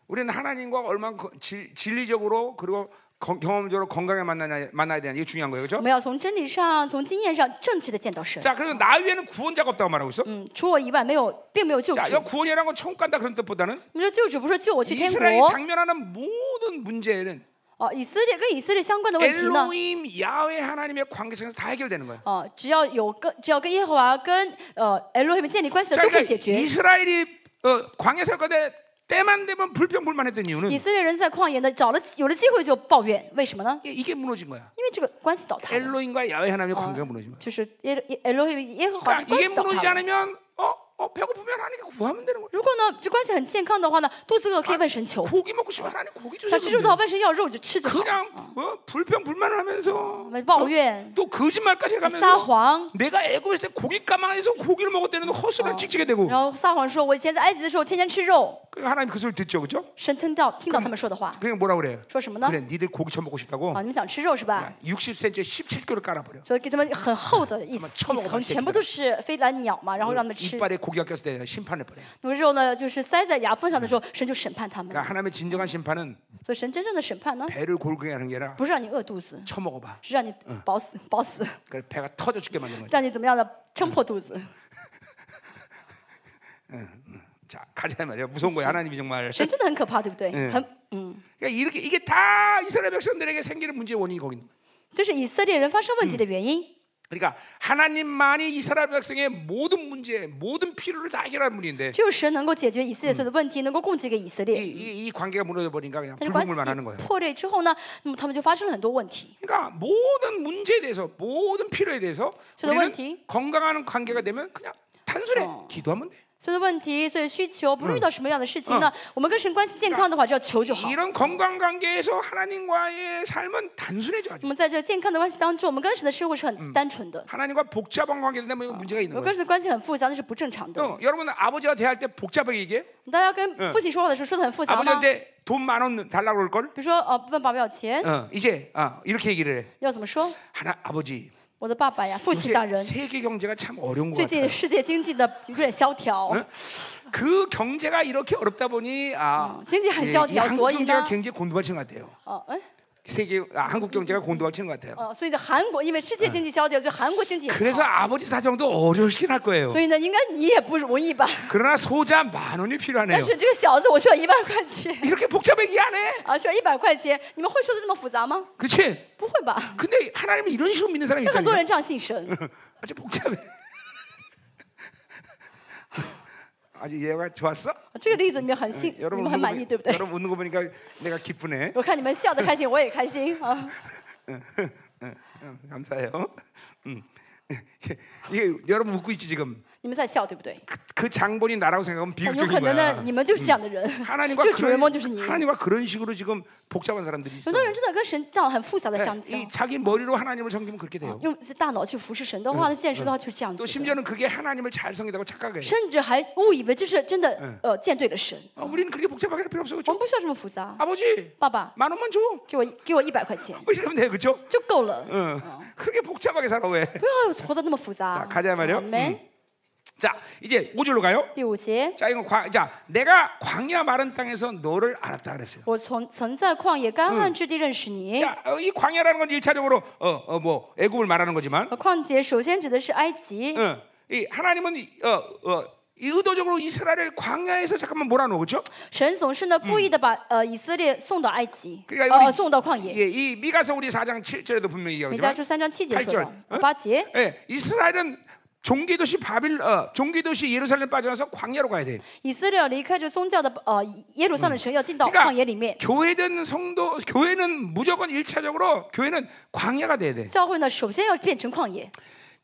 Speaker 1: 우리는 하나님과 얼만큼 질- 진리적으로 그리고 건- 경험적으로 건강하게 만나야, 만나야 되는 게 중요한 거예요,
Speaker 2: 我
Speaker 1: 그렇죠?
Speaker 2: 们要从真理上、从经验上正确的见到神。
Speaker 1: 자, 그래서 나 위에는 구원자가 없다고 말하고 있어.
Speaker 2: 嗯，除我以外没有，并没有救主
Speaker 1: 자 。 이거 구원이라는 건 천국 간다 그런 뜻보다는
Speaker 2: 你说救主不是救我去天
Speaker 1: 이스라엘이
Speaker 2: 国？
Speaker 1: 당면하는 모든 문제는
Speaker 2: 哦，以色列跟以色列相关的问题呢？
Speaker 1: 엘로임 야훼 하나님의 관계성에서 다 해결되는 거예요.
Speaker 2: 哦，只要有跟只要跟耶和华跟呃 L 里面建立关系的
Speaker 1: 자,
Speaker 2: 都可以
Speaker 1: 그러니까
Speaker 2: 解决。
Speaker 1: 이스라엘이 어, 광야 살 건데 때만 되면 불평불만했던
Speaker 2: 以
Speaker 1: 이유는
Speaker 2: 色列人在旷野呢，找了有了机会就抱怨，为什么呢？
Speaker 1: 이게- 이게 무너진 거야.
Speaker 2: 因为这个关系倒塌了，
Speaker 1: 엘로임과 야훼 하나님의 관계가 무너진 거야.
Speaker 2: 就是耶耶 L 啊耶和华的
Speaker 1: 그러니까
Speaker 2: 关
Speaker 1: 이게
Speaker 2: 系倒塌
Speaker 1: 무너지지
Speaker 2: 了。
Speaker 1: 않으면 어, 어 배고프면 하나님께 구하면 되는 거예요.
Speaker 2: 如果呢，这关系很健康的话呢，肚子饿可以问神求，
Speaker 1: 고기 먹고 싶으면 하나님 고기
Speaker 2: 想
Speaker 1: 주세요.
Speaker 2: 吃肉的话问神要肉就吃就好，
Speaker 1: 그냥 어, 불평 불만을 하면서 어?
Speaker 2: 没抱怨、
Speaker 1: 또 거짓말까지 가면서
Speaker 2: 撒谎，
Speaker 1: 내가 애굽에서 고기 가망에서 고기를 먹었다는
Speaker 2: 어.
Speaker 1: 헛소리를 찍찍게 되고
Speaker 2: 然后撒谎说我以前在埃及的时候天天吃肉，
Speaker 1: 그 하나님 그 소리 듣죠, 그죠?
Speaker 2: 神听到听到他们说的话，
Speaker 1: 그냥 뭐라 그래요?
Speaker 2: 说什么呢？
Speaker 1: 그래, 니들 고기 처먹고 싶다고
Speaker 2: 啊，你们想吃肉是吧？
Speaker 1: 60cm 17kg 깔아버려.
Speaker 2: 所以给他们很厚的一一
Speaker 1: 们敲锣打
Speaker 2: 层，
Speaker 1: 铁
Speaker 2: 全部都是飞来鸟嘛，然后让他们吃。
Speaker 1: 이빨에 고기가 꼈을 때 심판을 버려.
Speaker 2: 那么肉呢，就是塞在牙缝上的时候，神就审判他们。
Speaker 1: 그러니까 하나님의 진정한 심판은
Speaker 2: 所以神真正的审判呢，
Speaker 1: 배를 골고게 하는 게 아니라
Speaker 2: 不是让你饿肚子，
Speaker 1: 처먹어봐.
Speaker 2: 是让你饱死，饱死，
Speaker 1: 그래 배가 터져 죽게 만드는 거지.
Speaker 2: 让你怎么样的撑破肚子。
Speaker 1: 자 가자 말이야. 무서운 거야 하나님이 정말.
Speaker 2: 神真的很可怕，对不对？很，
Speaker 1: 그러니까 이렇게 이게 다 이스라엘 백성들에게 생기는 문제의 원인이 거기 있는 거예요.
Speaker 2: 这是以色列人发生问题的原因。
Speaker 1: 그러니까 하나님만이 이스라엘 백성의 모든 문제, 모든 필요를 다 해결하는 분인데
Speaker 2: 只有神能够解决以色列所有的问题，能够供给给以色
Speaker 1: 이,
Speaker 2: 列。
Speaker 1: 이, 이 관계가 무너져 버리니까 그냥
Speaker 2: 但是关
Speaker 1: 불복을만 하는
Speaker 2: 系
Speaker 1: 거예요.
Speaker 2: 破裂之后呢，那么他们就发生了很多问题。
Speaker 1: 그러니까 모든 문제에 대해서, 모든 필요에 대해서
Speaker 2: 저도
Speaker 1: 우리는
Speaker 2: 원티.
Speaker 1: 건강한 관계가 되면 그냥 단순해 기도하면 돼.
Speaker 2: 所有的问题，所以需求，不论遇到什么样的事情呢，我们跟神关系健康的话，只要求就好。
Speaker 1: 이런 건강 관계에서 하나님과의 삶은 단순해져 가지고
Speaker 2: 那么在这个健康的关系当中，我们跟神的生活是很单纯的。
Speaker 1: 하나님과 복잡한 관계를 되면 이거 문제가
Speaker 2: 我
Speaker 1: 있는
Speaker 2: 们
Speaker 1: 거예요.
Speaker 2: 跟神的关系很复杂，那是不正常的。
Speaker 1: 어, 여러분 아버지와 대할 때 복잡하게 얘기해.
Speaker 2: 大家跟父亲说话的时候说的很复杂吗？比
Speaker 1: 아버지한테 돈 만 원 달라고 그럴 걸.
Speaker 2: 如说，呃，问爸爸要钱，
Speaker 1: 어, 이제 어, 이렇게 얘기를 해.
Speaker 2: 要怎么说？
Speaker 1: 하나 아버지
Speaker 2: 我的爸爸呀，父亲大
Speaker 1: 요새
Speaker 2: 人，
Speaker 1: 세계 경제가 참 어려운 것
Speaker 2: 最
Speaker 1: 같아요.
Speaker 2: 近世界经济的嗯有点萧条，
Speaker 1: 그 경제가 이렇게 어렵다 보니 아
Speaker 2: 어, 경제 한
Speaker 1: 예,
Speaker 2: 萧条,
Speaker 1: 이 한국
Speaker 2: 소위나.
Speaker 1: 경제가 굉장히 곤두박치는 것 같아요.
Speaker 2: 哦，哎，
Speaker 1: 세계 아, 한국 경제가 곤두박치는 것 같아요.
Speaker 2: 哦，所以呢，韩国因为世界经济萧条，所以韩国经济也不
Speaker 1: 그래서
Speaker 2: 好，
Speaker 1: 아버지 사정도 어려우시긴 할 거예요.
Speaker 2: 所以呢，应该你也不容易吧？
Speaker 1: 그러나 소자 만 원이
Speaker 2: 但
Speaker 1: 필요하네요.
Speaker 2: 是这个小子，我需要一万块钱
Speaker 1: 이렇게 복잡하게 얘기 안 해.
Speaker 2: 啊，需要一百块钱，你们会说的这么复杂吗？
Speaker 1: 그렇지?
Speaker 2: 不会吧？
Speaker 1: 근데 하나님을 이런 식으로 믿는 사람이
Speaker 2: 很多
Speaker 1: 있다니까.
Speaker 2: 人这样信 神，
Speaker 1: 아주 복잡해. 아주 얘가 좋았어?
Speaker 2: 这个例子你们很信，你
Speaker 1: 여러분 웃는
Speaker 2: 们很
Speaker 1: 거
Speaker 2: 满意，
Speaker 1: 보니-
Speaker 2: 对不对？
Speaker 1: 여러분 웃는 거 보니까 내가 기쁘네.
Speaker 2: 我看你们笑得开心，我也开心啊。
Speaker 1: 음, 감사해요. 음. 이게 여러분 웃고 있지 지금.
Speaker 2: 你们在笑，对不对？
Speaker 1: 그, 그 장본이 나라고 생각하면
Speaker 2: 但有
Speaker 1: 비극적인
Speaker 2: 可能呢，
Speaker 1: 거야.
Speaker 2: 你们就是这样的人，
Speaker 1: 하나님과
Speaker 2: 就主人
Speaker 1: 그런
Speaker 2: 翁嗯就是你。
Speaker 1: 하나님과 그런 식으로 지금 복잡한 사람들이
Speaker 2: 有
Speaker 1: 있어. 예,
Speaker 2: 的人真的跟神这样很复杂的相交，
Speaker 1: 이 자기 아, 머리로 하나님을 섬기면 그렇게 돼요.
Speaker 2: 用自己大脑去服侍神的话，见识的话就是这样
Speaker 1: 또
Speaker 2: 子的，
Speaker 1: 심지어는 그게 하나님을 잘 섬긴다고 착각해.
Speaker 2: 甚至还误以为这是真的，呃，见对了神。
Speaker 1: 어, 우리는 그렇게 복잡하게 할 필요 없어
Speaker 2: 我
Speaker 1: 그렇죠?
Speaker 2: 们不需要这么复杂，
Speaker 1: 아버지
Speaker 2: 爸爸，
Speaker 1: 만 원만 줘.
Speaker 2: 给我给我一百块钱
Speaker 1: 뭐 이러면 돼 그렇죠?
Speaker 2: 就够了，
Speaker 1: 응. 그렇게 복잡하게 살아 왜?
Speaker 2: 不要活得那么复杂。
Speaker 1: 자가자말이요
Speaker 2: 好没？
Speaker 1: 자 이제 5절로 가요.
Speaker 2: 第五节，
Speaker 1: 자 이건 광, 자 내가 광야 마른 땅에서 너를 알았다 그랬어요.
Speaker 2: 我从曾在旷野干旱之地认识你。
Speaker 1: 자, 어, 이 광야라는 건 일차적으로 어뭐 애굽을 말하는 거지만,
Speaker 2: 呃旷野首先指的是埃及，
Speaker 1: 어, 이 하나님은 이- 어, 어, 의도적으로 이스라엘 광야에서 잠깐만 몰아넣어 그렇죠?
Speaker 2: 神总是呢故意的把呃以色列送到埃及，
Speaker 1: 그러니까
Speaker 2: 呃
Speaker 1: 우리-
Speaker 2: 送到旷野。
Speaker 1: 예, 이 미가서 우리 4장 7절에도 분명히
Speaker 2: 美加
Speaker 1: 얘기하지만
Speaker 2: 书三章七节说
Speaker 1: 8절,
Speaker 2: 的，八节，
Speaker 1: 예, 이스라엘은 종기 도시 바빌 어, 종기 도시 예루살렘 빠져나서 광야로 가야 돼.
Speaker 2: 以色列离开这宗教的呃耶路撒冷城，要进到旷
Speaker 1: 그러니까
Speaker 2: 野里面。
Speaker 1: 교회든 성도 교회는 무조건 일차적으로 교회는 광야가 돼야 돼.
Speaker 2: 教会呢，首先要变成旷野，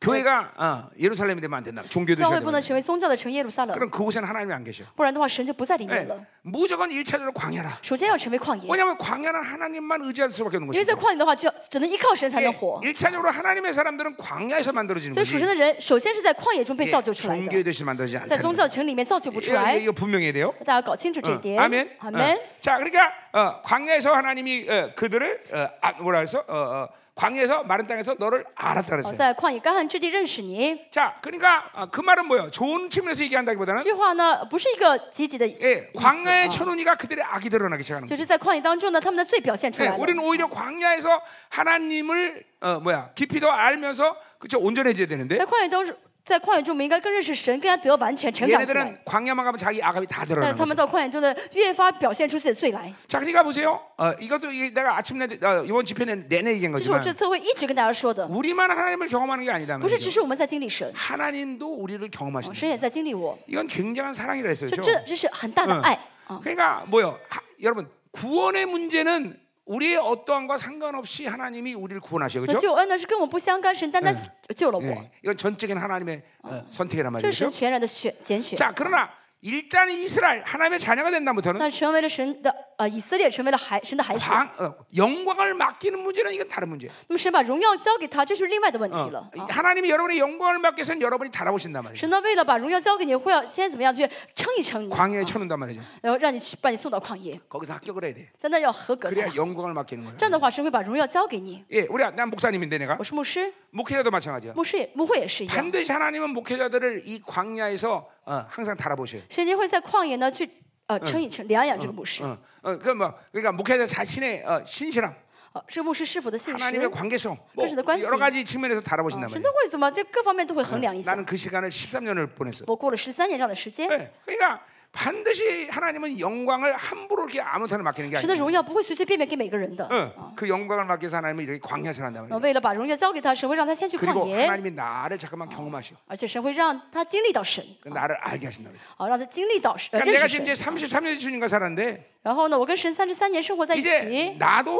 Speaker 1: 교회가 어, 예루살렘이 되면 안 된다. 종교
Speaker 2: 教
Speaker 1: 도시가
Speaker 2: 会不
Speaker 1: 되면.
Speaker 2: 能成为宗教的城耶路撒冷，
Speaker 1: 그럼 그곳에는 하나님이 안 계셔.
Speaker 2: 不然的话神就不在里
Speaker 1: 예,
Speaker 2: 面了。
Speaker 1: 무조건 일차적으로 광야라.
Speaker 2: 首先要成为旷野，
Speaker 1: 왜냐하면 광야는 하나님만 의지할 수밖에 없는
Speaker 2: 因
Speaker 1: 거지.
Speaker 2: 为在旷野的话，只有只能依靠神才能活。
Speaker 1: 일차적으로 하나님의 사람들은 광야에서 만들어지는
Speaker 2: 所以属
Speaker 1: 거지.
Speaker 2: 神的人，首先是在旷野中被
Speaker 1: 예,
Speaker 2: 造就出来
Speaker 1: 종교의
Speaker 2: 的，
Speaker 1: 도시 만들어지지
Speaker 2: 在
Speaker 1: 않다.
Speaker 2: 宗教城里面造就不出
Speaker 1: 이거,
Speaker 2: 来。
Speaker 1: 이거 분명해야 돼요.
Speaker 2: 大家搞清楚这一
Speaker 1: 어,
Speaker 2: 点。
Speaker 1: 아멘.
Speaker 2: 嗯阿门
Speaker 1: 어. 。 자, 그러니까 어, 광야에서 하나님이 어, 그들을 어, 아, 뭐라 해서 어, 어, 광야에서 마른 땅에서 너를 알았다
Speaker 2: 我
Speaker 1: 그랬어요.
Speaker 2: 在旷野干旱之地认识你，
Speaker 1: 자, 그러니까 아, 그 말은 뭐예요? 좋은 측면에서 얘기한다기보다는
Speaker 2: 这句话呢不是一个积极的意思，
Speaker 1: 예,
Speaker 2: 啊
Speaker 1: 광야의 천운이가 그들의 악이 드러나기 시작하는
Speaker 2: 就
Speaker 1: 거예요.
Speaker 2: 是在旷野当中呢，他们的罪表现出
Speaker 1: 예,
Speaker 2: 来了。
Speaker 1: 우리는 오히려 광야에서 하나님을 어, 뭐야 깊이 더 알면서 그쵸 온전해져야 되는데
Speaker 2: 在旷野当中，在旷野中，我们应该更认识神，更加得完全成长起来。
Speaker 1: 얘네들은 광야만 가면 자기 악함이 다
Speaker 2: 但是
Speaker 1: 드러나는
Speaker 2: 他
Speaker 1: 거예요.
Speaker 2: 们到旷野中呢，越发表现出自己的罪来。
Speaker 1: 자, 그러니까 보세요. 어, 이것도 이- 내가 아침 내 어, 이번 집회 내- 내내 얘기한
Speaker 2: 这是我这
Speaker 1: 거지만
Speaker 2: 次会一直跟大家说的，
Speaker 1: 우리만 하나님을 경험하는 게 아니다면
Speaker 2: 不是只是我们在经历神，
Speaker 1: 하나님도 우리를
Speaker 2: 啊
Speaker 1: 경험하신다.
Speaker 2: 神也在经历我。
Speaker 1: 이건 굉장한 사랑이라 했어요.
Speaker 2: 就
Speaker 1: 그
Speaker 2: 这，这是很大的爱啊！
Speaker 1: 그러니까 뭐요? 하- 여러분 구원의 문제는 우리의 어떠한과 상관없이 하나님이 우리를 구원하셔,
Speaker 2: 那
Speaker 1: 그렇죠?
Speaker 2: 救恩呢是跟我不相干，神单单救了我，
Speaker 1: 예, 이건 전적인 하나님의 어, 선택이란
Speaker 2: 这是神
Speaker 1: 말이죠.
Speaker 2: 全然的选拣选。
Speaker 1: 자, 그러나 일단 이스라엘 하나님의 자녀가 된다부터는
Speaker 2: 那成为了神的呃以色列成为了孩神的孩子，
Speaker 1: 광, 어, 영광을 맡기는 문제는 이건 다른 문제예요. 어,
Speaker 2: 那么神把荣耀交给他，这是另外的问
Speaker 1: 嗯
Speaker 2: 题了。
Speaker 1: 하나님이 여러분의 영광을 맡기 위해서는 여러분이 달아보신단 말이죠.
Speaker 2: 神呢，为了把荣耀交给你，会要先怎么样去撑一撑你，
Speaker 1: 광야에 쳐놓는단 말이죠.
Speaker 2: 然后让你去把你送到旷野，
Speaker 1: 거기서 합격을 해야 돼.
Speaker 2: 在那要合格才
Speaker 1: 그래야
Speaker 2: 好。
Speaker 1: 영광을 맡기는 거예요.
Speaker 2: 这样的话，神会把荣耀交给你。
Speaker 1: 예, 우리가 난 목사님인데 내가
Speaker 2: 我是牧师，
Speaker 1: 목회자도 마찬가지야.
Speaker 2: 牧师也牧会也是一样，
Speaker 1: 반드시 하나님은 목회자들을 이 광야에서 어, 항상 달아보셔요.
Speaker 2: 神也会在旷野呢去呃撑一撑，疗养这个牧师，
Speaker 1: 어, 어, 그 뭐, 그러니까 목회자 자신의 어, 신실함,
Speaker 2: 呃，这个牧师是否的信实，
Speaker 1: 하나님의 관계성, 뭐
Speaker 2: 그래서 관심.
Speaker 1: 여러 가지 측면에서 어, 달아보신단
Speaker 2: 神
Speaker 1: 말이에요.
Speaker 2: 都会怎么这各方面都会衡量一下
Speaker 1: 나는 。그 시간을 13년을 보냈어.
Speaker 2: 我过了十三年这样的时间，
Speaker 1: 네, 그러니까 반드시 하나님은 영광을 함부로 이렇게 아무 사람 맡기는 게
Speaker 2: 神的
Speaker 1: 아니에요.
Speaker 2: 荣耀不会随随便便给每个人的。
Speaker 1: 어, 그 영광을 맡기 위해서 하나님은 이렇게 광야에서 한단
Speaker 2: 呃，
Speaker 1: 말이에요.
Speaker 2: 为了把荣耀交给他，神会让他先去旷
Speaker 1: 그리고
Speaker 2: 野，
Speaker 1: 하나님이 나를 잠깐만 경험하시오.
Speaker 2: 而且神会让他经历到神，
Speaker 1: 나를 알게 하신다. 그래요.
Speaker 2: 啊，让他经历到神，呃
Speaker 1: 그러니까
Speaker 2: 认
Speaker 1: 내가
Speaker 2: 识
Speaker 1: 지금 이제
Speaker 2: 神。
Speaker 1: 33년 주님과 살았는데
Speaker 2: 然后呢，我跟神三十三年生活在一
Speaker 1: 이제
Speaker 2: 起，
Speaker 1: 나도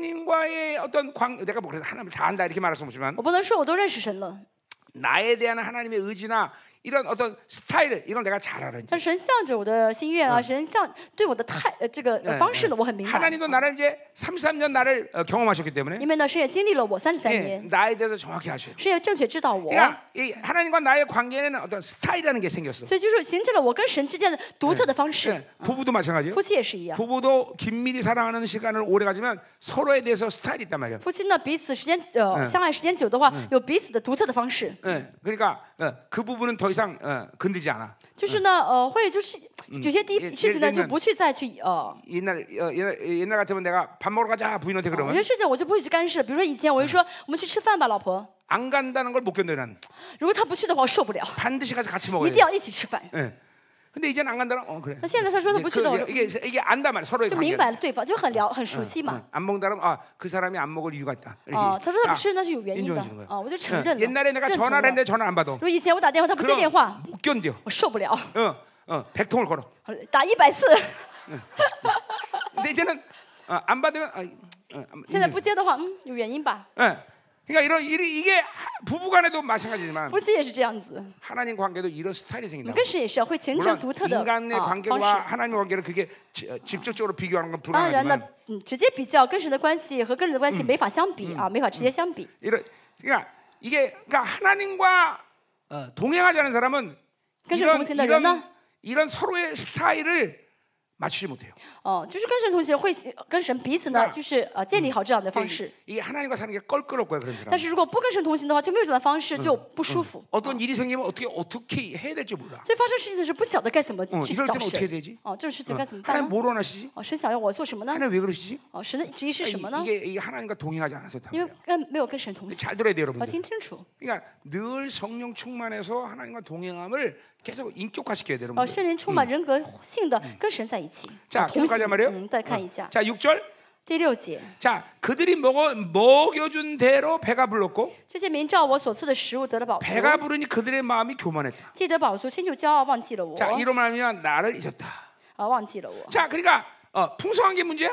Speaker 1: 하나님과의 어떤 광 내가 뭐 그래서 하나님을 다 안다 이렇게 말할 수 없지만
Speaker 2: 我不能说我都认识神了，
Speaker 1: 나에 대한 하나님의 의지나 이런 어떤 스타일 이걸 내가 잘 알아요.
Speaker 2: 但神向着我的心愿啊，神向对我的态呃这个呃方式呢，我很明白。
Speaker 1: 하나님도 나를 이제 33년 나를 어, 경험하셨기 때문에
Speaker 2: 因为呢，神也经历了我三十三
Speaker 1: 예,
Speaker 2: 年，
Speaker 1: 나에 대해서 정확히 아셔요.
Speaker 2: 神也正确知道我，
Speaker 1: 그러니까 이 하나님과 나의 관계에는 어떤 스타일이라는 게 생겼어.
Speaker 2: 所以就是形成了我跟神之间的独特的方式
Speaker 1: 예, 。 부부도 마찬가지예요.
Speaker 2: 夫妻也是一样，
Speaker 1: 부부도 긴밀히 사랑하는 시간을 오래 가지면 서로에 대해서 스타일이 있단 말이에요.
Speaker 2: 夫妻呢彼此时间呃相爱时间久的话，有彼此的独特的方式。
Speaker 1: 예, 그러니까 어, 그 부분은 더 이상 어, 건드지 않아.
Speaker 2: 就是呢，呃，会就是有些第一
Speaker 1: 嗯也
Speaker 2: 事情
Speaker 1: 也
Speaker 2: 呢，
Speaker 1: 那
Speaker 2: 就不去再去呃，
Speaker 1: 옛날 어, 옛날, 옛날 같으면 내가 밥 먹으러 가자 부인한테
Speaker 2: 有
Speaker 1: 그러면
Speaker 2: 些事情我就不会去干涉。比如说以前我就
Speaker 1: 嗯
Speaker 2: 说我们去吃饭吧，老婆，
Speaker 1: 안 간다는 걸 못 견뎌난.
Speaker 2: 如果她不去的话，我受不了，
Speaker 1: 반드시 가서 같이
Speaker 2: 一
Speaker 1: 먹어야
Speaker 2: 定
Speaker 1: 돼.
Speaker 2: 要一起吃饭。
Speaker 1: 예. 근데 이제는 안 간다는 어 그래.
Speaker 2: 那现在她说的
Speaker 1: 이제
Speaker 2: 不
Speaker 1: 그-
Speaker 2: 去的话，我
Speaker 1: 이게,
Speaker 2: 就
Speaker 1: 이게, 이게 안다 말이야 서로의
Speaker 2: 就
Speaker 1: 관계.
Speaker 2: 明白了对方，就很聊很
Speaker 1: 嗯
Speaker 2: 熟悉嘛。
Speaker 1: 어, 안 먹는다면 아그 사람이 안 먹을 이유가 어, 있다. 이렇게
Speaker 2: 哦，她说她
Speaker 1: 딱
Speaker 2: 不吃那是有原因的
Speaker 1: 인정해주는 ，
Speaker 2: 啊，
Speaker 1: 거야.
Speaker 2: 我就承
Speaker 1: 응.
Speaker 2: 认
Speaker 1: 嗯
Speaker 2: 了。
Speaker 1: 옛날에 내가
Speaker 2: 认同
Speaker 1: 전화를
Speaker 2: 了
Speaker 1: 했는데 전화 안 받아.
Speaker 2: 如果以前我打电话她不接电话，
Speaker 1: 못 견뎌.
Speaker 2: 我受不了，
Speaker 1: 어, 어, 백통을 걸어.
Speaker 2: 打一百次。
Speaker 1: 근데 이제는 어, 안 받으면 아, 어, 안-
Speaker 2: 现在
Speaker 1: 인정.
Speaker 2: 不接的话，嗯，有原因吧。
Speaker 1: 예. 그러니까 이런 이- 이게 하- 부부간에도 마찬가지지만
Speaker 2: 夫妻也是这样子，
Speaker 1: 하나님 관계도 이런 스타일이
Speaker 2: 我们
Speaker 1: 생긴다.
Speaker 2: 跟神也是会形成独
Speaker 1: 물론
Speaker 2: 特的啊
Speaker 1: 인간의
Speaker 2: 方
Speaker 1: 관계와
Speaker 2: 式。
Speaker 1: 하나님의 관계를 그게 지- 어, 직접적으로 비교하는 건
Speaker 2: 当然呢
Speaker 1: 불가능하지만 ，
Speaker 2: 嗯，直接比较跟神的关系和跟人的关系没法相比啊，没法直接相比。
Speaker 1: 이런 그러니까 이게 그러니까 하나님과 어, 동행하지 않은 사람은
Speaker 2: 그래서
Speaker 1: 이런
Speaker 2: 동생들은
Speaker 1: 이런
Speaker 2: 나-
Speaker 1: 이런 서로의 스타일을 맞추지 못해요.
Speaker 2: 哦、就是跟神同行会跟神彼此呢，就是呃建立好这样的
Speaker 1: 아,
Speaker 2: 方式。
Speaker 1: 이게 하나님과 사는 게 껄끄럽고요 그런 사람.
Speaker 2: 但是如果不跟神同行的话，就没有这样的方式，就不舒服。
Speaker 1: 어떤 일이 생기면 어떻게 어떻게 해야 될지 몰라.
Speaker 2: 所以发生事情的时候，不晓得该怎么
Speaker 1: 嗯
Speaker 2: 去
Speaker 1: 이럴
Speaker 2: 找
Speaker 1: 때는어떻
Speaker 2: 神
Speaker 1: 게되지 。
Speaker 2: 哦、这种事情该怎么办
Speaker 1: 하나님
Speaker 2: 呢？
Speaker 1: 뭘 원하시지?
Speaker 2: 哦、神想要我做什么呢？
Speaker 1: 하나님 왜 그러시지?
Speaker 2: 哦、神的旨意是什么
Speaker 1: 그러니까
Speaker 2: 呢
Speaker 1: 아? 이- ？ 이게, 이게 하나님과 동행하지 않아서
Speaker 2: 因
Speaker 1: 그래요.
Speaker 2: 为跟没有跟神同行，
Speaker 1: 잘 들어야 돼요
Speaker 2: 要
Speaker 1: 여러분들.
Speaker 2: 听清楚。
Speaker 1: 그러니까 늘 성령 충만해서 하나님과 동행함을 계속 인격화시켜야 되는
Speaker 2: 哦、
Speaker 1: 거예요.
Speaker 2: 圣灵充满人格性的跟神在一起，
Speaker 1: 자
Speaker 2: 哦同
Speaker 1: 계속가자말이에요 음, 어.
Speaker 2: 行。嗯，再看一下
Speaker 1: 자 6절.
Speaker 2: 第六节，
Speaker 1: 자 그들이 먹어 먹여준 대로 배가 불렀고
Speaker 2: 这些民照我所赐的食物得了饱足，
Speaker 1: 배가 부르니 그들의 마음이 교만했다.
Speaker 2: 记得饱足，心就骄傲，忘记了我，
Speaker 1: 자
Speaker 2: 啊、
Speaker 1: 이로 말하면 나를 잊었다.
Speaker 2: 忘记了我。
Speaker 1: 자 그러니까 어, 풍성한 게 문제야?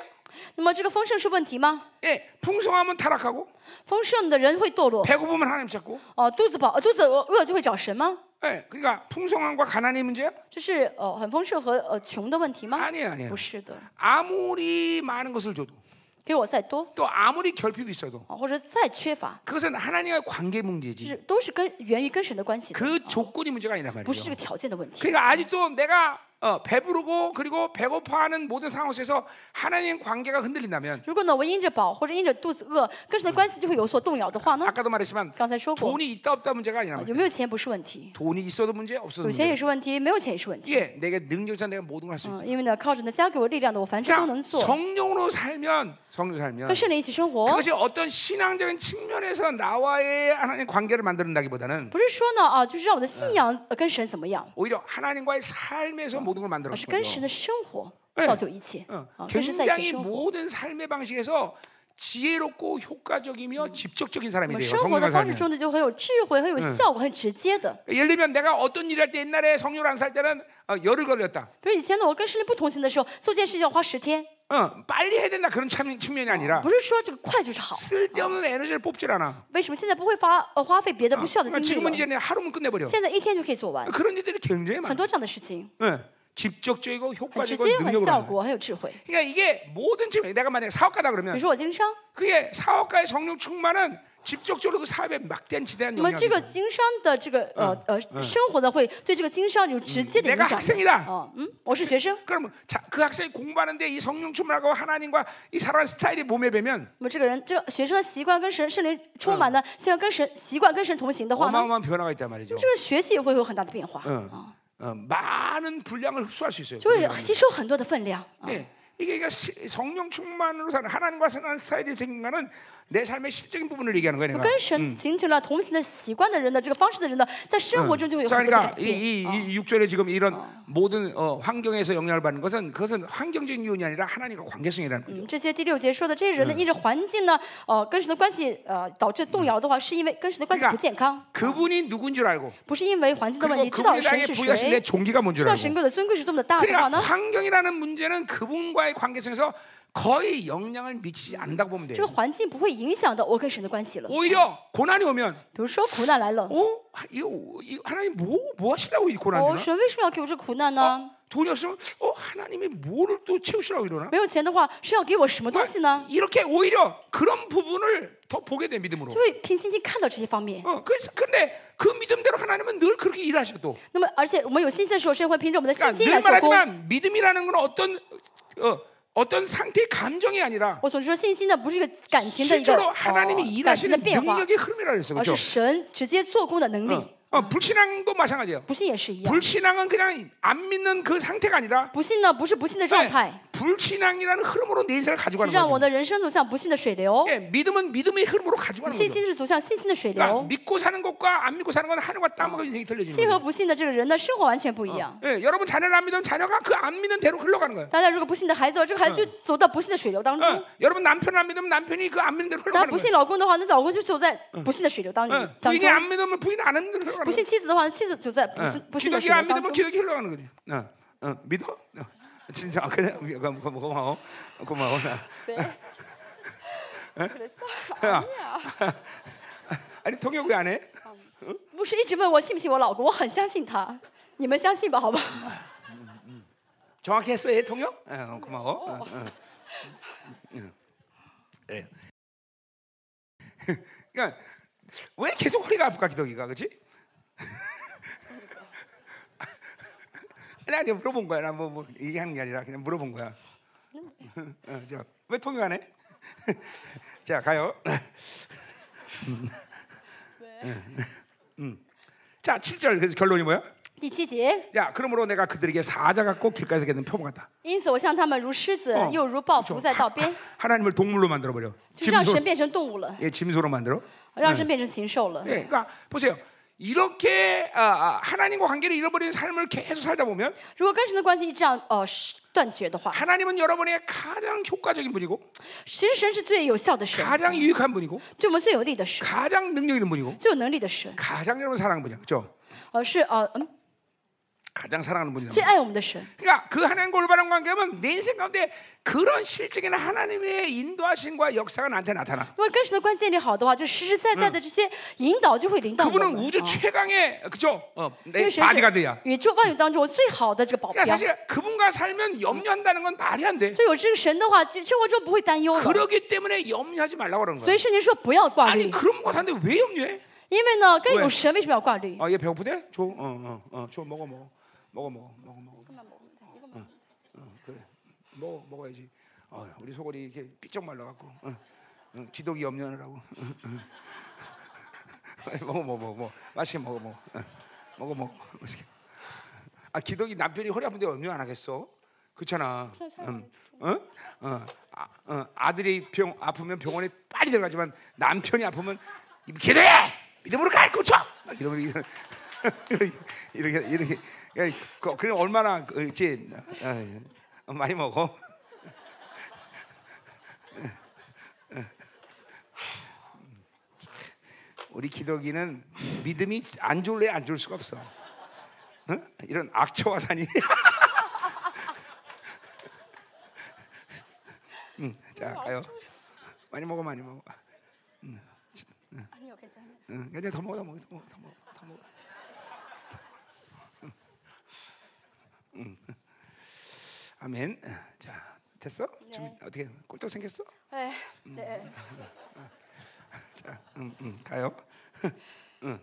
Speaker 2: 那么这个丰盛是问题吗？
Speaker 1: 예, 풍성하면 타락하고
Speaker 2: 丰盛的人会堕落，
Speaker 1: 배고프면 하나님 찾고.
Speaker 2: 哦、肚子饱，呃、肚子饿饿就会找神吗？
Speaker 1: 예, 그러니까 풍성함과 가난의 문제야?
Speaker 2: 这是呃很丰盛和呃穷的问题吗？
Speaker 1: 아니에요, 아니에요.
Speaker 2: 不是的，
Speaker 1: 아무리 많은 것을 줘도
Speaker 2: 给我再多
Speaker 1: 또 아무리 결핍이 있어도
Speaker 2: 啊，或者再缺乏，
Speaker 1: 그것은 하나님과의 관계
Speaker 2: 就
Speaker 1: 문제지.
Speaker 2: 是都是跟源于跟神的关系的，
Speaker 1: 그 조건이 문제가 아니란
Speaker 2: 不是
Speaker 1: 말이에요.
Speaker 2: 这个条件的问题。
Speaker 1: 그러니까 아직도 내가 어, 배부르고 그리고 배고파하는 모든 상황 속에서 하나님 관계가 흔들린다면
Speaker 2: 如果呢，我因着饱或者因着肚子饿，跟神的关系就会有所动摇的话呢，
Speaker 1: 아까도 말했지만
Speaker 2: 刚才说过，
Speaker 1: 돈이 있다 없다 문제가 아니란
Speaker 2: 啊
Speaker 1: 말이에요.
Speaker 2: 有没有钱不是问题，
Speaker 1: 돈이 있어도 문제 없어도
Speaker 2: 有钱
Speaker 1: 문제.
Speaker 2: 也是问题，没有钱也是问题。
Speaker 1: 예, 내가 능력자 내가 모든 걸 할 수 있어.
Speaker 2: 嗯，因为呢，靠着呢加给我力量的，我凡事都能
Speaker 1: 그러니까
Speaker 2: 做。
Speaker 1: 성령으로 살면 성령 살면
Speaker 2: 跟圣灵一起生活，
Speaker 1: 그것이 어떤 신앙적인 측면에서 나와의 하나님 관계를 만드는다기보다는
Speaker 2: 不是说呢啊，就是让我的信仰呃跟神怎么样，
Speaker 1: 오히려 하나님과의 삶에서 모든 걸
Speaker 2: 而
Speaker 1: 만들어
Speaker 2: 是
Speaker 1: 놓은
Speaker 2: 跟
Speaker 1: 거죠.
Speaker 2: 神的生活
Speaker 1: 哎
Speaker 2: 造就一切，
Speaker 1: 어,
Speaker 2: 啊，跟神在一起
Speaker 1: 굉장히
Speaker 2: 生活。
Speaker 1: 모든 삶의 방식에서 지혜롭고 효과적이며 직접적인 사람이
Speaker 2: 我们
Speaker 1: 돼요.
Speaker 2: 生活的
Speaker 1: 성령과
Speaker 2: 嗯方式
Speaker 1: 살면.
Speaker 2: 中呢，就很有智慧，很有效果，很直接的。
Speaker 1: 예를 들면 내가 어떤 일할 때 옛날에 성령 안살 때는 어, 열을 걸렸다.
Speaker 2: 比如以前呢，我跟神灵不同行的时候，做件事情要花十天，
Speaker 1: 어, 빨리 해야 된다 어, 그런 참- 측면이 아니라
Speaker 2: 不是啊说这个快就是好。
Speaker 1: 쓸데없는 에너지를 뽑질 않아.
Speaker 2: 为什么现在不会发呃花费别的不需要的
Speaker 1: 그러니까
Speaker 2: 精力
Speaker 1: 지금은 이제
Speaker 2: 了？
Speaker 1: 내 하루면 끝내버려.
Speaker 2: 现在一天就可嗯以做完，
Speaker 1: 그런 일들이 굉장히 많아.
Speaker 2: 很多这样的事情，
Speaker 1: 예, 직접적이고
Speaker 2: 很直
Speaker 1: 효과적이고
Speaker 2: 接，很
Speaker 1: 능력으로
Speaker 2: 效
Speaker 1: 하는 거야.
Speaker 2: 果，很有智慧。
Speaker 1: 그러니까 이게 모든 측면 내가 만약에 사업가다
Speaker 2: 比
Speaker 1: 그러면
Speaker 2: 如说我经商，
Speaker 1: 그게 사업가의 성령 충만은 직접적으로 그 사업에 막대한 지대한
Speaker 2: 那么这个
Speaker 1: 영향을
Speaker 2: 经商的这个呃呃生活的会对这个经商有直接的影
Speaker 1: 내가
Speaker 2: 响。
Speaker 1: 학생이다.
Speaker 2: 哦，嗯，我是学生，
Speaker 1: 그럼 자, 그 학생이 공부하는데 이 성령 충만하고 하나님과 이 살아가는 스타일이 몸에 배면
Speaker 2: 那么这个人这个学生的习惯跟神圣灵充满呢，希望跟神习惯跟神同行的话呢，
Speaker 1: 어마어마한 변화가 있단 말이죠.
Speaker 2: 这个学习也会有很大的变化。
Speaker 1: 어, 어, 많은 분량을 흡수할 수 있어요.
Speaker 2: 就会吸收很多的分量啊。
Speaker 1: 예, 이게 그러니까 시- 성령 충만으로 사는 하나님과 사는 스타일이 생긴 거는 내 삶의 실적인 부분을 얘기하는 거예요. 내가.
Speaker 2: 跟神形成了同行的习惯的人的这个方式的人呢，在生活中就会有
Speaker 1: 자,
Speaker 2: 很多的
Speaker 1: 그러니까
Speaker 2: 改变。
Speaker 1: 이, 이, 이 6절에 지금 이런 모든 어, 환경에서 영향을 받는 것은 그것은 환경적인 요인이 아니라 하나님과 관계성이라는 거예요.
Speaker 2: 嗯，这些第六节说的这些人呢，因着环境呢，呃，跟神的关系呃导致动摇的话，是因为跟神的关系
Speaker 1: 그러니까
Speaker 2: 不健康，
Speaker 1: 그분이 누군 줄 알고
Speaker 2: 不是因为环境的问
Speaker 1: 그리고
Speaker 2: 题。知道
Speaker 1: 그분의
Speaker 2: 神
Speaker 1: 땅에
Speaker 2: 是
Speaker 1: 부여하신 내
Speaker 2: 谁，
Speaker 1: 종기가 뭔
Speaker 2: 知
Speaker 1: 줄
Speaker 2: 道
Speaker 1: 알고
Speaker 2: 神国的尊贵是多么的大的话
Speaker 1: 그러니까
Speaker 2: 呢？
Speaker 1: 환경이라는 문제는 그분과의 관계성에서 거의 영향을 미치지 않는다고 보면
Speaker 2: 这个
Speaker 1: 돼요
Speaker 2: 环境不会影响到我跟神的关系了。
Speaker 1: 오히려 고난이 오면
Speaker 2: 比如说苦难来了，
Speaker 1: 어? 이거, 이거 하나님 뭐, 뭐 하시려고 이 고난
Speaker 2: 哦，
Speaker 1: 주나?
Speaker 2: 神为什么要给我这苦难呢？
Speaker 1: 돈이 없으면 어? 하나님이 뭐를 또 채우시려고 이러나?
Speaker 2: 没有钱的话，是要给我什么东西呢？
Speaker 1: 이렇게 오히려 그런 부분을 더 보게 돼 믿음으로
Speaker 2: 就会凭信心看到这些方面。
Speaker 1: 어, 그래서 근데 그 믿음대로 하나님은 늘 그렇게 일하셔 또.
Speaker 2: 那么，而且我们有信心的时候，神会凭着我们的信
Speaker 1: 그러니까
Speaker 2: 心
Speaker 1: 늘
Speaker 2: 来做工。
Speaker 1: 말하지만 믿음이라는 건 어떤 어, 어떤 상태의 감정이 아니라
Speaker 2: 我所说信心呢，不是一个感情的一个
Speaker 1: 실제로
Speaker 2: 哦
Speaker 1: 하나님이
Speaker 2: 感情的
Speaker 1: 일하시는
Speaker 2: 变化，
Speaker 1: 능력의 흐름이라 그러니까 그랬어
Speaker 2: 而
Speaker 1: 그렇죠?
Speaker 2: 是神直接做工的能力。
Speaker 1: 어, 불신앙도 마찬가지예요.
Speaker 2: 嗯不信也是一样，
Speaker 1: 불신앙은 그냥 안 믿는 그 상태가 아니라
Speaker 2: 不信呢不是不信的状
Speaker 1: 네,
Speaker 2: 态，
Speaker 1: 불신앙이라는 흐름으로 내 인생을
Speaker 2: 是
Speaker 1: 가져가는
Speaker 2: 让我
Speaker 1: 거죠.
Speaker 2: 的人生走向不信的水流。
Speaker 1: 예, 믿음은 믿음의 흐름으로 가져가는
Speaker 2: 信
Speaker 1: 거죠.
Speaker 2: 心是走向信心的水
Speaker 1: 그러니까
Speaker 2: 流，
Speaker 1: 믿고 사는 것과 안 믿고 사는 건 하늘과 땅하고 인생이 틀려지는
Speaker 2: 信和
Speaker 1: 거예요.
Speaker 2: 不信的这个人呢，生活完全不一样。
Speaker 1: 예, 여러분 자녀를 안 믿으면 자녀가 그 안 믿는 대로 흘러가는 거예요.
Speaker 2: 大家如果不信的孩子，这个孩子就走到不信的水流当中；
Speaker 1: 어, 여러분 남편을 안 믿으면 남편이 그 안 믿는 대로
Speaker 2: 大家
Speaker 1: 흘러가는
Speaker 2: 不
Speaker 1: 거예요.
Speaker 2: 信老公的话，那老公就走在不信的水流当中
Speaker 1: 어,
Speaker 2: 当
Speaker 1: 부인이
Speaker 2: 中；
Speaker 1: 안 믿으면 부인 안 믿는 대로 흘러가는 거예요.
Speaker 2: 不信妻子的话，妻子走在不信
Speaker 1: 어,
Speaker 2: 不信的水
Speaker 1: 기독이
Speaker 2: 流
Speaker 1: 안
Speaker 2: 当
Speaker 1: 믿으면
Speaker 2: 中。
Speaker 1: 기독이 흘러가는 거지. 어, 어, 믿어? 어, 진짜 아, 그래? 고마워, 고마워, 고마워. 아니 동혁 왜안 해?
Speaker 2: 牧师一直问我信不信我老公，我很相信他，你们相信吧，好 吧？
Speaker 1: 정확히 했어, 얘 동혁? 어, 고마워. 어, 어. 응. 예. 그러니까 왜 계속 허리가 아플까 기독이가, 그렇지? 아니 아니 물어본 거야. 나뭐 뭐 얘기하는 게 아니라 그냥 물어본 거야. 어, 자, 왜 통역 안 해? 자 가요. 음. 음. 자, 7절 그래서 결론이 뭐야?
Speaker 2: 第七节，
Speaker 1: 야, 그러므로 내가 그들에게 사자가 꼭 길가에서 걷는 표범 같다.
Speaker 2: 因此我向他们如狮子，
Speaker 1: 哦
Speaker 2: 又如豹伏在道 边，
Speaker 1: 하나님을 동물로 만들어 버려.
Speaker 2: 就让神
Speaker 1: 짐승,
Speaker 2: 变成动物了，
Speaker 1: 예, 짐승으로 만들어.
Speaker 2: 让神变成禽兽了。
Speaker 1: 예, 그러니까 보세요. 이렇게 아, 아, 하나님과 관계를 잃어버린 삶을 계속 살다 보면
Speaker 2: 如果跟神的关系这样呃是断绝的话，
Speaker 1: 하나님은 여러분의 가장 효과적인 분이고
Speaker 2: 其实神是最有效的神，
Speaker 1: 가장 유익한 분이고
Speaker 2: 对我们最有利的神，
Speaker 1: 가장 능력 있는 분이고
Speaker 2: 最有能力的神，
Speaker 1: 가장 여러분 사랑하는 분이야. 그렇죠?
Speaker 2: 呃是呃嗯
Speaker 1: 가장 사랑하는 분이란
Speaker 2: 最
Speaker 1: 말이야.
Speaker 2: 爱我们的神。
Speaker 1: 그러니까 그 하나님과 올바른 관계면 내 인생 가운데 그런 실적인 하나님의 인도하심과 역사가 나한테 나타나.
Speaker 2: 如果跟神的关系建立好的话，就实实在在的这些引导就会领导我
Speaker 1: 그분은
Speaker 2: 们。
Speaker 1: 우주
Speaker 2: 啊
Speaker 1: 최강의 그죠? 어,
Speaker 2: 因
Speaker 1: 내
Speaker 2: 为神是
Speaker 1: 바디가드야.
Speaker 2: 宇宙万有当中最好的这个保镖
Speaker 1: 그러니까 ， 사실 그분과 살면 염려한다는 건 말이 안 돼.
Speaker 2: 所以有这个神的话，就生活中不会担忧了。
Speaker 1: 그러기 때문에 염려하지 말라고 그러는
Speaker 2: 所
Speaker 1: 거야.
Speaker 2: 以圣经说不要挂
Speaker 1: 아니
Speaker 2: 虑，
Speaker 1: 그런 거 사는데 왜 염려해?
Speaker 2: 因为呢，跟
Speaker 1: 对
Speaker 2: 有神为什么要挂虑？
Speaker 1: 아, 얘 배고프대? 줘. 어, 어, 어. 줘 먹어 먹어. 먹어 먹어. 먹어 먹어. 어, 그래. 먹어 먹어야지. 어, 우리 소골이 이렇게 삐쩍 말라 갖고. 어, 어, 지독이 염려하느라고. 아니, 먹어 먹어 먹어. 먹어. 맛있게 먹어 먹어. 어, 먹어 먹어. 맛있게. 아, 기독이 남편이 허리 아픈데 염려 안 하겠어? 그렇잖아. 응. 어? 어. 아, 어. 아들이 병 아프면 병원에 빨리 들어가지만 남편이 아프면 이 기도해. 믿음으로 갈고쳐. 막 이러면 이런- 이렇게 이렇게 이렇게 야, 그- 그래 얼마나 그지 많이 먹어. 우리 기독이는 믿음이 안 좋을래 안 좋을 수가 없어. 응? 이런 악처와 산이. 음, 자 가요. 많이 먹어 많이 먹어.
Speaker 2: 啊
Speaker 1: 응, 그냥 더 먹어 더 먹어 더 먹어 더 먹어. 더 먹어. 음. 아멘. 자 됐어? 지금 어떻게 꼴떡 생겼어?
Speaker 2: 哎，对，
Speaker 1: 자, 음, 음, 가요. 음.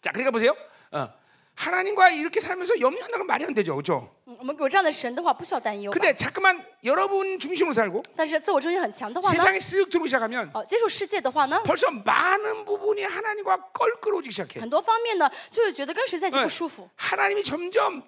Speaker 1: 자, 그러니까 보세요. 어, 하나님과 이렇게 살면서 염려한다는 건 말이 안 되죠, 그렇죠?
Speaker 2: 嗯我们有这样的神的话，不需要担忧吧。
Speaker 1: 근데 자꾸만 여러분 중심으로 살고
Speaker 2: 但是自我中心很强的话呢，
Speaker 1: 세상에 쓱 어, 들어오기 시작하면
Speaker 2: 哦，接触世界的话呢，
Speaker 1: 벌써 많은 부분이 하나님과 껄끄러워지기 시작해.
Speaker 2: 很多方面呢就会觉得跟谁在一起不舒服
Speaker 1: 어, ， 하나님이 점점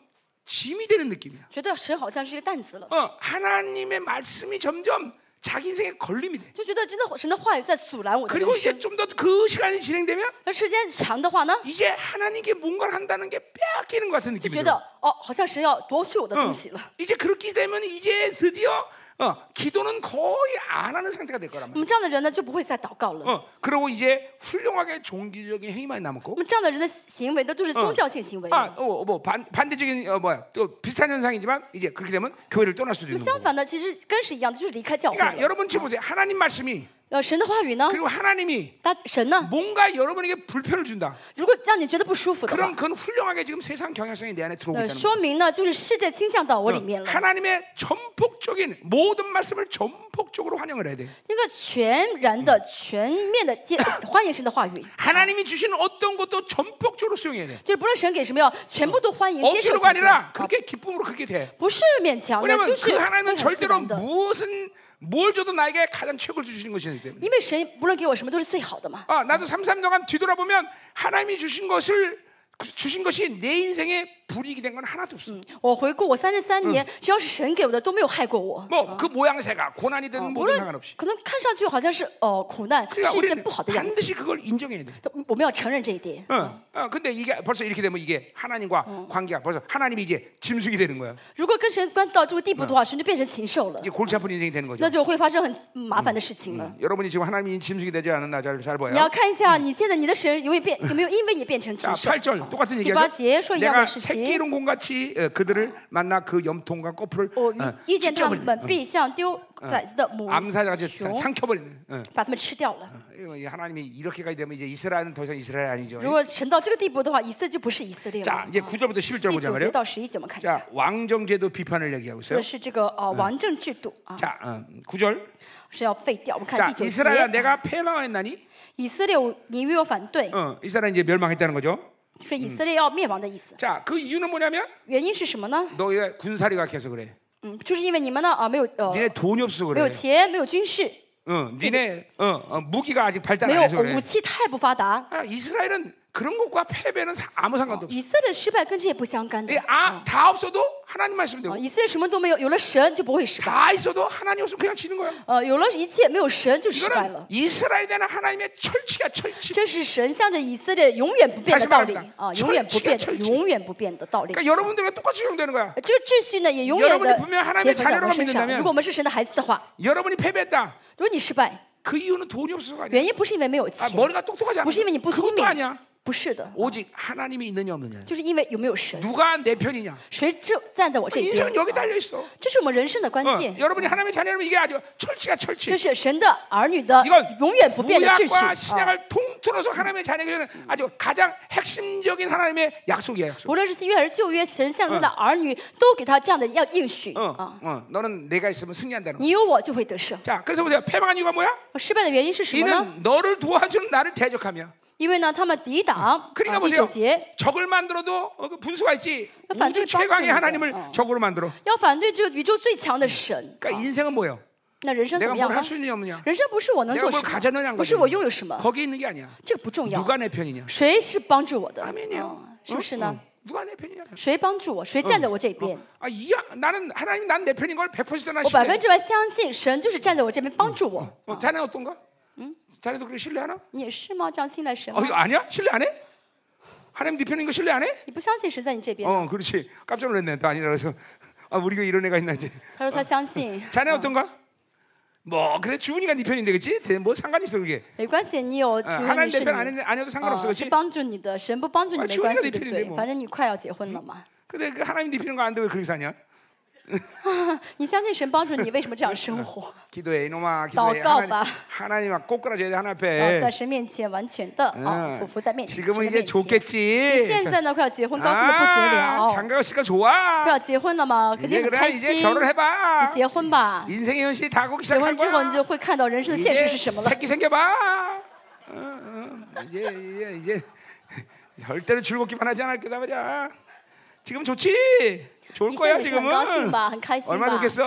Speaker 1: 짐이 되는 느낌이야.
Speaker 2: 觉得神好像是一个担子了，
Speaker 1: 어, 하나님의 말씀이 점점 자기 인생에 걸림이 돼.
Speaker 2: 就觉得真的神的话语在阻拦我的
Speaker 1: 그리고
Speaker 2: 人
Speaker 1: 이제
Speaker 2: 生。
Speaker 1: 좀 더 그 시간이 진행되면
Speaker 2: 而时间长的话呢，
Speaker 1: 이제 하나님께 뭔가를 한다는 게 빼앗기는 것 같은
Speaker 2: 就
Speaker 1: 느낌이
Speaker 2: 觉
Speaker 1: 들어.
Speaker 2: 得哦，好像神要夺取我的
Speaker 1: 어,
Speaker 2: 东西了。
Speaker 1: 이제 그렇게 되면 이제 드디어 어, 기도는 거의 안 하는 상태가 될 거란
Speaker 2: 那
Speaker 1: 말이야.
Speaker 2: 么这样的人呢，就不会再祷告了。
Speaker 1: 어, 그리고 이제 훌륭하게 종기적인 행위만 남았고,
Speaker 2: 那么这样的人的行为呢，都是宗教性行为。
Speaker 1: 아, 어, 뭐 반, 반대적인 어, 뭐야 또 비슷한 현상이지만 이제 그렇게 되면 교회를 떠날 수도
Speaker 2: 那
Speaker 1: 있는
Speaker 2: 相
Speaker 1: 거고.
Speaker 2: 反呢，其实跟是一样的，就是离开教会
Speaker 1: 그러니까
Speaker 2: 了。
Speaker 1: 여러분 지금 보세요. 하나님 말씀이
Speaker 2: 呃，神的话语呢，
Speaker 1: 그리고 하나님이
Speaker 2: 他神呢，
Speaker 1: 뭔가 여러분에게 불편을 준다.
Speaker 2: 如果让你觉得不舒服的话
Speaker 1: 그럼 ， 그건 훌륭하게 지금 세상 경향성이 내 안에 들어오고
Speaker 2: 呃，
Speaker 1: 있다는 거예요.
Speaker 2: 说明呢，就是世界倾向到我里面了。
Speaker 1: 하나님의 전폭적인 모든 말씀을 전폭적으로 환영을 해야 돼.
Speaker 2: 那个全然的、全面的接 欢迎神的话语，
Speaker 1: 하나님이 주시는 어떤 것도 전폭적으로 수용해야 돼.
Speaker 2: 就是不论神给什么样，全部都欢迎接受
Speaker 1: 억지로가
Speaker 2: 才对。
Speaker 1: 아니라
Speaker 2: 好
Speaker 1: 그렇게 기쁨으로 그렇게 돼.
Speaker 2: 不是勉强的，
Speaker 1: 왜냐면
Speaker 2: 就是
Speaker 1: 그
Speaker 2: 会很
Speaker 1: 하나님은
Speaker 2: 自
Speaker 1: 절대로
Speaker 2: 然的。
Speaker 1: 무엇은 뭘 줘도 나에게 가장 최고를 주시는 것이기 때문에.
Speaker 2: 因为神无论给我什么都是最好的嘛。
Speaker 1: 아, 나도 33 동안 뒤돌아보면 하나님이 주신 것을 그- 주신 것이 내 인생에 불이익이 된 건 하나도 없어.
Speaker 2: 嗯我回顾我三十三年，只要是神给我的都没有害过我。
Speaker 1: 뭐 그 모양새가 고난이든
Speaker 2: 无
Speaker 1: 뭐든
Speaker 2: 论
Speaker 1: 상관없이.
Speaker 2: 可能看上去好像是哦、呃苦难是
Speaker 1: 그러니까
Speaker 2: 一件
Speaker 1: 우리는
Speaker 2: 不好的样子，
Speaker 1: 반드시 그걸 인정해야 돼.
Speaker 2: 但我们要承认这一点。
Speaker 1: 어, 어, 근데 이게 벌써 이렇게 되면 이게 하나님과 관계가 벌써 하나님이 이제 짐승이 되는 거야.
Speaker 2: 如果跟神关到这个地步的话，神就变成禽兽了
Speaker 1: 이제 ， 골치 아픈 인생이 되는 거죠.
Speaker 2: 那就会发生很麻烦的事情了。
Speaker 1: 여러분이 지금 하나님이 짐승이 되지 않았나 잘, 잘 봐요.
Speaker 2: 你要看一下，你现在你的神有没有变，有没有因为你变成禽
Speaker 1: 자
Speaker 2: 兽？
Speaker 1: 8절 똑같은
Speaker 2: 第
Speaker 1: 얘기죠.
Speaker 2: 八节说一样
Speaker 1: 내가
Speaker 2: 的事情。
Speaker 1: 새끼른 곰같이 어, 그들을 만나 그 염통과 꼬풀을
Speaker 2: 我
Speaker 1: 어, 뭐
Speaker 2: 遇遇见他
Speaker 1: 찢어버리네.
Speaker 2: 们，必像丢崽子的母
Speaker 1: 암사자같이
Speaker 2: 熊，
Speaker 1: 삼켜버리는. 어.
Speaker 2: 把他们吃掉了。
Speaker 1: 이거 이 하나님이 이렇게까지 되면 이제 이스라엘은 더 이상 이스라엘 아니죠.
Speaker 2: 如果神到这个地步的话，以色列就不是以色列了。
Speaker 1: 자
Speaker 2: 啊
Speaker 1: 이제 9절부터 아, 11절 그렇죠.
Speaker 2: 第
Speaker 1: 보자
Speaker 2: 九节
Speaker 1: 말이요.
Speaker 2: 到十一节，我们看一下
Speaker 1: 자 ， 왕정제도 비판을 얘기하고
Speaker 2: 这
Speaker 1: 있어요.
Speaker 2: 是这个呃王政制度啊，
Speaker 1: 자 어, 9절.
Speaker 2: 是要废掉。我们看
Speaker 1: 자
Speaker 2: 第九
Speaker 1: 이스라엘아
Speaker 2: 节，
Speaker 1: 내가 패망했나니?
Speaker 2: 以色列，我你与我反对，
Speaker 1: 어, 이스라엘 이제 멸망했다는 거죠.
Speaker 2: 就是以色列要灭亡的意思。
Speaker 1: 자, 그 이유는 뭐냐면
Speaker 2: 原因是什么呢？
Speaker 1: 너희가 군사리 약해서 그래.
Speaker 2: 嗯，就是因为你们呢啊没有呃
Speaker 1: 니네 돈이 없어
Speaker 2: 没有
Speaker 1: 그래.
Speaker 2: 钱，没有军事，
Speaker 1: 응, 니네 어, 어, 무기가 아직 발달
Speaker 2: 没
Speaker 1: 안
Speaker 2: 有
Speaker 1: 해서
Speaker 2: 呃
Speaker 1: 그래.
Speaker 2: 武器太不发达。
Speaker 1: 아, 이스라엘은 그런 것과 패배는 사- 아무 상관도 없어.
Speaker 2: 以色列的失败跟这些不相干的
Speaker 1: 이, 。 아, 다 없어도 하나님 말씀
Speaker 2: 啊
Speaker 1: 되고
Speaker 2: 以色列什么都没有，有了神就不会失败。
Speaker 1: 다 있어도 하나님 없으면 그냥 지는 거야.
Speaker 2: 呃，有了一切没有神就失败
Speaker 1: 이거는
Speaker 2: 了。
Speaker 1: 이스라엘에 대한 하나님의 철칙이야, 철칙.
Speaker 2: 这是神向着以色列永远不变的道理
Speaker 1: 다시말합니다
Speaker 2: 啊，永远不变的
Speaker 1: 철，칙이야철칙
Speaker 2: 永远不变的道理。
Speaker 1: 그러니까 여러분들과 똑같이 적용되는 거야.
Speaker 2: 呃这个秩序呢，也永远的
Speaker 1: 여러분이분명하나님의
Speaker 2: 结合在我
Speaker 1: 자녀라고
Speaker 2: 们身上。
Speaker 1: 믿는다면
Speaker 2: 如果我们是神的孩子的话，
Speaker 1: 여러분이 패배했다.
Speaker 2: 如果你失败，
Speaker 1: 그 이유는 돈이 없어서가 아니야.
Speaker 2: 原啊因不是因为没有
Speaker 1: 아,
Speaker 2: 钱，
Speaker 1: 머리가 똑똑하지
Speaker 2: 不是因为你
Speaker 1: 않아.
Speaker 2: 不聪
Speaker 1: 그것도
Speaker 2: 明
Speaker 1: 아니야. ，
Speaker 2: 不是的，
Speaker 1: 오직 하나님이 있느냐 없느냐.
Speaker 2: 就是因为有没有神，
Speaker 1: 누가 내 편이냐.
Speaker 2: 谁就站在我这一边。
Speaker 1: 인생은 여기
Speaker 2: 啊
Speaker 1: 달려 있어.
Speaker 2: 这是我们人生的关
Speaker 1: 어,
Speaker 2: 键，
Speaker 1: 여러분이 하나님의 자녀라면 이게 아주 철칙이야,
Speaker 2: 这
Speaker 1: 철칙.
Speaker 2: 是神的儿女的
Speaker 1: 이건
Speaker 2: 永远不变的
Speaker 1: 구약과
Speaker 2: 秩序。啊
Speaker 1: 신약을 통틀어서 하나님의 자녀에게는 아주 가장 핵심적인 하나님의 약속이야. 약속.
Speaker 2: 不论是新约还是旧约，神向他的儿女都给他这样的要应许
Speaker 1: 어,
Speaker 2: 啊，
Speaker 1: 어, 너는 내가 있으면 승리한다는 거.
Speaker 2: 你有我就会得胜。
Speaker 1: 자, 그래서 보세요. 패망한 이유가 뭐야?
Speaker 2: 失败的原因是什么呢？
Speaker 1: 이는 너를 도와주는 나를 대적하며.
Speaker 2: 因为呢，他们抵挡啊
Speaker 1: 그러니까
Speaker 2: 第九
Speaker 1: 보세요.
Speaker 2: 节，
Speaker 1: 적을 만들어도 어, 그 분수가 있지.
Speaker 2: 반대로
Speaker 1: 우주 최강의
Speaker 2: 빠지는
Speaker 1: 하나님을
Speaker 2: 거야. 어.
Speaker 1: 적으로 만들어.
Speaker 2: 要反对这个宇宙最强的神。
Speaker 1: 그러니까 인생은 뭐예요?
Speaker 2: 那人生怎
Speaker 1: 내가
Speaker 2: 么
Speaker 1: 뭘
Speaker 2: 样呢
Speaker 1: 할 수？ 있느냐 없느냐.
Speaker 2: 人生不是我能
Speaker 1: 내가
Speaker 2: 做什
Speaker 1: 뭘 어,
Speaker 2: 么，
Speaker 1: 가졌느냐는
Speaker 2: 不
Speaker 1: 거지.
Speaker 2: 是我拥有什么，
Speaker 1: 거기 있는 게 아니야.
Speaker 2: 这个不重要。
Speaker 1: 누가 내 편이냐?
Speaker 2: 谁是帮助我的？
Speaker 1: 아멘이요. 어,
Speaker 2: 嗯嗯是不是呢？
Speaker 1: 누가 내 편이냐?
Speaker 2: 谁帮助我？谁站在我这边？
Speaker 1: 아, 이야, 나는 하나님 난 내 편인 걸 100%나
Speaker 2: 我百分
Speaker 1: 신뢰해.
Speaker 2: 之百相信神就是站在我这边帮助我。
Speaker 1: 어, 자네 어떤가? 자네도 그렇게 신뢰하나? 어,
Speaker 2: 你也是吗？这样信赖神吗？
Speaker 1: 이거 아니야? 신뢰 안 해? 하나님 네 편인 거 신뢰 안 해?
Speaker 2: 你不相信神在你这边？
Speaker 1: 어, 그렇지. 깜짝 놀랐네. 또 아니라 그래서 아, 우리 교회 이런 애가 있나 이제.
Speaker 2: 他说他相信，
Speaker 1: 자네 어떤가? 뭐 그래 주은이가 네 편인데 그치? 대- 뭐 상관이 있어 그게
Speaker 2: 没关系，你有主
Speaker 1: 어,
Speaker 2: 你
Speaker 1: 嗯 하나님
Speaker 2: 是
Speaker 1: 내
Speaker 2: 你
Speaker 1: 편 아니, 아니어도 상관없어
Speaker 2: 啊是
Speaker 1: 그치?
Speaker 2: 帮助你的，神不帮助你
Speaker 1: 아
Speaker 2: 没关
Speaker 1: 주은이가 내
Speaker 2: 系，对不
Speaker 1: 편인데
Speaker 2: 对？
Speaker 1: 뭐
Speaker 2: 反正你快要结婚了嘛，
Speaker 1: 근데 그 하나님 네 편인 거 안 되고 그렇게 사냐?
Speaker 2: 你相信神帮助你，为什么这样生活？
Speaker 1: 기도해 이놈아 기도해
Speaker 2: 더
Speaker 1: 하나님,
Speaker 2: 꺾어.
Speaker 1: 하나님아 꼬꾸라져야 돼 하나
Speaker 2: 然后
Speaker 1: 앞에
Speaker 2: 啊在神面前完全的
Speaker 1: 응.
Speaker 2: 啊匍匐在面前。神
Speaker 1: 嗯 지금은
Speaker 2: 的
Speaker 1: 이제
Speaker 2: 面前
Speaker 1: 좋겠지
Speaker 2: 你现在呢，快要结婚，高兴的不得
Speaker 1: 아,
Speaker 2: 了。
Speaker 1: 장가가 씨가
Speaker 2: 快
Speaker 1: 좋아
Speaker 2: 要结婚了嘛，肯
Speaker 1: 이제
Speaker 2: 定很开
Speaker 1: 그래
Speaker 2: 心。
Speaker 1: 이제
Speaker 2: 你
Speaker 1: 결혼해봐
Speaker 2: 结婚吧，
Speaker 1: 인생의 현실이 다 오기
Speaker 2: 结
Speaker 1: 시작한
Speaker 2: 婚之后你
Speaker 1: 거야
Speaker 2: 就会看到人生的现实
Speaker 1: 이제
Speaker 2: 是什么了。
Speaker 1: 새끼 생겨봐 어, 어, 이제 이제 이제 절대로 즐겁기만 하지 않을 거다 말이야 지금 좋지 좋을
Speaker 2: 你
Speaker 1: 거야
Speaker 2: 现在是很
Speaker 1: 지금은
Speaker 2: 高兴吧，很开心吧
Speaker 1: 얼마나 ？ 좋겠어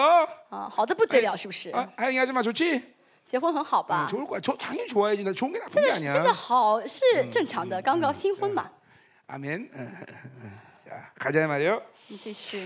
Speaker 2: 啊，好的不得了，是不是？
Speaker 1: 아, 하영이 하지마 좋지 어,
Speaker 2: 结婚很好吧？
Speaker 1: 좋을 거야 저, 당연히 좋아야지 나 아. 좋은 게 나쁜 게
Speaker 2: 现在现在
Speaker 1: 아니야
Speaker 2: 好是正常的，刚刚新婚嘛。
Speaker 1: 아멘 어, 어, 어. 자 가자 말이요
Speaker 2: 你继续，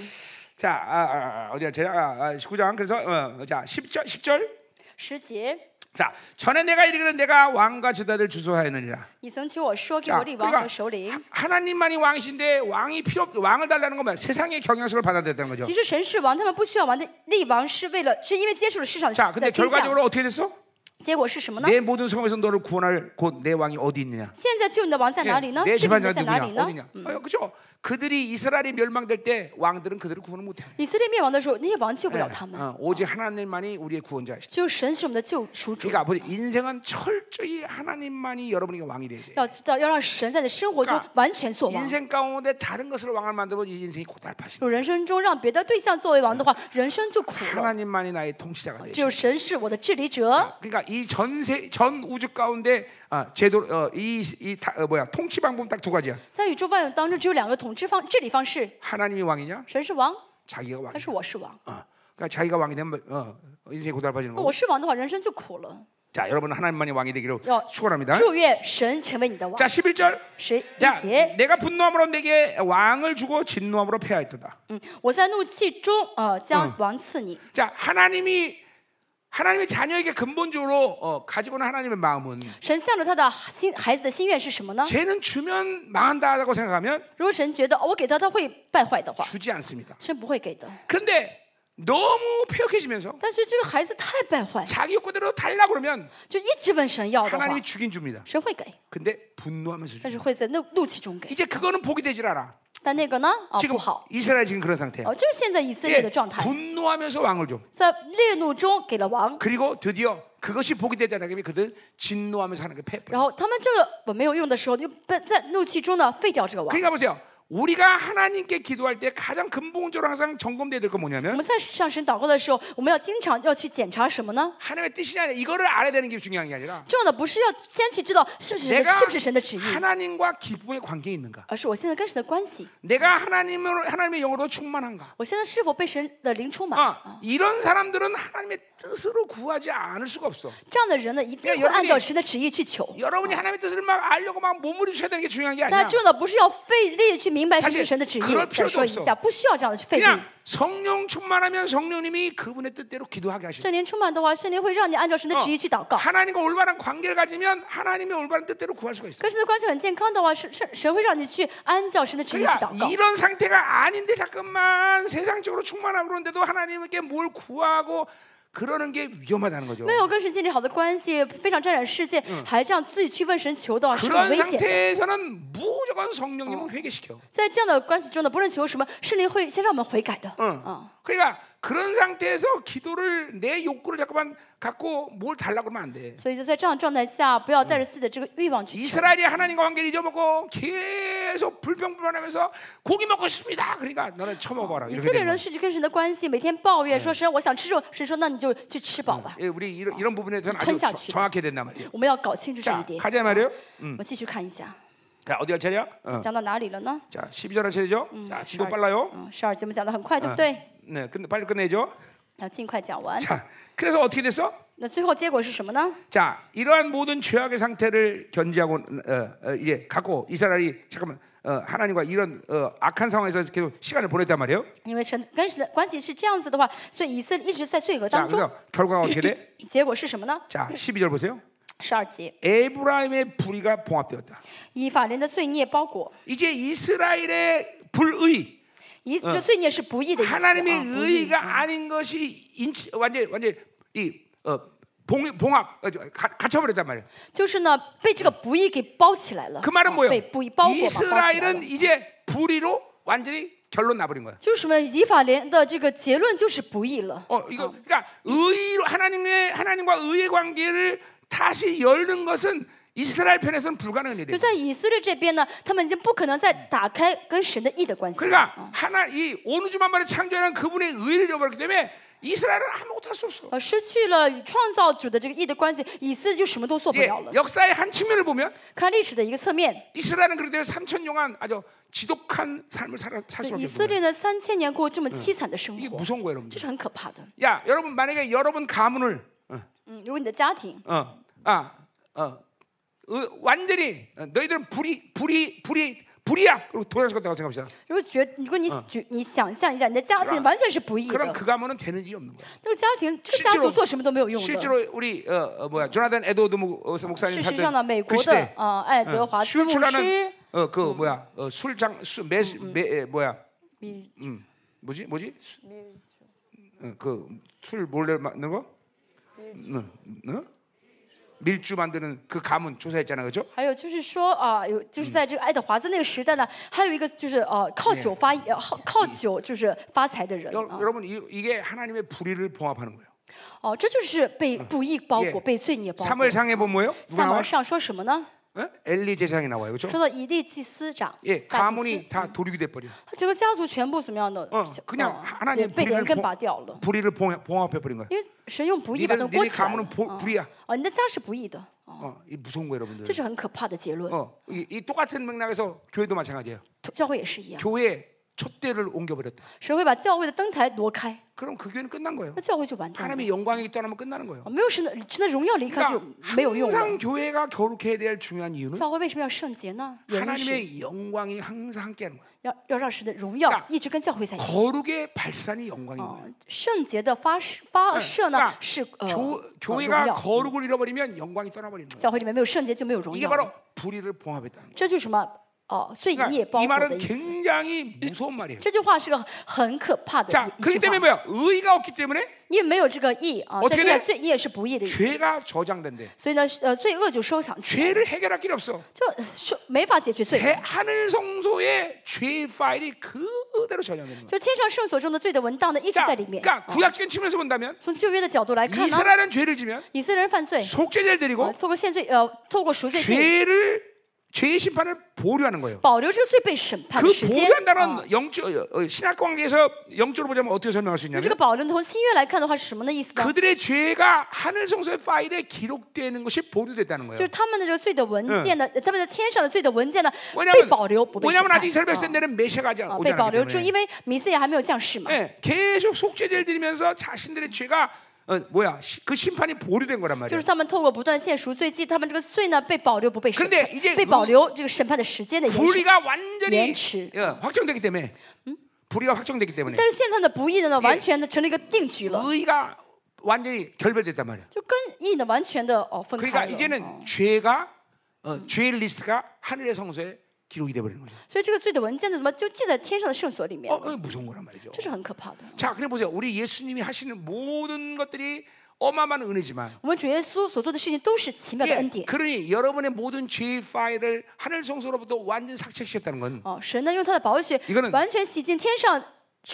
Speaker 1: 자 아, 아, 아, 어디야 제가 아, 아, 19장 그래서 어, 자 10절 10절
Speaker 2: 十节，
Speaker 1: 자 전에 내가 이르기를 내가 왕과 제자들 주소하였느니라
Speaker 2: 你曾求我说给
Speaker 1: 자,
Speaker 2: 我立王
Speaker 1: 그러니까
Speaker 2: 和首领。
Speaker 1: 하나님만이 왕이신데 왕이 필요 없, 왕을 달라는 건 뭐야? 세상의 경향성을 받아들였다는 거죠.
Speaker 2: 其实神是王，他们不需要王的立王是为了是因为接触了市场
Speaker 1: 자,
Speaker 2: 的
Speaker 1: 근데
Speaker 2: 倾向，
Speaker 1: 결과적으로 어떻게 됐어?
Speaker 2: 结果是什么呢？
Speaker 1: 내 모든 성에서 너를 구원할 곧 내 왕이 어디 있느냐?
Speaker 2: 现在救你的王在哪里呢？
Speaker 1: 내
Speaker 2: 治理的
Speaker 1: 집안자
Speaker 2: 在哪里
Speaker 1: 누구냐?
Speaker 2: 呢？
Speaker 1: 어디냐? 어, 그죠? 그들이 이스라엘이 멸망될 때 왕들은 그들을 구원을 못해.
Speaker 2: 以色列灭亡的时候，那些王救不了他们，
Speaker 1: 어, 오직 하나님만이 우리의 구원자이시다.
Speaker 2: 只有神是我们的救赎主。
Speaker 1: 그러니까 아버지 인생은 철저히 하나님만이 여러분에게 왕이 돼야 돼.
Speaker 2: 要知道，要让神在你的生活中
Speaker 1: 그러니까
Speaker 2: 完全做王。
Speaker 1: 인생 가운데 다른 것을 왕을 만들면 이 인생이 고달파지.
Speaker 2: 有人生中让别的对象作为王的话，人生就苦了。
Speaker 1: 하나님만이 나의 통치자가 돼.
Speaker 2: 只有神是我的治理者。
Speaker 1: 그러니까 이 전 세 전 우주 가운데 아, 제도 어, 이이 어, 뭐야 통치 방법 딱 두 가지야.
Speaker 2: 在宇宙万有当中，只有两个统治方治理方式：
Speaker 1: 하나님이 왕이냐?
Speaker 2: 神是王，
Speaker 1: 자기가
Speaker 2: 但
Speaker 1: 왕이냐?
Speaker 2: 是我是王。
Speaker 1: 어. 그러니까 자기가 왕이 되면 어, 인생이 고달파지는
Speaker 2: 那我
Speaker 1: 거고.
Speaker 2: 是王的话，人生就苦了。
Speaker 1: 자, 여러분 하나님만이 왕이 되기로
Speaker 2: 야.
Speaker 1: 축원합니다.
Speaker 2: 祝愿神成为你的王
Speaker 1: 자 。 11절.
Speaker 2: 十
Speaker 1: 야,
Speaker 2: 一节，
Speaker 1: 내가 분노함으로 내게 왕을 주고 진노함으로 패하였도다.
Speaker 2: 嗯，我在怒气中，呃，将王赐你。
Speaker 1: 자, 하나님이 하나님의 자녀에게 근본적으로 어, 가지고 있는 하나님의 마음은
Speaker 2: 神向着他的心孩子的心愿是什么呢？
Speaker 1: 쟤는 주면 망한다라고 생각하면
Speaker 2: 如果神觉得、哦、我给他他会败坏的话，
Speaker 1: 주지 않습니다.
Speaker 2: 神不会给的。
Speaker 1: 근데 너무 폐역해지면서
Speaker 2: 但是这个孩子太败坏，
Speaker 1: 자기 욕구대로 달라 그러면
Speaker 2: 就一直问神要的话，
Speaker 1: 아, 하나님이 주긴 줍니다.
Speaker 2: 神会给，
Speaker 1: 근데 분노하면서
Speaker 2: 但是
Speaker 1: 줍니다.
Speaker 2: 会在怒怒气中给。
Speaker 1: 이제 그거는 복이 되질 않아.
Speaker 2: 但那个呢，啊、
Speaker 1: 지금
Speaker 2: 不好，
Speaker 1: 이스라엘 지금 그런 상태야.
Speaker 2: 哦，这是现在以色列
Speaker 1: 예,
Speaker 2: 的状态，
Speaker 1: 분노하면서 왕을 줘.
Speaker 2: 在烈怒中给了王。
Speaker 1: 그리고 드디어 그것이 복이 되지 않기 때문에 그들 진노하면서 하는 게 패.
Speaker 2: 然后他们这个我没有用的时候，就在在怒气中呢废掉这个王。
Speaker 1: 그러니까 보세요. 우리가 하나님께 기도할 때 가장 근본적으로 항상 점검돼야 될 건
Speaker 2: 我
Speaker 1: 뭐냐면
Speaker 2: 们在向神祷告的时候，我们要经常要去检查什么呢？
Speaker 1: 하나님의 뜻이냐 이거를 알아야 되는 게 중요한 게 아니라
Speaker 2: 重要的不是要先去知道是不是神的
Speaker 1: 내가
Speaker 2: 是不是神的旨意，
Speaker 1: 하나님과 기쁨의 관계에 있는가?
Speaker 2: 而是我现在跟神的关系，
Speaker 1: 내가 하나님으로 하나님의 영으로 충만한가?
Speaker 2: 我现在是否被神的灵充满？
Speaker 1: 어, 이런 사람들은 하나님의 뜻으로 구하지 않을 수가 없어.
Speaker 2: 这样的人呢，一定会按照神的旨意去求。
Speaker 1: 여러분이 하나님의 뜻을 막 알려고 막 몸부림쳐야 되는 게 중요한 게
Speaker 2: 那
Speaker 1: 아니야.
Speaker 2: 重要的不是要费力去明白是不是神的旨
Speaker 1: 사실그럴
Speaker 2: 意。
Speaker 1: 필요도
Speaker 2: 再说一
Speaker 1: 없어
Speaker 2: 下，不需要这样的去费力。
Speaker 1: 그냥 성령 충만하면 성령님이 그분의 뜻대로 기도하게 하시는. 어.
Speaker 2: 圣灵充满的话，圣灵会让你按照神的旨意去祷告。
Speaker 1: 하나님과 올바른 관계를 가지면 하나님의 올바른 뜻대로 구할 수가 있어.
Speaker 2: 跟神的关系很健康的话，神神神会让你去按照神的旨意去
Speaker 1: 그러니까
Speaker 2: 祷告。
Speaker 1: 이런 상태가 아닌데 자꾸만 세상적으로 충만하고 그러는데도 하나님께 뭘 구하고 그러는 게 위험하다는 거죠.
Speaker 2: 没有跟神建立好的关系，非常沾染世界，还这样自己去问神求的话，是很
Speaker 1: 그런
Speaker 2: 危险的。
Speaker 1: 상태에서는 무조건 성령님은 회개시켜.
Speaker 2: 在这样的关系中呢，不论求什么，圣灵会先让我们悔改的。
Speaker 1: 응.
Speaker 2: 嗯，
Speaker 1: 그러니까 그런 상태에서 기도를 내 욕구를 자꾸만 갖고 뭘 달라고 그러면 안 돼.
Speaker 2: 所以就在这样的状态下，不要带着自己的这个欲望去求。
Speaker 1: 이스라엘이 하나님과 관계를 잊어먹고 계속 불평불만하면서 고기 먹고 싶습니다. 그러니까 너는 처먹어라.
Speaker 2: 以
Speaker 1: 이렇게
Speaker 2: 色列
Speaker 1: 되는 거야.
Speaker 2: 人失去跟神的关系，每天抱怨说神，我想吃肉，神说那你就去吃饱吧。
Speaker 1: 예, 우리 이런, 이런 부분에서는 아주
Speaker 2: 천사
Speaker 1: 정-
Speaker 2: 취급.
Speaker 1: 정확해야 된단 말이에요.
Speaker 2: 我们要搞清楚这一
Speaker 1: 자,
Speaker 2: 点。
Speaker 1: 가자 말이에요. 어.
Speaker 2: 我们继续看一下，
Speaker 1: 자, 어디 갈 차례야? 어.
Speaker 2: 讲到哪里了呢？
Speaker 1: 자, 12절 할 차례죠. 자, 진도
Speaker 2: 12
Speaker 1: 빨라요.
Speaker 2: 嗯，十二节目讲的很快，对不对？
Speaker 1: 네, 끝 빨리 끝내죠.
Speaker 2: 要尽快讲完。
Speaker 1: 자, 그래서 어떻게 됐어?
Speaker 2: 那最后结果是什么呢？
Speaker 1: 자, 이러한 모든 죄악의 상태를 견지하고 어, 어, 이제 갖고 이스라엘이 잠깐만 어, 하나님과 이런 어, 악한 상황에서 계속 시간을 보냈단 말이에요.
Speaker 2: 因为神跟神的关系是这样子的话，所以以色列一直在罪恶
Speaker 1: 자,
Speaker 2: 当中。
Speaker 1: 그래서 결과가 어떻게 돼?
Speaker 2: 结果是什么呢？
Speaker 1: 자, 12절 보세요.
Speaker 2: 十二节，
Speaker 1: 에브라임의 불의가 봉합되었다.
Speaker 2: 以法莲的罪孽包裹，
Speaker 1: 이제 이스라엘의 불의
Speaker 2: 以这罪孽是不义的意思。
Speaker 1: 嗯 하나님의
Speaker 2: 啊
Speaker 1: 의의가 아닌 것이 인치, 완전 완전 이 어, 봉, 봉합 어, 저, 가- 갇혀버렸단 말이에요.
Speaker 2: 就是呢，被这个不义给包起来了。
Speaker 1: 그 말은
Speaker 2: 啊
Speaker 1: 뭐예요?
Speaker 2: 被不义包裹嘛，包起来了
Speaker 1: 이스라엘은 이제 불의로 완전히 결론 나버린 거야.
Speaker 2: 就是什么？以法莲的这个结论就是不义了。
Speaker 1: 어, 이거 그러니까 의로 하나님의 하나님과 의의 관계를 다시 열는 것은 이스라엘 편에서는 불가능한
Speaker 2: 就
Speaker 1: 일이에요.
Speaker 2: 在以色列这边呢，他们已经不可能再打开跟神的义的关系了。
Speaker 1: 그러니까 하나 이 어느 주만만에 창조한 그분의 의를 잃어버렸기 때문에 이스라엘은 아무것도 할 수 없어.
Speaker 2: 呃，失去了与创造主的这个义的关系，以色列就什么都做不
Speaker 1: 예,
Speaker 2: 了了。
Speaker 1: 역사의 한 측면을 보면
Speaker 2: 看历史的一个侧面，
Speaker 1: 이스라엘은 그렇기 때문에 3천 년간 아주 지독한 삶을 살아, 살 수밖에
Speaker 2: 以
Speaker 1: 없어.
Speaker 2: 色列呢三千年过后这么凄惨的生
Speaker 1: 그러니까 이게
Speaker 2: 活，
Speaker 1: 무서운 거예요, 여러분. 들
Speaker 2: 这是很可怕的。
Speaker 1: 야, 여러분 만약에 여러분 가문을
Speaker 2: 嗯，如果你的家庭
Speaker 1: 어, 아, 어, 어, 완전히 어, 너희들은 불이 불이 불이 불이야. 그리고 돌아서 갔다고 생각합시다.
Speaker 2: 如果觉，如果你觉，你想象一下，你的家
Speaker 1: 그럼
Speaker 2: 庭完全嗯是不义
Speaker 1: 그럼
Speaker 2: 的，
Speaker 1: 그 가문은 뭐 되는 일이 없는 거야.
Speaker 2: 这个家庭，这个家族
Speaker 1: 실제로
Speaker 2: 做什么都没有用的。
Speaker 1: 실제로 우리 어, 어, 뭐야 조나단 에드워드 목- 어, 목사님
Speaker 2: 事实上呢，美
Speaker 1: 살던 그
Speaker 2: 国的
Speaker 1: 시대
Speaker 2: 啊、呃爱德华兹牧师
Speaker 1: 술출하는 ， 어, 그 뭐야 어, 술장 술매 뭐야 음.
Speaker 2: 米
Speaker 1: 뭐지 뭐지 수- 어, 그술 몰래 만드는 거 응, 응? 밀주 만드는 그 가문 조사했잖아 그죠?
Speaker 2: 还有就是说啊、有就是在这个爱德华兹那个时代呢，还有一个就是呃靠酒发呃靠靠酒就是发财的人
Speaker 1: 여,
Speaker 2: 啊，
Speaker 1: 여러분 이, 이게 하나님의 불의를 봉합하는 거예요.
Speaker 2: 哦、这就是被不义包
Speaker 1: 예
Speaker 2: 裹，被罪孽包裹。
Speaker 1: 사무엘상에 보면 뭐예요? 누가
Speaker 2: 萨摩
Speaker 1: 나와?
Speaker 2: 尔上说什么呢？
Speaker 1: 어? 엘리 제사장이 나와요, 그렇죠?
Speaker 2: 说到以利祭司长，
Speaker 1: 예,
Speaker 2: 大祭司
Speaker 1: 가문이 ，다 도륙이 돼 버려.
Speaker 2: 他整个家族全部怎么样的？
Speaker 1: 어
Speaker 2: 小
Speaker 1: 그냥
Speaker 2: 哦
Speaker 1: 하나님
Speaker 2: 被连
Speaker 1: 불의를
Speaker 2: 根
Speaker 1: 봉,
Speaker 2: 拔掉了，
Speaker 1: 불의를 봉, 봉합해 버린 거예요.
Speaker 2: 因为神用不义把它
Speaker 1: 니네
Speaker 2: 们裹
Speaker 1: 니네
Speaker 2: 起来了
Speaker 1: 가문은 。 보,
Speaker 2: 哦
Speaker 1: 불이야.
Speaker 2: 哦，你的家是不义的，
Speaker 1: 어, 이 무서운 거예요,
Speaker 2: 这
Speaker 1: 여러분들.
Speaker 2: 是很可怕的结论。
Speaker 1: 어, 이, 이 똑같은 맥락에서 교회도 마찬가지예요.
Speaker 2: 教会也是一样，
Speaker 1: 교회 촛대를 옮겨 버렸다.
Speaker 2: 神会把教会的灯台挪开，
Speaker 1: 그럼 그 교회는 끝난 거예요.
Speaker 2: 那教会就完蛋了。哦
Speaker 1: 하나님의 영광이 떠나면 끝나는 거예요.
Speaker 2: 没有神的神的荣耀离开就
Speaker 1: 그러니까
Speaker 2: 没有用了。
Speaker 1: 항상 교회가 거룩해야 될 중요한 이유는
Speaker 2: 教会为什么要圣洁呢？原因是
Speaker 1: 하나님의 영광이 항상 함께하는 거예요.
Speaker 2: 要要让神的荣
Speaker 1: 그러니까
Speaker 2: 耀一直跟教会在一起。
Speaker 1: 거룩의 발산이 영광인 거예요.
Speaker 2: 圣洁的发射发射呢
Speaker 1: 그러니까
Speaker 2: 是呃
Speaker 1: 교
Speaker 2: 呃荣
Speaker 1: 교회가
Speaker 2: 耀，
Speaker 1: 거룩을 잃어버리면 영광이 떠나버리는 거예요.
Speaker 2: 教会里面没有圣洁就没有荣
Speaker 1: 이게
Speaker 2: 耀。
Speaker 1: 바로 불의를 봉합했다는 거예요.
Speaker 2: 这就是什么？哦，罪孽
Speaker 1: 그러니까
Speaker 2: 包
Speaker 1: 이
Speaker 2: 裹的
Speaker 1: 말은
Speaker 2: 意思。
Speaker 1: 굉장히 무서운 말이에요.
Speaker 2: 这句话是个很可怕的
Speaker 1: 자,
Speaker 2: 一一
Speaker 1: 그렇기
Speaker 2: 句
Speaker 1: 때문에
Speaker 2: 话。
Speaker 1: 뭐야? 의가 없기 때문에
Speaker 2: 因为没有这个义啊，
Speaker 1: 어떻게
Speaker 2: 在这个
Speaker 1: 돼
Speaker 2: 罪孽是不义的意思，
Speaker 1: 죄가 저장된대.
Speaker 2: 所以呢，呃，罪恶就收藏起来，
Speaker 1: 죄를 해결할 길이 없어.
Speaker 2: 就是没法解决罪恶。
Speaker 1: 대, 하늘 성소에 죄 파일이 그대로 저장되는 거야.
Speaker 2: 就是天上圣所中的罪的文档呢，一直
Speaker 1: 자,
Speaker 2: 在里面。啊
Speaker 1: 그러니까 구약적인 측면에서 본다면
Speaker 2: 从旧约的角度来看呢，
Speaker 1: 이스라엘은 죄를 지면
Speaker 2: 以色列人犯罪，啊
Speaker 1: 속죄제를 드리고
Speaker 2: 透过献罪，呃，透过赎罪祭，
Speaker 1: 죄를 죄의 심판을 보류하는 거예요.
Speaker 2: 保留这个罪被审判的
Speaker 1: 그
Speaker 2: 时间。啊
Speaker 1: 보류한다는 영적 어, 어, 신학 관계에서 영적으로 보자면 어떻게 설명할 수
Speaker 2: 那这
Speaker 1: 있냐면
Speaker 2: 个保留从新约来看的话是什么的意思呢？
Speaker 1: 그들의 죄가 하늘 성소의 파일에 기록되는 것이 보류됐다는
Speaker 2: 就是
Speaker 1: 거예요.
Speaker 2: 他们的这个罪的文件呢，他们在天上的罪的文件呢被
Speaker 1: 왜냐하면
Speaker 2: 保留，不被审
Speaker 1: 왜냐하면
Speaker 2: 判
Speaker 1: 아직 이스라엘 。 백성들은 메시아가 아직
Speaker 2: 啊，
Speaker 1: 오지
Speaker 2: 被保
Speaker 1: 않았기
Speaker 2: 留住，
Speaker 1: 때문에
Speaker 2: 因为弥赛亚还没有降世嘛。
Speaker 1: 예, 계속 속죄제를 드리면서 자신들의 죄가 어, 뭐야 시- 그 심판이 보류된 거란
Speaker 2: 就
Speaker 1: 말이에요.
Speaker 2: 是他们透过不断献赎罪祭，他们这个罪呢被保留不被审
Speaker 1: 근데이제
Speaker 2: 判，被保留这个审判的时间的延迟。
Speaker 1: 불의가 완전히
Speaker 2: 연출.
Speaker 1: 예, 확정되기 때문에 불의가 확정되기 때문에
Speaker 2: 但是现在的不义的呢，完全的成了一个定局了，
Speaker 1: 의가 완전히 결별됐단 말이에요.
Speaker 2: 就跟义呢完全的哦分
Speaker 1: 그러니까
Speaker 2: 开了。
Speaker 1: 이제는 죄가 어, 죄 리스트가 하늘의 성소에 기록이 돼버리는 거죠.
Speaker 2: 所以这个罪的文件呢，怎么就记在天上的圣所里
Speaker 1: 어,
Speaker 2: 面？
Speaker 1: 어, 무서운 거란 말이죠.
Speaker 2: 这是很可怕的。
Speaker 1: 자, 그래 보세요. 우리 예수님이 하시는 모든 것들이 어마어마한 은혜지만
Speaker 2: 我们主耶稣所做的事情都是奇妙的
Speaker 1: 예,
Speaker 2: 恩典。
Speaker 1: 그러니 여러분의 모든 죄 파일을 하늘 성소로부터 완전 히 삭제시켰다는 건
Speaker 2: 哦，神呢用他的宝血
Speaker 1: 이거는
Speaker 2: 完全洗净天上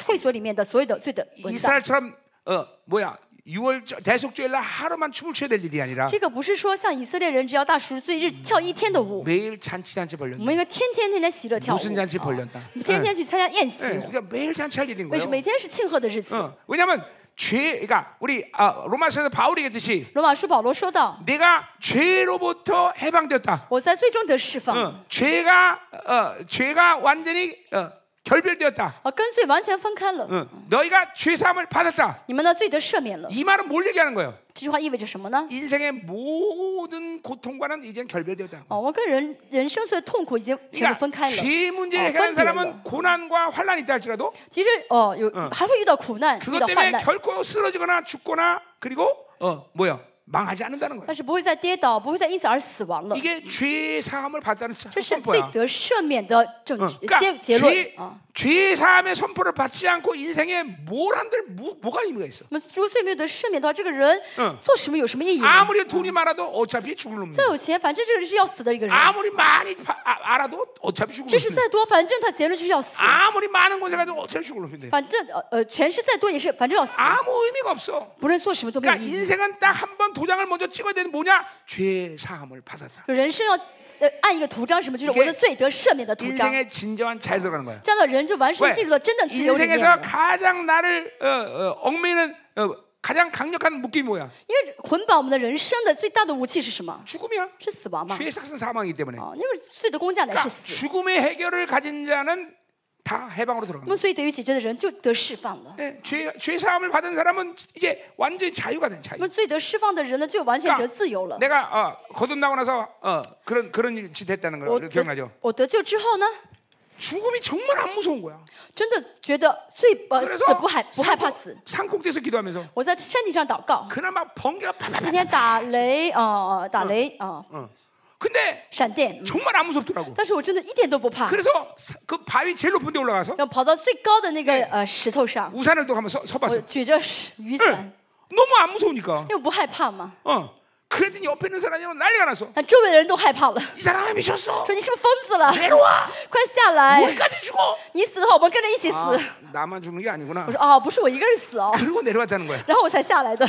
Speaker 2: 会所里面的所有的罪的文档。
Speaker 1: 이스라엘처럼 어, 뭐야 6월 대속죄일날 하루만 춤을 춰야 될 일이 아니라
Speaker 2: 这个不是说像以色列人只要大赎罪日跳一天的舞，
Speaker 1: 매일 잔치 잔치
Speaker 2: 我
Speaker 1: 벌렸네.
Speaker 2: 们应该天天天天喜乐跳舞，
Speaker 1: 무슨잔치벌렸다
Speaker 2: 啊天天去参加宴席
Speaker 1: 예, ， 그러니까 매일 잔치할 일인
Speaker 2: 为什
Speaker 1: 거예요.
Speaker 2: 么每天是庆贺的日子？
Speaker 1: 어, 왜냐하면 죄, 그러니까 우리 아, 로마서에서 바울이 했듯이
Speaker 2: 罗马书保罗说道
Speaker 1: 내가 죄로부터 해방되었다. ：“
Speaker 2: 我在最终得释放，
Speaker 1: 어, 죄가 어, 죄가 완전히 어, 결별되었다.
Speaker 2: 啊，跟罪完全分开了。
Speaker 1: 어, 너희가 죄 사함을 받았다.
Speaker 2: 你们呢，罪得赦免了。
Speaker 1: 이 말은 뭘 얘기하는 거예요?
Speaker 2: 这句话意味着什么呢？
Speaker 1: 인생의 모든 고통과는 이젠 결별되었다.
Speaker 2: 哦，我们跟人人生所有的痛苦已经全部
Speaker 1: 그러니까
Speaker 2: 分开了。
Speaker 1: 죄 문제를
Speaker 2: 哦
Speaker 1: 해결한
Speaker 2: 分别了
Speaker 1: 사람은 고난과 환란이 있다 할지라도
Speaker 2: 其实哦，有还会遇到苦难，遇
Speaker 1: 그것
Speaker 2: 到患
Speaker 1: 때문에
Speaker 2: 难，
Speaker 1: 결코 쓰러지거나 죽거나 그리고 어 뭐야 망하지 않는다는 거예요.
Speaker 2: 但是不会再跌倒，不会再因此而死亡了。
Speaker 1: 이게 죄 사함을 받다는
Speaker 2: 这是罪
Speaker 1: 선포야.
Speaker 2: 得赦免的证
Speaker 1: 어,
Speaker 2: 据结结论啊。
Speaker 1: 죄 사함의 선포를 받지 않고 인생에 뭘 한들 무- 뭐가 의미가 있어?
Speaker 2: 那么如果罪没有得赦免的话，这个人
Speaker 1: 嗯啊
Speaker 2: 做什么有什么意义呢？
Speaker 1: 아무리 돈이 많아도 어차피 죽을 놈이야.
Speaker 2: 再有钱，反正这个人是要死的一个人。
Speaker 1: 아무리 많이 파- 아- 알아도 어차피 죽을
Speaker 2: 知识
Speaker 1: 놈이야.
Speaker 2: 再多，反正他结论就是要死。
Speaker 1: 아무리 많은 곳에 가도 어차피 죽을 놈인데.
Speaker 2: 反正呃呃，权势再多也是，反正要死。
Speaker 1: 아무 의미가 없어.
Speaker 2: 不论做什么都没有
Speaker 1: 그러니까
Speaker 2: 意义。
Speaker 1: 인생은 딱 한 번 도장을 먼저 찍어야 되는 뭐냐? 죄 사함을 받았다.
Speaker 2: 就人生要呃按一个图章，什么就是
Speaker 1: 이게
Speaker 2: 我的罪得赦免的图章，
Speaker 1: 인생의 진정한 자유 들어가는 거야.
Speaker 2: 这样的人就完全进入了真正自由里面
Speaker 1: 인생에서
Speaker 2: 了。
Speaker 1: 가장 나를 어, 어, 얽매이는 어, 가장 강력한 묶임이 뭐야?
Speaker 2: 因为捆绑我们的人生的最大的武器是什么？
Speaker 1: 죽음이야.
Speaker 2: 是死亡嘛？
Speaker 1: 죄의 삭은 사망이기 아, 때문에.
Speaker 2: 啊，因为罪的工价乃是
Speaker 1: 그러니까
Speaker 2: 死。
Speaker 1: 죽음의 해결을 가진 자는 다 해방으로
Speaker 2: 那
Speaker 1: 들어가는
Speaker 2: 么
Speaker 1: 거야.
Speaker 2: 罪得以解决的人就得释放了。
Speaker 1: 네, 죄, 죄 사함을 받은 사람은 이제 완전히 자유가 된
Speaker 2: 那
Speaker 1: 자유. 그러니까
Speaker 2: 么罪得释放的人呢，就完全得自由了。
Speaker 1: 내가 어, 거듭나고 나서 어, 그런 그런 일이 됐다는
Speaker 2: 我
Speaker 1: 거
Speaker 2: 得
Speaker 1: 기억나죠?
Speaker 2: 我得救之后呢，
Speaker 1: 죽음이 정말 안 무서운 거야.
Speaker 2: 真的觉得罪呃死
Speaker 1: 그래서
Speaker 2: 不害不害怕死。
Speaker 1: 산꼭대에서 기도하면서
Speaker 2: 我在山顶上祷告，
Speaker 1: 그날 막 번개가
Speaker 2: 那
Speaker 1: 팍팍팍
Speaker 2: 天打雷啊、呃打雷啊、
Speaker 1: 근데
Speaker 2: 闪电，嗯
Speaker 1: 정말 안 무섭더라고.
Speaker 2: 但是我真的一点都不怕。
Speaker 1: 그래서 사- 그 바위 제일 높은 데 올라가서
Speaker 2: 要跑到最高的那个呃石头上，
Speaker 1: 우산을 또 한번 서, 서봤어.
Speaker 2: 我举着石雨
Speaker 1: 응.
Speaker 2: 伞，
Speaker 1: 너무 안 무서우니까.
Speaker 2: 因为我不害怕嘛。
Speaker 1: 어. 그랬더니 옆에 있는 사람이 난리가 났어.
Speaker 2: 但周围的人都害怕了，
Speaker 1: 이 사람이 미쳤어.
Speaker 2: 说你是不是疯子了？
Speaker 1: 내려와.
Speaker 2: 快下来！
Speaker 1: 우리까지 죽어.
Speaker 2: 你死的话，我们跟着一起死。
Speaker 1: 그러니까 아, 나만 죽는 게 아니구나.
Speaker 2: 我说哦，不是我一个人死哦，
Speaker 1: 그러고 내려왔다는 거야.
Speaker 2: 然后我才下来的。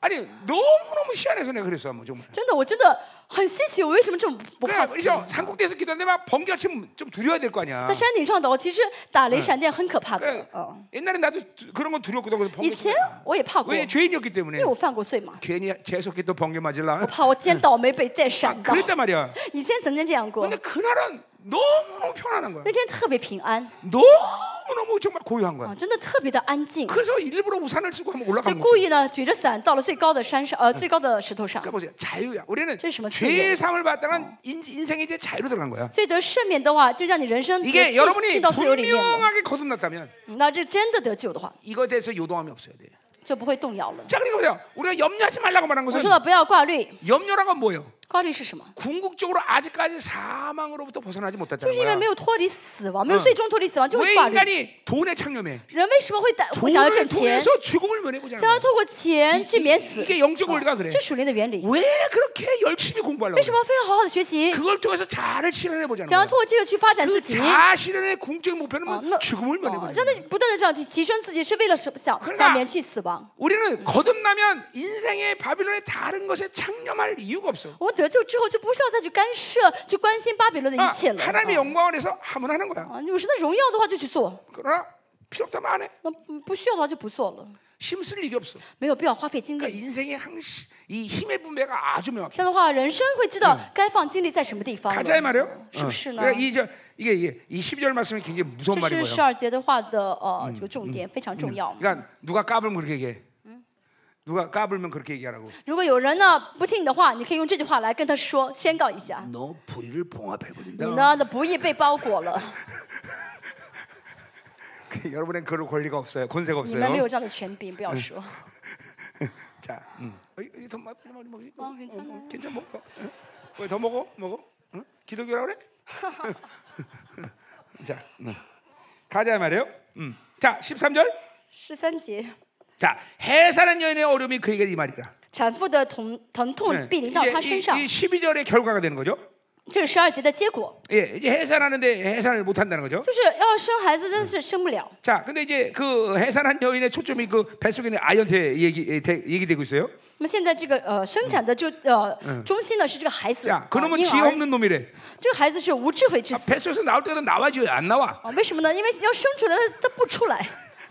Speaker 1: 아니 너무너무 희한해서 내가 그랬어. 뭐 정말.
Speaker 2: 真的，我真的很稀奇，我为什么这么不
Speaker 1: 그러니까
Speaker 2: 怕死？
Speaker 1: 그래서 산꼭대에서 기도하는데 막 번개가 치면 좀 두려워야 될 거 아니야.
Speaker 2: 在山顶上倒，其实打雷闪电很可怕的。
Speaker 1: 그러니까
Speaker 2: 嗯，
Speaker 1: 옛날에 나도 두- 그런 건 두렵거든. 그래서
Speaker 2: 以
Speaker 1: 번개
Speaker 2: 前
Speaker 1: 치면.
Speaker 2: 我也怕过，
Speaker 1: 왜
Speaker 2: 因
Speaker 1: 죄인이었기 때문에
Speaker 2: 为我犯过罪嘛，
Speaker 1: 괜히 재수없게 또 번개 맞을라.
Speaker 2: 怕我今天倒霉被电闪到。
Speaker 1: 그랬단 말이야.
Speaker 2: 嗯啊以前曾经这样过
Speaker 1: 근데 ， 그날은 너무너무 편안한 거야.
Speaker 2: 那天特别平安
Speaker 1: 너무너무 정말 고요한 거야.
Speaker 2: 啊，真的特别的安静。
Speaker 1: 그래서 일부러 우산을 아. 쓰고 한번
Speaker 2: 就
Speaker 1: 올라간 거야.
Speaker 2: 故意呢举着伞到了最高的山上，呃，最高的石头上
Speaker 1: 그러니까 。 보세요. 자유야. 우리는
Speaker 2: 저什么
Speaker 1: 죄의 삶을 받다가 인, 인생이 이제 자유로 들어간 거야.
Speaker 2: 所以得赦免的话，就让你人生
Speaker 1: 이게
Speaker 2: 进
Speaker 1: 여러분이
Speaker 2: 进到自由里面了。
Speaker 1: 분명하게 거듭났다면
Speaker 2: 嗯那这真的得救的话，
Speaker 1: 이거에 대해서 요동함이 없어야 돼.
Speaker 2: 就不会动摇了。
Speaker 1: 자, 그러니까 보세요. 우리가 염려하지 말라고 말한
Speaker 2: 我
Speaker 1: 것은
Speaker 2: 说到不要挂虑，
Speaker 1: 염려란 건 뭐예요?
Speaker 2: 挂虑是什么？
Speaker 1: 궁극적으로 아직까지 사망으로부터 벗어나지
Speaker 2: 就
Speaker 1: 못했다는
Speaker 2: 是因为
Speaker 1: 거야.
Speaker 2: 没有脱离死亡，没有最终脱离死亡，就
Speaker 1: 왜
Speaker 2: 是挂虑。
Speaker 1: 인간이 돈에 창념해?
Speaker 2: 人为什么会打会想要挣
Speaker 1: 돈을
Speaker 2: 钱？
Speaker 1: 통해서 죽음을 면해보자는
Speaker 2: 想要
Speaker 1: 거야.
Speaker 2: 透过钱去免死，
Speaker 1: 이게영적원리가그래
Speaker 2: 这属灵的原理。
Speaker 1: 왜 그렇게 열심히 공부하려고?
Speaker 2: 为什
Speaker 1: 그래?
Speaker 2: 么非要好好的学习？
Speaker 1: 그걸 통해서 자아를 실현해보자는
Speaker 2: 想要
Speaker 1: 거야.
Speaker 2: 通过这个去发展自
Speaker 1: 그
Speaker 2: 己。
Speaker 1: 자아 실현의 궁극적인
Speaker 2: 啊
Speaker 1: 목표는
Speaker 2: 那
Speaker 1: 뭐 죽음을
Speaker 2: 哦
Speaker 1: 면해보는 거야.
Speaker 2: 让他不断的这样去提升自己，是为了什么？想
Speaker 1: 可是啊
Speaker 2: 想免去死亡。
Speaker 1: 우리는 거듭나면 인생의 바빌론의 다른 것에 창념할 이유가 없어.
Speaker 2: 我们得救之后就不需要再去干涉、去关心巴比伦的
Speaker 1: 아,
Speaker 2: 一切了。
Speaker 1: 하나님의 영광을 해서 하면 하는 거야.
Speaker 2: 啊，有神的荣耀的话就去做，
Speaker 1: 그러나 필요 없다면 안 해.
Speaker 2: 那不不需要的话就不做了，
Speaker 1: 힘쓸 일이 없어.
Speaker 2: 没有必要花费精
Speaker 1: 그러니까
Speaker 2: 力。
Speaker 1: 인생의 항시, 이 힘의 분배가 아주 명확해.
Speaker 2: 这样的话，人生会知道该放精力嗯在嗯什么地方了
Speaker 1: 가자 이 말이에요.
Speaker 2: 是不是呢？
Speaker 1: 그러니까 이제 이게 이게 이 12절 말씀이 굉장히 무서운
Speaker 2: 这
Speaker 1: 말인
Speaker 2: 是
Speaker 1: 거예요.
Speaker 2: 十二节的话的呃这个重点非常重要。
Speaker 1: 그러니까 누가 까불면 그렇게 얘기해. 누가 까불면 그렇게 얘기하라고.
Speaker 2: 如果有人呢不听你的话，你可以用这句话来跟他说，宣告一下，
Speaker 1: 너 불의를 봉합해 버린다.
Speaker 2: 你呢的不义被包裹 了，
Speaker 1: 여러분은 그럴 권리가 없어요. 권세가
Speaker 2: 你们没
Speaker 1: 없어요.
Speaker 2: 有这样的权柄，不要说。
Speaker 1: 자, 음. 어, 이거 더 먹- 먹- 먹- 먹-
Speaker 2: 어, 괜찮아요.
Speaker 1: 어, 괜찮아 먹어. 왜더 먹어? 먹어? 응? 기독교라 그래? 자, 음. 가자 이 말이에요. 음. 자, 13절.
Speaker 2: 十三节，
Speaker 1: 자, 해산한 여인의 어려움이 그에게 이 말이라.
Speaker 2: 产妇的疼疼
Speaker 1: 네.
Speaker 2: 痛必临到
Speaker 1: 이제
Speaker 2: 她身上
Speaker 1: 이 ， 12절의 결과가 되는 거죠.
Speaker 2: 这是十二节的结果，
Speaker 1: 예, 이제 해산하는데 해산을 못 한다는 거죠.
Speaker 2: 就是要生孩子，但是生不了。
Speaker 1: 자, 근데 이제 그 해산한 여인의 초점이 그 뱃속에 있는 아이한테 얘기 예, 되- 얘기되고 있어요.
Speaker 2: 那么现在这个呃生产的就呃中心呢是这个孩子，
Speaker 1: 자,
Speaker 2: 啊，
Speaker 1: 그놈은
Speaker 2: 婴
Speaker 1: 지
Speaker 2: 儿，
Speaker 1: 없는 놈이래.
Speaker 2: 这个孩子是无智慧之
Speaker 1: 아,
Speaker 2: 子
Speaker 1: 뱃속에서 나올 때도 나와지 안 나와.
Speaker 2: 啊，为什么呢？因为要生出来他他不出来，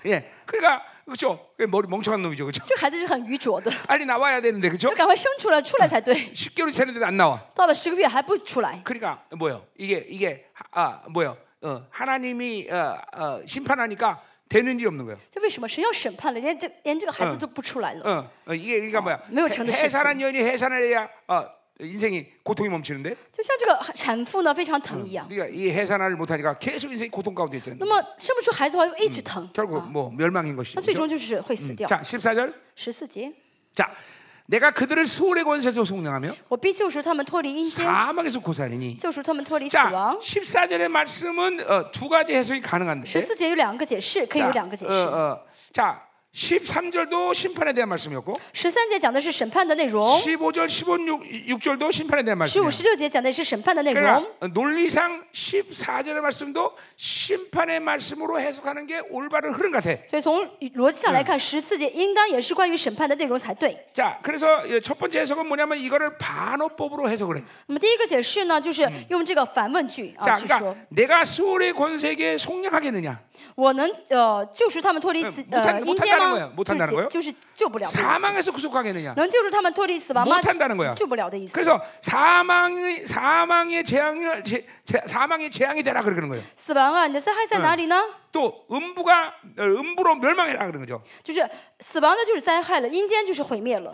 Speaker 1: 예, 그러니까 그렇죠. 머리 멍청한 놈이죠, 그렇죠.
Speaker 2: 这个孩子是很愚拙的，
Speaker 1: 빨리 나와야 되는데, 그렇죠?
Speaker 2: 要赶快生出来，出来才对。
Speaker 1: 10개월이 지났는데도 안 나와.
Speaker 2: 到了十个月还不出来，
Speaker 1: 그러니까 뭐요? 이게 이게 아 뭐요? 어, 하나님이 어, 어, 심판하니까 되는 일이 없는 거예요.
Speaker 2: 这为什么？神要审判了，连这连这个孩子都不出来了。
Speaker 1: 어, 어, 이게 그러니까 뭐야?
Speaker 2: 매우 정도
Speaker 1: 해- 해산한 여인이 해산을 해야 어, 인생이 고통이 멈추는데,
Speaker 2: 就像这个产妇呢非常疼一样，
Speaker 1: 그러니까 이 해산을 못하니까 계속 인생이 고통 가운데 있잖아요.
Speaker 2: 那么生不出孩子的话又一直疼，啊
Speaker 1: 결국 뭐 멸망인 것이죠.
Speaker 2: 那最终就是会死掉。
Speaker 1: 자, 14절.
Speaker 2: 十四节，
Speaker 1: 자, 내가 그들을 수월의 권세에서 속량하며
Speaker 2: 我必救赎他们脱离阴间，
Speaker 1: 사망에서 고사하리니.
Speaker 2: 救赎他们脱离死
Speaker 1: 네. 자
Speaker 2: 亡。
Speaker 1: 14절의 말씀은 어, 두 가지 해석이 가능한데
Speaker 2: 十四节有两个解释，可以有
Speaker 1: 자,
Speaker 2: 两个解
Speaker 1: 어,
Speaker 2: 释。
Speaker 1: 어, 자 13절도 심판에 대한 말씀이었고
Speaker 2: 十三节讲的是审判的内容，
Speaker 1: 15절 15, 어? 6절도 심판에 대한
Speaker 2: 十
Speaker 1: 말씀이에요
Speaker 2: 五、十六节讲的是审判的内容
Speaker 1: 그러니까 。 논리상 14절의 말씀도 심판의 말씀으로 해석하는 게 올바른 흐름 같아
Speaker 2: 所以从逻辑上来看，十四节应当也是关于审判的内容才对。
Speaker 1: 자 그래서 이첫 번째 해석은 뭐냐면 이거를 반어법으로 해석을 해
Speaker 2: 那么第一个解释呢，就是用这个反问句啊
Speaker 1: 자,
Speaker 2: 去说
Speaker 1: 그러니까 。 내가 수월의 권세에 속량하겠느냐
Speaker 2: 我能呃救赎他们脱离死
Speaker 1: 呃
Speaker 2: 呃
Speaker 1: 못한못
Speaker 2: 阴间
Speaker 1: 한다는거예요
Speaker 2: 吗？
Speaker 1: 못한다는거예요
Speaker 2: 就是就是救不了的意思，
Speaker 1: 사망에서 구속하겠느냐
Speaker 2: 能救助他们脱离死亡吗？
Speaker 1: 못한다는거야
Speaker 2: 救不了的意思。
Speaker 1: 그래서 사망의 사망의 재앙을 제, 제, 사망의 재앙이 되라 그러는 거예요.
Speaker 2: 死亡啊，你的灾害在哪里呢？
Speaker 1: 또 음부가 어, 음부로 멸망해라 그러는 거죠.
Speaker 2: 就是死亡呢，就是灾害了；阴间就是毁灭了，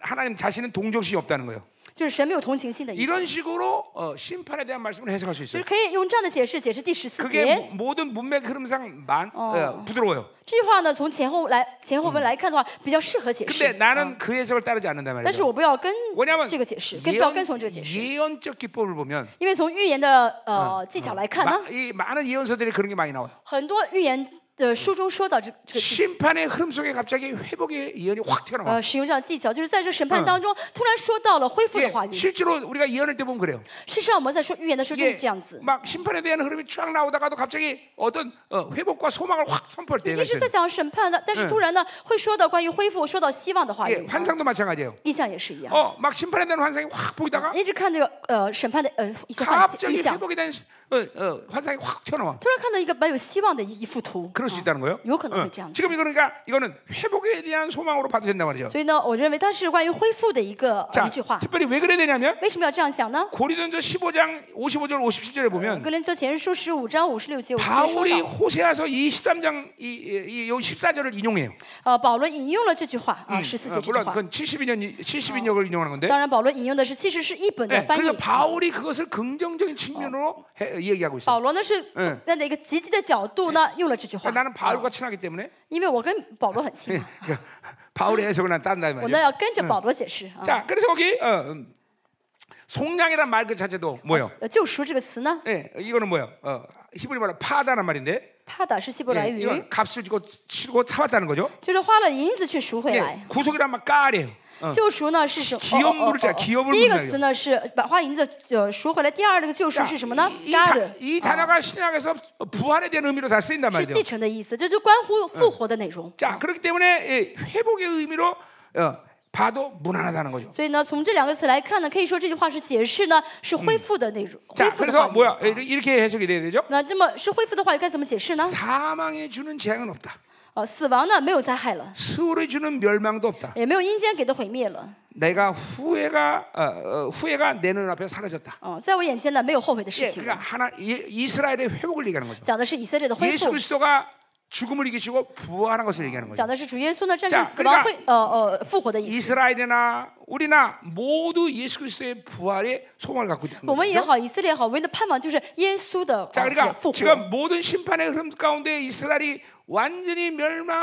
Speaker 1: 하나님 자신은 동정심이 없다는 거예요.
Speaker 2: 就是神没有同情心的意思。
Speaker 1: 이런 식으로 어, 심판에 대한 말씀을 해석할 수
Speaker 2: 就
Speaker 1: 있어요.
Speaker 2: 是可以用这样的解释解释第十四
Speaker 1: 그게
Speaker 2: 节
Speaker 1: 모- 모든 문맥 흐름상 만 어, 부드러워요.
Speaker 2: 这句话呢，从前后来前后文来看的话，比较适合解
Speaker 1: 근데
Speaker 2: 释。
Speaker 1: 나는 그 해석을 따르지 않는단
Speaker 2: 但是
Speaker 1: 말이죠.
Speaker 2: 我不要跟
Speaker 1: 왜냐하면
Speaker 2: 这个解释，跟不要
Speaker 1: 예언,
Speaker 2: 跟从这个解释，
Speaker 1: 예언적 기법을 보면
Speaker 2: 因为从预言的呃技巧来看呢
Speaker 1: 마, ，이 많은 예언서들이 그런 게 많이 나와요.
Speaker 2: 很多预言的书中说到这这个技巧。
Speaker 1: 심판의 흐름 속에 갑자기 회복의 예언이 확 튀어나와.
Speaker 2: 呃，使用这样的技巧，就是在这审判当中，突然说到了恢复的
Speaker 1: 예,
Speaker 2: 话语。事
Speaker 1: 실제로 우리가 예언할 때 보면 그래요.
Speaker 2: 实上，我们在说预言的时候就
Speaker 1: 이게
Speaker 2: 是这样子，
Speaker 1: 막 심판에 대한 흐름이 쫙 나오다가도 갑자기 어떤 어, 회복과 소망을 확 선포할 때가
Speaker 2: 一直
Speaker 1: 있어요.
Speaker 2: 在讲审判的，但是突然呢，会说到关于恢复、说到希望的话
Speaker 1: 예,
Speaker 2: 语，
Speaker 1: 환상도 마찬가지예요.
Speaker 2: 意象也是一样，
Speaker 1: 어, 막 심판에 대한 환상이 확 보이다가
Speaker 2: 一直看这个呃审判的呃一些幻想意
Speaker 1: 갑자기
Speaker 2: 象，
Speaker 1: 회복에 대한 어, 어, 환상이 확 튀어나와.
Speaker 2: 突然看到一个蛮有希望的一一幅图，
Speaker 1: 그럴 수 있다는 거예요.
Speaker 2: 요 가능성이
Speaker 1: 어,
Speaker 2: 있지 않나.
Speaker 1: 지금 이거니까 이거는 회복에 대한 소망으로 봐도 된단 말이죠.
Speaker 2: 所以呢，我认为它是关于恢复的一个呃
Speaker 1: 자,
Speaker 2: 一句话。
Speaker 1: 특별히 왜 그래야 되냐면
Speaker 2: 为什么要这样想呢？
Speaker 1: 고린도전서 15장 55절 57절에
Speaker 2: 格
Speaker 1: 보면
Speaker 2: 林多前书十五章五十六节，我们说
Speaker 1: 바울이
Speaker 2: 到，
Speaker 1: 호세아서 이 13장 이, 이, 이 14절을 인용해요.
Speaker 2: 呃，保罗引用了这句话啊，十四
Speaker 1: 어,
Speaker 2: 节这句
Speaker 1: 물론
Speaker 2: 话。
Speaker 1: 그건 72년 72년을 인용하는 건데
Speaker 2: 当然，保罗引用的是其哎实是一本的
Speaker 1: 어. 네,
Speaker 2: 翻
Speaker 1: 그래서
Speaker 2: 译。
Speaker 1: 바울이 그것을 긍정적인 측면으로 해- 얘기하고 있어요.
Speaker 2: 保罗呢是
Speaker 1: 嗯
Speaker 2: 站在一个积极的角度呢，用了这句话
Speaker 1: 그러니까 。 나는 바울과 친하기 때문에
Speaker 2: 因为我跟保罗很亲嘛，
Speaker 1: 그러니까 바울의 해석을 난 딴다 이
Speaker 2: 我呢
Speaker 1: 말이야.
Speaker 2: 要跟着保罗解释啊。
Speaker 1: 자, 그래서 거기 어, 음, 어, 속량이란 말 그 자체도 뭐예요?
Speaker 2: 呃，救赎这个词呢，
Speaker 1: 예, 이거는 뭐예요? 어, 히브리 말로 파다란 말인데
Speaker 2: 帕达是希伯
Speaker 1: 예,
Speaker 2: 来语，
Speaker 1: 이건 값을 주고 치르고 사왔다는 거죠.
Speaker 2: 就是花了银子去赎回
Speaker 1: 예,
Speaker 2: 来。
Speaker 1: 구속이란 말 까리예요. 어,
Speaker 2: 救赎呢是什么？哦
Speaker 1: 기업물을자기업을
Speaker 2: 第一
Speaker 1: 부른다
Speaker 2: 个
Speaker 1: 이거
Speaker 2: 词呢是把花银子呃赎回来，第二那个救赎
Speaker 1: 자,
Speaker 2: 是什么呢？
Speaker 1: 이, 이,
Speaker 2: 嘎
Speaker 1: 다,
Speaker 2: 的
Speaker 1: 이 단어가 신약에서 부활에 대한 의미로 다 쓰인단
Speaker 2: 是
Speaker 1: 말이죠.
Speaker 2: 继承的意思，这就关乎复活的内容。
Speaker 1: 자, 그렇기 때문에 예, 회복의 의미로 어, 봐도 무난하다는 거죠.
Speaker 2: 所以呢，从这两个词来看呢，可以说这句话是解释呢是恢复的内容，恢
Speaker 1: 자,
Speaker 2: 复的话
Speaker 1: 그래서
Speaker 2: 语。
Speaker 1: 뭐야? 예, 이렇게 해석이 돼야 되죠.
Speaker 2: 那这么是恢复的话语该怎么解释呢？
Speaker 1: 사망에 주는 재앙은 없다.
Speaker 2: 呃，死亡呢没有灾害了，
Speaker 1: 수월에 주는 멸망도 없다.
Speaker 2: 也没有阴间给的毁灭了，
Speaker 1: 내가 후회가 어, 어, 후회가 내 눈앞에 사라졌다.
Speaker 2: 嗯、在我眼前呢没有后悔的
Speaker 1: 예,
Speaker 2: 事情了
Speaker 1: 그러니까 하나 이- 이스라엘의 회복을 얘기하는 거죠.
Speaker 2: 讲的是以色列的恢
Speaker 1: 예수
Speaker 2: 复，
Speaker 1: 그리스도가 죽음을 이기시고 부활한 것을 얘기하는 거죠.
Speaker 2: 讲的是主耶稣呢战
Speaker 1: 자
Speaker 2: 胜死亡
Speaker 1: 그러니까
Speaker 2: 会呃呃复活的意思。
Speaker 1: 이스라엘이나 우리나 모두 예수 그리스도의 부활에 소망을 갖고 있다는
Speaker 2: 我们也
Speaker 1: 거죠.
Speaker 2: 好，以色列也好，我们的盼望就是耶稣的
Speaker 1: 자
Speaker 2: 呃
Speaker 1: 그러니까
Speaker 2: 复活。
Speaker 1: 지금 모든 심판의 흐름 가운데 이스라엘이 완전히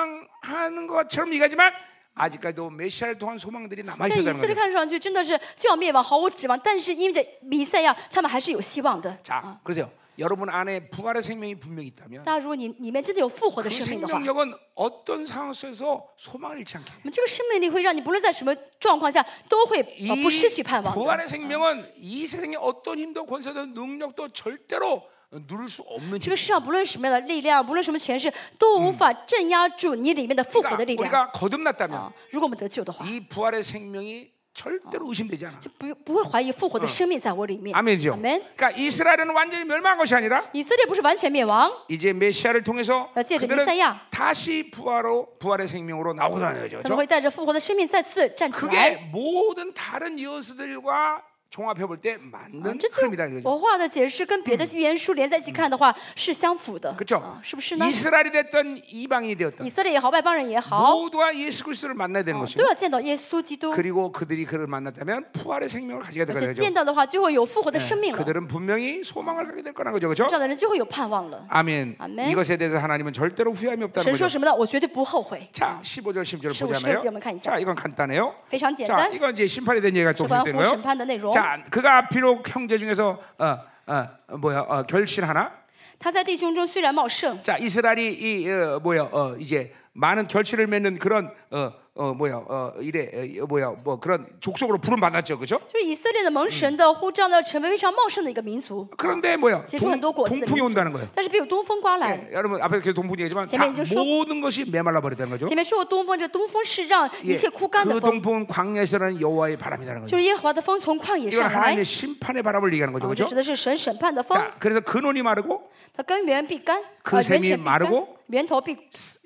Speaker 1: 멸망하는 것처럼 얘기하지만 아직까지도 메시아를 통한 네, 소망들이 남아
Speaker 2: 在以
Speaker 1: 있다는
Speaker 2: 色
Speaker 1: 거죠.
Speaker 2: 列看上去真的是就要灭亡，毫无指望。但是因着弥赛亚，他们还是有希望的。
Speaker 1: 자 그래서 여러분 안에 부활의 생명이 분명히 있다면
Speaker 2: 大家如果你里面真的有复活的
Speaker 1: 그
Speaker 2: 生命的话，那
Speaker 1: 생명력은 어떤 상황 속에서 소망을 잃지 않게. 해요.
Speaker 2: 么这个生命力会让你不论在什么状况下都会呃
Speaker 1: 이
Speaker 2: 不失去盼望的。
Speaker 1: 부활의 생명은 어. 이 세상의 어떤 힘도 권세도 능력도 절대로 누릴 수 없는
Speaker 2: 这
Speaker 1: 힘.
Speaker 2: 个世上不论什么样的力量，不论什么权势，都无法镇压住你里面的复活的
Speaker 1: 그러니까
Speaker 2: 力量。
Speaker 1: 우리가 거듭났다면
Speaker 2: 啊，如果我们得救的话，
Speaker 1: 이 부활의 생명이 절대로 의심되지 않아.
Speaker 2: 就不不会怀疑复活的生命在我里面。
Speaker 1: 어. 아멘이죠.
Speaker 2: 嗯阿门。
Speaker 1: 그러니까 이스라엘은 완전히 멸망한 것이 아니라
Speaker 2: 以色列不是完全灭亡，
Speaker 1: 이제 메시아를 통해서
Speaker 2: 어, 제-
Speaker 1: 그들은
Speaker 2: 메시아.
Speaker 1: 다시 부활로 부활의 생명으로 나오고 다는 거죠.
Speaker 2: 他们
Speaker 1: 그렇죠?
Speaker 2: 会带着复活的生命再次站起来啊
Speaker 1: 그게 。 모든 다른 예언서들과 종합해 볼 때 맞는
Speaker 2: 这
Speaker 1: 흐름이다
Speaker 2: 就
Speaker 1: 이거죠. 어.
Speaker 2: 我画的解释跟别的预言书连在一起看的话是相符的，
Speaker 1: 그렇죠?
Speaker 2: 啊是不是呢？
Speaker 1: 이스라엘이 됐던 이방인이
Speaker 2: 以
Speaker 1: 되었던
Speaker 2: 色列也好，外邦人也好，
Speaker 1: 모두가 예수 그리스도를 만나야 되는 것이고
Speaker 2: 都要见到耶稣基督，
Speaker 1: 그리고 그들이 그를 만났다면 부활의 생명을 가지게
Speaker 2: 而
Speaker 1: 되는
Speaker 2: 且
Speaker 1: 거죠.
Speaker 2: 见到的话就哎会有复活的生命了，
Speaker 1: 그들은 분명히 소망을 갖게 될 거라는 거죠. 그렇죠?
Speaker 2: 这样的人就会有盼望了。
Speaker 1: 아멘.
Speaker 2: 아멘.
Speaker 1: 이것에 대해서 하나님은 절대로 후회함이 없다는
Speaker 2: 神
Speaker 1: 거죠.
Speaker 2: 说什么呢？我绝对不后悔。
Speaker 1: 자, 15절 10절
Speaker 2: 15 절지 한번
Speaker 1: 보자면요.
Speaker 2: 가보자.
Speaker 1: 자, 이건 간단해요.
Speaker 2: 非常
Speaker 1: 자
Speaker 2: 简单。
Speaker 1: 이건 이제 심판에 대한 얘기가 또
Speaker 2: 是关
Speaker 1: 분석되는
Speaker 2: 乎
Speaker 1: 거예요.
Speaker 2: 审判的内容。
Speaker 1: 자, 그가 비록 형제 중에서 어, 어, 뭐야 어, 결실 하나.
Speaker 2: 他在弟兄中虽然茂盛，
Speaker 1: 자, 이스라엘이 이 어, 뭐야 어, 이제 많은 결실을 맺는 그런 어, 어 뭐야 어 이래 어, 뭐야 뭐 그런 족속으로 부름 받았죠, 그죠?
Speaker 2: 就是以色列的蒙神的呼召呢，成为非常茂盛的一个民族。
Speaker 1: 그런데 뭐야
Speaker 2: 结出
Speaker 1: 동,
Speaker 2: 很多果子的哎民
Speaker 1: 동풍이
Speaker 2: 族
Speaker 1: 온다는 거예요. ，
Speaker 2: 但是必有东风刮来。
Speaker 1: 예, 여러분 앞에 계속 동풍이 얘기지만 다
Speaker 2: 재미있는 줄 수-
Speaker 1: 모든 것이 메말라 버렸다는 거죠.
Speaker 2: 前面说过东风，这东风是让
Speaker 1: 예,
Speaker 2: 一切枯干的
Speaker 1: 그
Speaker 2: 风，
Speaker 1: 동풍은 광야에서는 여호와의 바람이라는
Speaker 2: 就
Speaker 1: 거죠.
Speaker 2: 是耶和华的风从旷野
Speaker 1: 이건
Speaker 2: 上来
Speaker 1: 하나님의 。 심판의 바람을 얘기하는 거죠,
Speaker 2: 我就
Speaker 1: 그죠?
Speaker 2: 指的是神审判的风，
Speaker 1: 자, 아, 그래서 근원이 마르고
Speaker 2: 它根源必干，
Speaker 1: 그
Speaker 2: 呃，源
Speaker 1: 샘이
Speaker 2: 泉必
Speaker 1: 마르
Speaker 2: 干
Speaker 1: 고 ，
Speaker 2: 源头必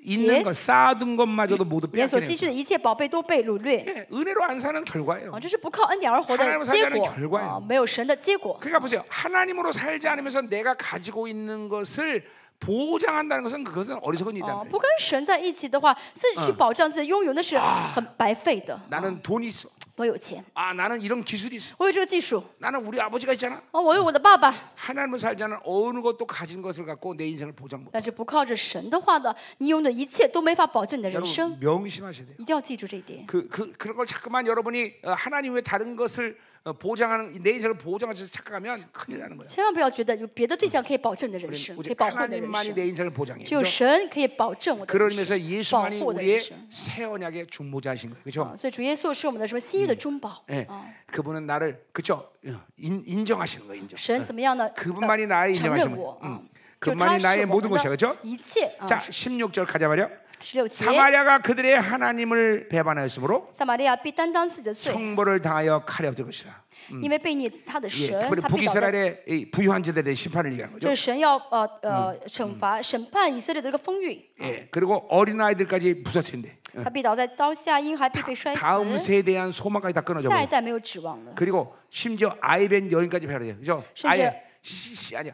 Speaker 1: 있는
Speaker 2: 竭，
Speaker 1: 것 쌓아둔 것마저도 모두
Speaker 2: 人所
Speaker 1: 빼앗기는
Speaker 2: 积蓄的一切宝贝都被掳掠
Speaker 1: 예, 은혜로 안 사는 결과예요.
Speaker 2: 啊！这是哎不靠恩典而活
Speaker 1: 하나님으로
Speaker 2: 的
Speaker 1: 살지
Speaker 2: 结
Speaker 1: 않은
Speaker 2: 果
Speaker 1: 결과예요
Speaker 2: 啊，没有神的结果。
Speaker 1: 그러니까 보세요. 하나님으로 살지 않으면서 내가 가지고 있는 것을 보장한다는 것은 그것은 어리석은 일이다.
Speaker 2: 啊，不跟神在一起的话，自己去保障自己的拥有，那是很白费的。
Speaker 1: 나는 돈이 있어.
Speaker 2: 我有钱，
Speaker 1: 아, 나는 이런 기술이 있어.
Speaker 2: 我有这个技术，
Speaker 1: 나는 우리 아버지가 있잖아.
Speaker 2: 啊，我有我的爸爸。
Speaker 1: 하나님으로 살지 않은 어느 것도 가진 것을 갖고 내 인생을 보장 못.
Speaker 2: 但是不靠着神的话呢，你拥有的一切都没法保证你的人生
Speaker 1: 여러분 。 명심하셔야 돼요.
Speaker 2: 一定要记住这一点。
Speaker 1: 그, 그 그런 걸 자꾸만 여러분이 어, 하나님 외 다른 것을 어, 보장하는 내 인생을 보장하셔서 착각하면 큰일 나는 거예요.
Speaker 2: 千万不要觉得有别的对象可以保证你的人生，可以
Speaker 1: 오직
Speaker 2: 保护你的人
Speaker 1: 하나님만이
Speaker 2: 生，
Speaker 1: 내 인생을 보장해요.
Speaker 2: 只有
Speaker 1: 그죠?
Speaker 2: 神可以保证我的
Speaker 1: 그런
Speaker 2: 人生
Speaker 1: 의미에서 ，
Speaker 2: 保
Speaker 1: 예수만이
Speaker 2: 护我的人
Speaker 1: 우리의
Speaker 2: 生。
Speaker 1: 새 언약의 중보자이신 거예요. 그렇죠?
Speaker 2: 所以主耶稣是我们的什么新约的中保？
Speaker 1: 예. 그분은 나를 그렇죠? 인, 인정하시는 거예요, 인정.
Speaker 2: 神怎么样呢？呃
Speaker 1: 그분만이 나의
Speaker 2: 承
Speaker 1: 인정하시는
Speaker 2: 认我
Speaker 1: 거예요.
Speaker 2: 啊
Speaker 1: 음. ，
Speaker 2: 就
Speaker 1: 그분만이
Speaker 2: 他
Speaker 1: 나의
Speaker 2: 是我
Speaker 1: 모든
Speaker 2: 们
Speaker 1: 것이야. 그렇죠?
Speaker 2: 的一切啊。
Speaker 1: 자, 16절 가자 말이요.
Speaker 2: 十六节，
Speaker 1: 사마리아가 그들의 하나님을 배반하였으므로
Speaker 2: 撒玛利亚必担当自己
Speaker 1: 예.
Speaker 2: 的罪，
Speaker 1: 형벌을 당하여 칼에 엎드릴 것이다.
Speaker 2: 因为被你他的
Speaker 1: 예,
Speaker 2: 神，
Speaker 1: 특별히
Speaker 2: 嗯他必倒在。
Speaker 1: 북이스라엘의 이 부유한 자들에 대해 심판을 얘기하는
Speaker 2: 就
Speaker 1: 거죠.
Speaker 2: 是神要呃呃惩罚审判以色列的这个风雨，
Speaker 1: 예, 그리고 어린 아이들까지 부서뜨린대.
Speaker 2: 他必倒在刀下，婴孩必被摔
Speaker 1: 다음
Speaker 2: 死，
Speaker 1: 세대에 대한 소망까지 다 끊어져
Speaker 2: 下一
Speaker 1: 버려.
Speaker 2: 代没有指望了。
Speaker 1: 그리고 심지어 아이벤 여인까지 배려돼요. 그죠?
Speaker 2: 심지어-
Speaker 1: 아예 씨, 씨 아니야.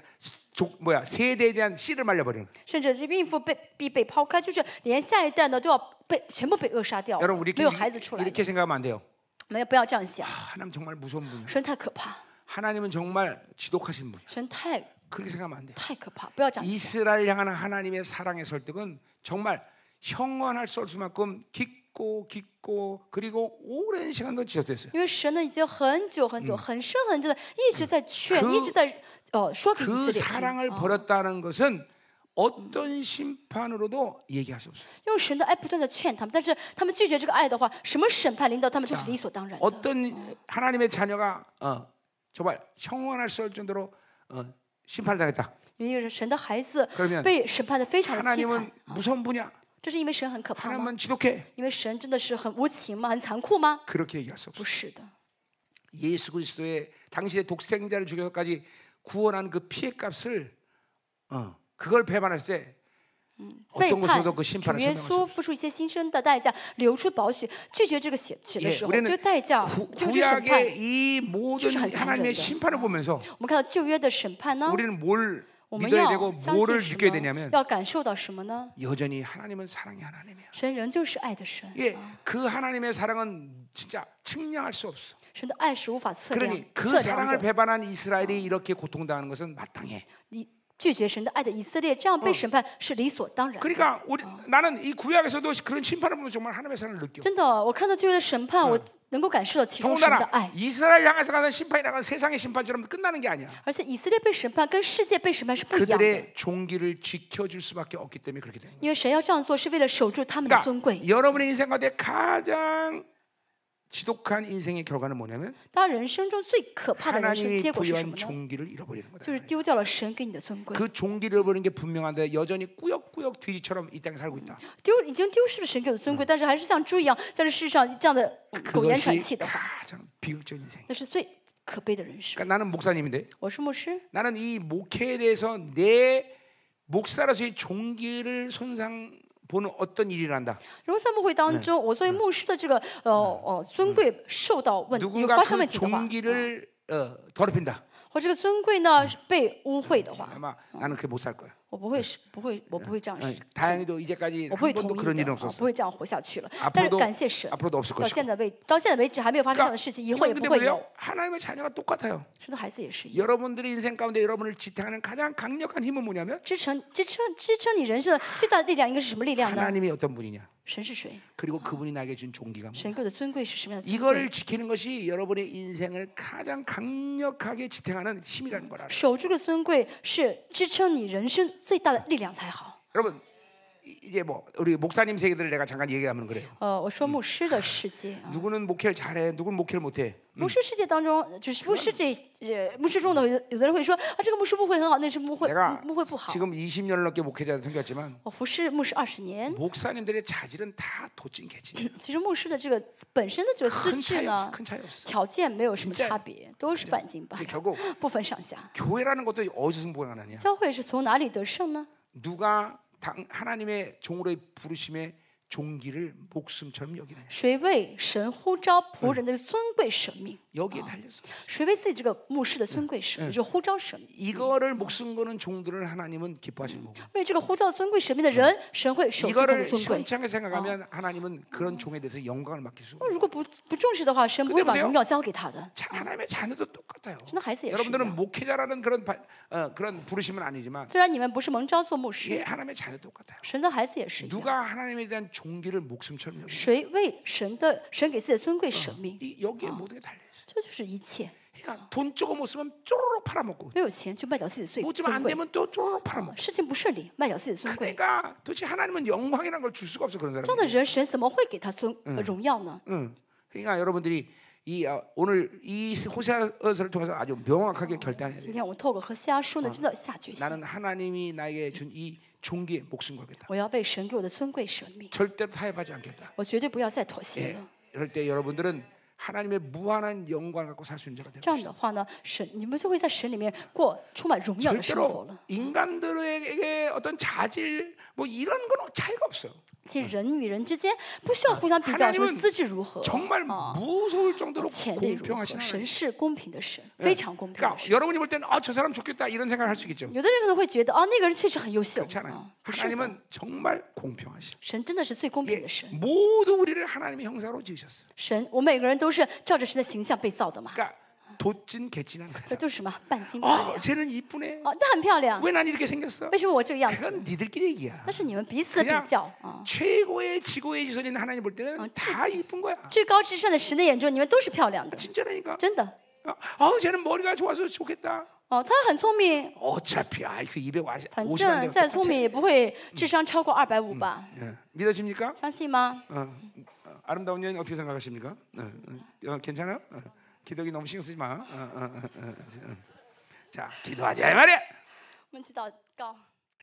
Speaker 1: 족 뭐야? 세대에 대한 씨를 말려 버리는.
Speaker 2: 甚至这孕妇被必被抛开，就是连下一代呢都要被全部被扼杀掉，
Speaker 1: 여러분 우리
Speaker 2: 没有孩子出来的，
Speaker 1: 이렇게 생각하면 안 돼요.
Speaker 2: 没有不要这样想
Speaker 1: 아 ， 하나님 정말 무서운 분이야.
Speaker 2: 神太可怕，
Speaker 1: 하나님은 정말 지독하신 분이야.
Speaker 2: 神太
Speaker 1: 그렇게 생각하면 안 돼.
Speaker 2: 太可怕，不要这样想。
Speaker 1: 이스라엘 향하는 하나님의 사랑의 설득은 정말 형언할 수 없을 만큼 깊고 깊고 깊고 그리고 오랜 시간도 지속됐어요.
Speaker 2: 因为神呢已经很久很久、很深很久的一直在劝，
Speaker 1: 그
Speaker 2: 一直在呃说给以色
Speaker 1: 그
Speaker 2: 列听，
Speaker 1: 사랑을 버렸다는 것은 어떤 심판으로도 얘기할 수 없어요.
Speaker 2: 用神的爱不断的劝他们，但是他们拒绝这个爱的话，什么审判领导他们就是理所当然的。
Speaker 1: 어떤 하나님의 자녀가 어, 정말 형언할 수 없을 정도로 어, 심판을 당했다.
Speaker 2: 因为神的孩子
Speaker 1: 그러면
Speaker 2: 被审判的非常的凄惨，
Speaker 1: 하나님은 무서운 분이야.
Speaker 2: 这是因为神很可怕吗？
Speaker 1: 하나님은 지독해.
Speaker 2: 因为神真的是很无情吗？很残酷吗？
Speaker 1: 그렇게 얘기할 수 없어요.
Speaker 2: 不是的，
Speaker 1: 예수 그리스도의 당신의 독생자를 죽여서까지 구원한 그 피해값을 어, 그걸 배반했을 때
Speaker 2: 背
Speaker 1: 어떤
Speaker 2: 叛
Speaker 1: 것으로도 그
Speaker 2: 主
Speaker 1: 심판을
Speaker 2: 耶
Speaker 1: 선정할 수
Speaker 2: 稣
Speaker 1: 없어요.
Speaker 2: 付出一些新生的代价，流出宝血，拒绝这个血血的
Speaker 1: 예,
Speaker 2: 时候，这
Speaker 1: 우리는
Speaker 2: 个代价
Speaker 1: 구,
Speaker 2: 就是审判。
Speaker 1: 구약의 이 모든
Speaker 2: 주시한 어?
Speaker 1: 하나님의
Speaker 2: 상전이다.
Speaker 1: 심판을 보면서
Speaker 2: 我们看到旧约的审判呢，
Speaker 1: 우리는 뭘
Speaker 2: 我们
Speaker 1: 믿어야 되고
Speaker 2: 要相
Speaker 1: 뭐를
Speaker 2: 信什
Speaker 1: 느껴야
Speaker 2: 么？
Speaker 1: 되냐면
Speaker 2: 要感受到什么呢？
Speaker 1: 여전히 하나님은 사랑의 하나님이야.
Speaker 2: 神仍旧是爱的神，
Speaker 1: 예, 그 하나님의 사랑은 진짜 측량할 수 없어.
Speaker 2: 神的爱是无法测量
Speaker 1: 그러니
Speaker 2: 测
Speaker 1: 그
Speaker 2: 量
Speaker 1: 사랑을
Speaker 2: 的。
Speaker 1: 배반한 이스라엘이 이렇게 고통당하는 것은 마땅해.
Speaker 2: 你拒绝神的爱的以色列，
Speaker 1: 嗯
Speaker 2: 这样被审判是理所当然。
Speaker 1: 그러니까 우리 나는 이 구약에서도 그런 심판을 보면 정말 하나님의 사랑을 느껴.
Speaker 2: 真的，我看到旧约的审
Speaker 1: 嗯
Speaker 2: 判，我能够感受到其中神的
Speaker 1: 더군다나
Speaker 2: 爱。
Speaker 1: 이스라엘 향해서 가는 심판이라는 세상의 심판처럼 끝나는 게 아니야.
Speaker 2: 而且以色列被审判跟世界被审判是不一样的，
Speaker 1: 그들의 종기를 지켜줄 수밖에 없기 때문에 그렇게 되는 거야.
Speaker 2: 因为神要这样做是为了守住他们的尊贵
Speaker 1: 그러니까 。 여러분의 인생 가운데 가장 지독한 인생의 결과는 뭐냐면
Speaker 2: 当然，人生中最可怕的人生
Speaker 1: 하나님이
Speaker 2: 结果是什么
Speaker 1: 부여한
Speaker 2: 呢？
Speaker 1: 종기를 잃어버리는
Speaker 2: 就
Speaker 1: 거다.
Speaker 2: 是丢掉了神给你的尊贵，
Speaker 1: 그 종기를 잃어버리는 게 분명한데 여전히 꾸역꾸역 돼지처럼 이 땅에 살고 있다.
Speaker 2: 丢已经丢失了神给我的尊贵，
Speaker 1: 嗯
Speaker 2: 但是还是像猪一样在这世上这样的苟延喘
Speaker 1: 그것이
Speaker 2: 气的话，
Speaker 1: 가장 비극적인 인생.
Speaker 2: 那是最可悲的人生。
Speaker 1: 그러니까 나는 목사님인데
Speaker 2: 我是牧师，
Speaker 1: 나는 이 목회에 대해서 내 목사로서의 종기를 손상 보는 어떤 일을 한다.
Speaker 2: 如果在牧会当
Speaker 1: 嗯
Speaker 2: 中，我作为牧师的这个呃呃尊贵受到问有
Speaker 1: 누군가
Speaker 2: 发
Speaker 1: 그
Speaker 2: 生问题的话，
Speaker 1: 종기를 어, 더럽힌다.
Speaker 2: 或这个尊贵呢被污秽的话，
Speaker 1: 아마 나는 그렇게 못 살 거야.
Speaker 2: 我不会是不会我不会这样
Speaker 1: 어,
Speaker 2: 是，
Speaker 1: 다행히도 이제까지
Speaker 2: 我哎不会
Speaker 1: 한
Speaker 2: 同
Speaker 1: 번도
Speaker 2: 意
Speaker 1: 그런
Speaker 2: 的，
Speaker 1: 일은
Speaker 2: 啊不
Speaker 1: 없었어.
Speaker 2: 会这样活下去了。但是
Speaker 1: 앞으로도
Speaker 2: 感谢神，
Speaker 1: 앞으로도 없을
Speaker 2: 到
Speaker 1: 것이고.
Speaker 2: 现在为到现在为止还没有发生这样的事情，以后也
Speaker 1: 이건
Speaker 2: 不
Speaker 1: 근데
Speaker 2: 会有。
Speaker 1: 뭐예요? 하나님의 자녀가 똑같아요.
Speaker 2: 生的孩子也是一样。
Speaker 1: 여러분들의 인생 가운데 여러분을 지탱하는 가장 강력한 힘은 뭐냐면
Speaker 2: 支撑支撑支撑你人生的最大的力量应该是什么力量呢？
Speaker 1: 하나님이 어떤 분이냐.
Speaker 2: 神是谁？
Speaker 1: 그리고 그분이 나에게 준 종기가 뭐냐.
Speaker 2: 神给我的尊贵是什么样的尊贵？
Speaker 1: 이거를 지키는 것이 여러분의 인생을 가장 강력하게 지탱하는 힘이라는 걸 알아요.
Speaker 2: 守住个尊贵是支撑你人生最大的力量才好。
Speaker 1: 여러분 이- 이제 뭐 우리 목사님 세계들을 내가 잠깐 얘기하면 그래요.
Speaker 2: 呃，我说牧师的世界啊，
Speaker 1: 누구는 목회를 잘해, 누구는 목회를 못해.
Speaker 2: 牧师世界当中，就是牧师这呃牧师中的有有的人会说啊，这个牧师牧会很好，那是牧会
Speaker 1: 내가
Speaker 2: 牧会不好。
Speaker 1: 지금 20년 넘게 목회자를 생겼지만
Speaker 2: 哦我服侍牧师二十年，
Speaker 1: 목사님들의 자질은 다 도찐 개지.
Speaker 2: 其实牧师的这个本身的这个
Speaker 1: 큰
Speaker 2: 资质
Speaker 1: 차이 없어,
Speaker 2: 呢，
Speaker 1: 큰 차이 없어.
Speaker 2: 条件没有什么
Speaker 1: 진짜
Speaker 2: 差别，都是半斤八
Speaker 1: 근데
Speaker 2: 两，
Speaker 1: 결국
Speaker 2: 不分上下。
Speaker 1: 교회라는 것도 어디서 승부하느냐?
Speaker 2: 教会是从哪里得胜呢？
Speaker 1: 누가 당, 하나님의 종으로의 부르심에 종기를 목숨처럼 여기는
Speaker 2: 谁为神呼召仆人的尊贵舍命？
Speaker 1: 여기에 달려서
Speaker 2: 谁为自己这个牧师的尊贵舍命？就呼召舍命。
Speaker 1: 이거를 목숨 거는 종들을 하나님은 기뻐하시는 거고
Speaker 2: 为这个呼召尊贵舍命的人，神会守住他的
Speaker 1: 그렇죠. 이거를
Speaker 2: 尊贵。
Speaker 1: 시원찮게 생각하면 하나님은 그런 종에 대해서 영광을 맡길 수가 없어요.
Speaker 2: 如果不不重视的话，神不会
Speaker 1: 근데보세요
Speaker 2: 把荣耀交给他的。
Speaker 1: 자, 하나님의 자녀도 똑같아요.
Speaker 2: 저는 할수 있어요.
Speaker 1: 여러분들은 목회자라는 그런 바, 어, 그런 부르심은 아니지만
Speaker 2: 虽然你们不是蒙召做牧
Speaker 1: 이게
Speaker 2: 师，
Speaker 1: 하나님의 자녀 똑같아요.
Speaker 2: 神的孩子也是一样。
Speaker 1: 누가 하나님에 대한 종기를 목숨처럼 여기
Speaker 2: 谁为神的神给自己的尊贵舍命？
Speaker 1: 이 여기에 모든 게 달려 있어요.
Speaker 2: 这就是一切。
Speaker 1: 그러니까 돈 조금 못 쓰면 쪼르륵 팔아먹고
Speaker 2: 没有钱就卖掉自己的
Speaker 1: 뭐
Speaker 2: 尊
Speaker 1: 좀 안
Speaker 2: 尊贵，
Speaker 1: 되면 또 쪼르륵 팔아먹고.
Speaker 2: 事情不顺利卖掉自己的尊贵，
Speaker 1: 그러니까 도대체 하나님은 영광이라는 걸 줄 수가 없어 그런
Speaker 2: 这样
Speaker 1: 사람.
Speaker 2: 的人神怎么会给他尊呃荣耀呢？
Speaker 1: 응. 그러니까 여러분들이 이 어, 오늘 이 호세아서를 통해서 아주 명확하게 결단해야 돼.
Speaker 2: 今天我们透过和西阿书呢，真的下决心，
Speaker 1: 나는 하나님이 나에게 준 이 종기에 목숨 걸겠다.
Speaker 2: 我要为神给我的尊贵舍命，
Speaker 1: 절대로 타협하지 않겠다.
Speaker 2: 我绝对不要再妥协
Speaker 1: 예,
Speaker 2: 了。
Speaker 1: 그럴 때 여러분들은 하나님의 무한한 영광을 갖고 살 수 있는 자가 되는
Speaker 2: 这样
Speaker 1: 것이죠.
Speaker 2: 的话呢，神你们就会在神里面过充满荣耀的生活
Speaker 1: 절대로
Speaker 2: 了。
Speaker 1: 인간들에게 어떤 자질 뭐 이런 건 차이가 없어요.
Speaker 2: 其实人与人之间不需要互相比较，
Speaker 1: 하나님은
Speaker 2: 说资质如何，
Speaker 1: 정말 무서울 정도로
Speaker 2: 潜力如何，
Speaker 1: 공평하신 하나님.
Speaker 2: 神是公平的神，
Speaker 1: 嗯
Speaker 2: 非常公平的
Speaker 1: 그러니까
Speaker 2: 神。
Speaker 1: 여러분이 볼 때는 아 저 사람 좋겠다 이런 생각을 할 수 있겠죠.
Speaker 2: 有的人可能会觉得啊，那个人确实很优秀
Speaker 1: 그렇지
Speaker 2: 啊
Speaker 1: 않아요. ，
Speaker 2: 不是的，
Speaker 1: 하나님은 정말 공평하신.
Speaker 2: 神真的是最公平
Speaker 1: 예,
Speaker 2: 的神。
Speaker 1: 모두 우리를 하나님의 형상으로 지으셨어요.
Speaker 2: 神，我每个人都是照着神的形象被造的嘛。
Speaker 1: 그러니까 도찐 개찐한 거야.
Speaker 2: 这就是什么半斤八两。
Speaker 1: 어, 쟤는 이쁘네.
Speaker 2: 哦，那很漂亮。
Speaker 1: 왜 난 이렇게 생겼어?
Speaker 2: 为什么我这个样子？
Speaker 1: 그건 니들끼리 얘기야.
Speaker 2: 那是你们彼此比
Speaker 1: 그냥
Speaker 2: 较
Speaker 1: 어.
Speaker 2: 啊。
Speaker 1: 최고의 지고의 지선인 하나님 볼 때는 다 이쁜 거야.
Speaker 2: 至高至上的神的眼中，你们都是漂亮的，
Speaker 1: 진짜라니까.
Speaker 2: 真的。
Speaker 1: 어, 어, 쟤는 머리가 좋아서 좋겠다.
Speaker 2: 哦，他很聪明，
Speaker 1: 어차피 그 IQ 250.
Speaker 2: 反正再聪明也不会智商超过二百五吧？
Speaker 1: 예. 믿어집니까?
Speaker 2: 相信吗？
Speaker 1: 어, 어, 아름다운 년 어떻게 생각하십니까? 어, 어, 어, 괜찮아? 어, 기도기 너무 신경 쓰지 마. 어, 어, 어, 어, 어. 자, 기도하자 어. 이 말이야.
Speaker 2: 我们祈祷告。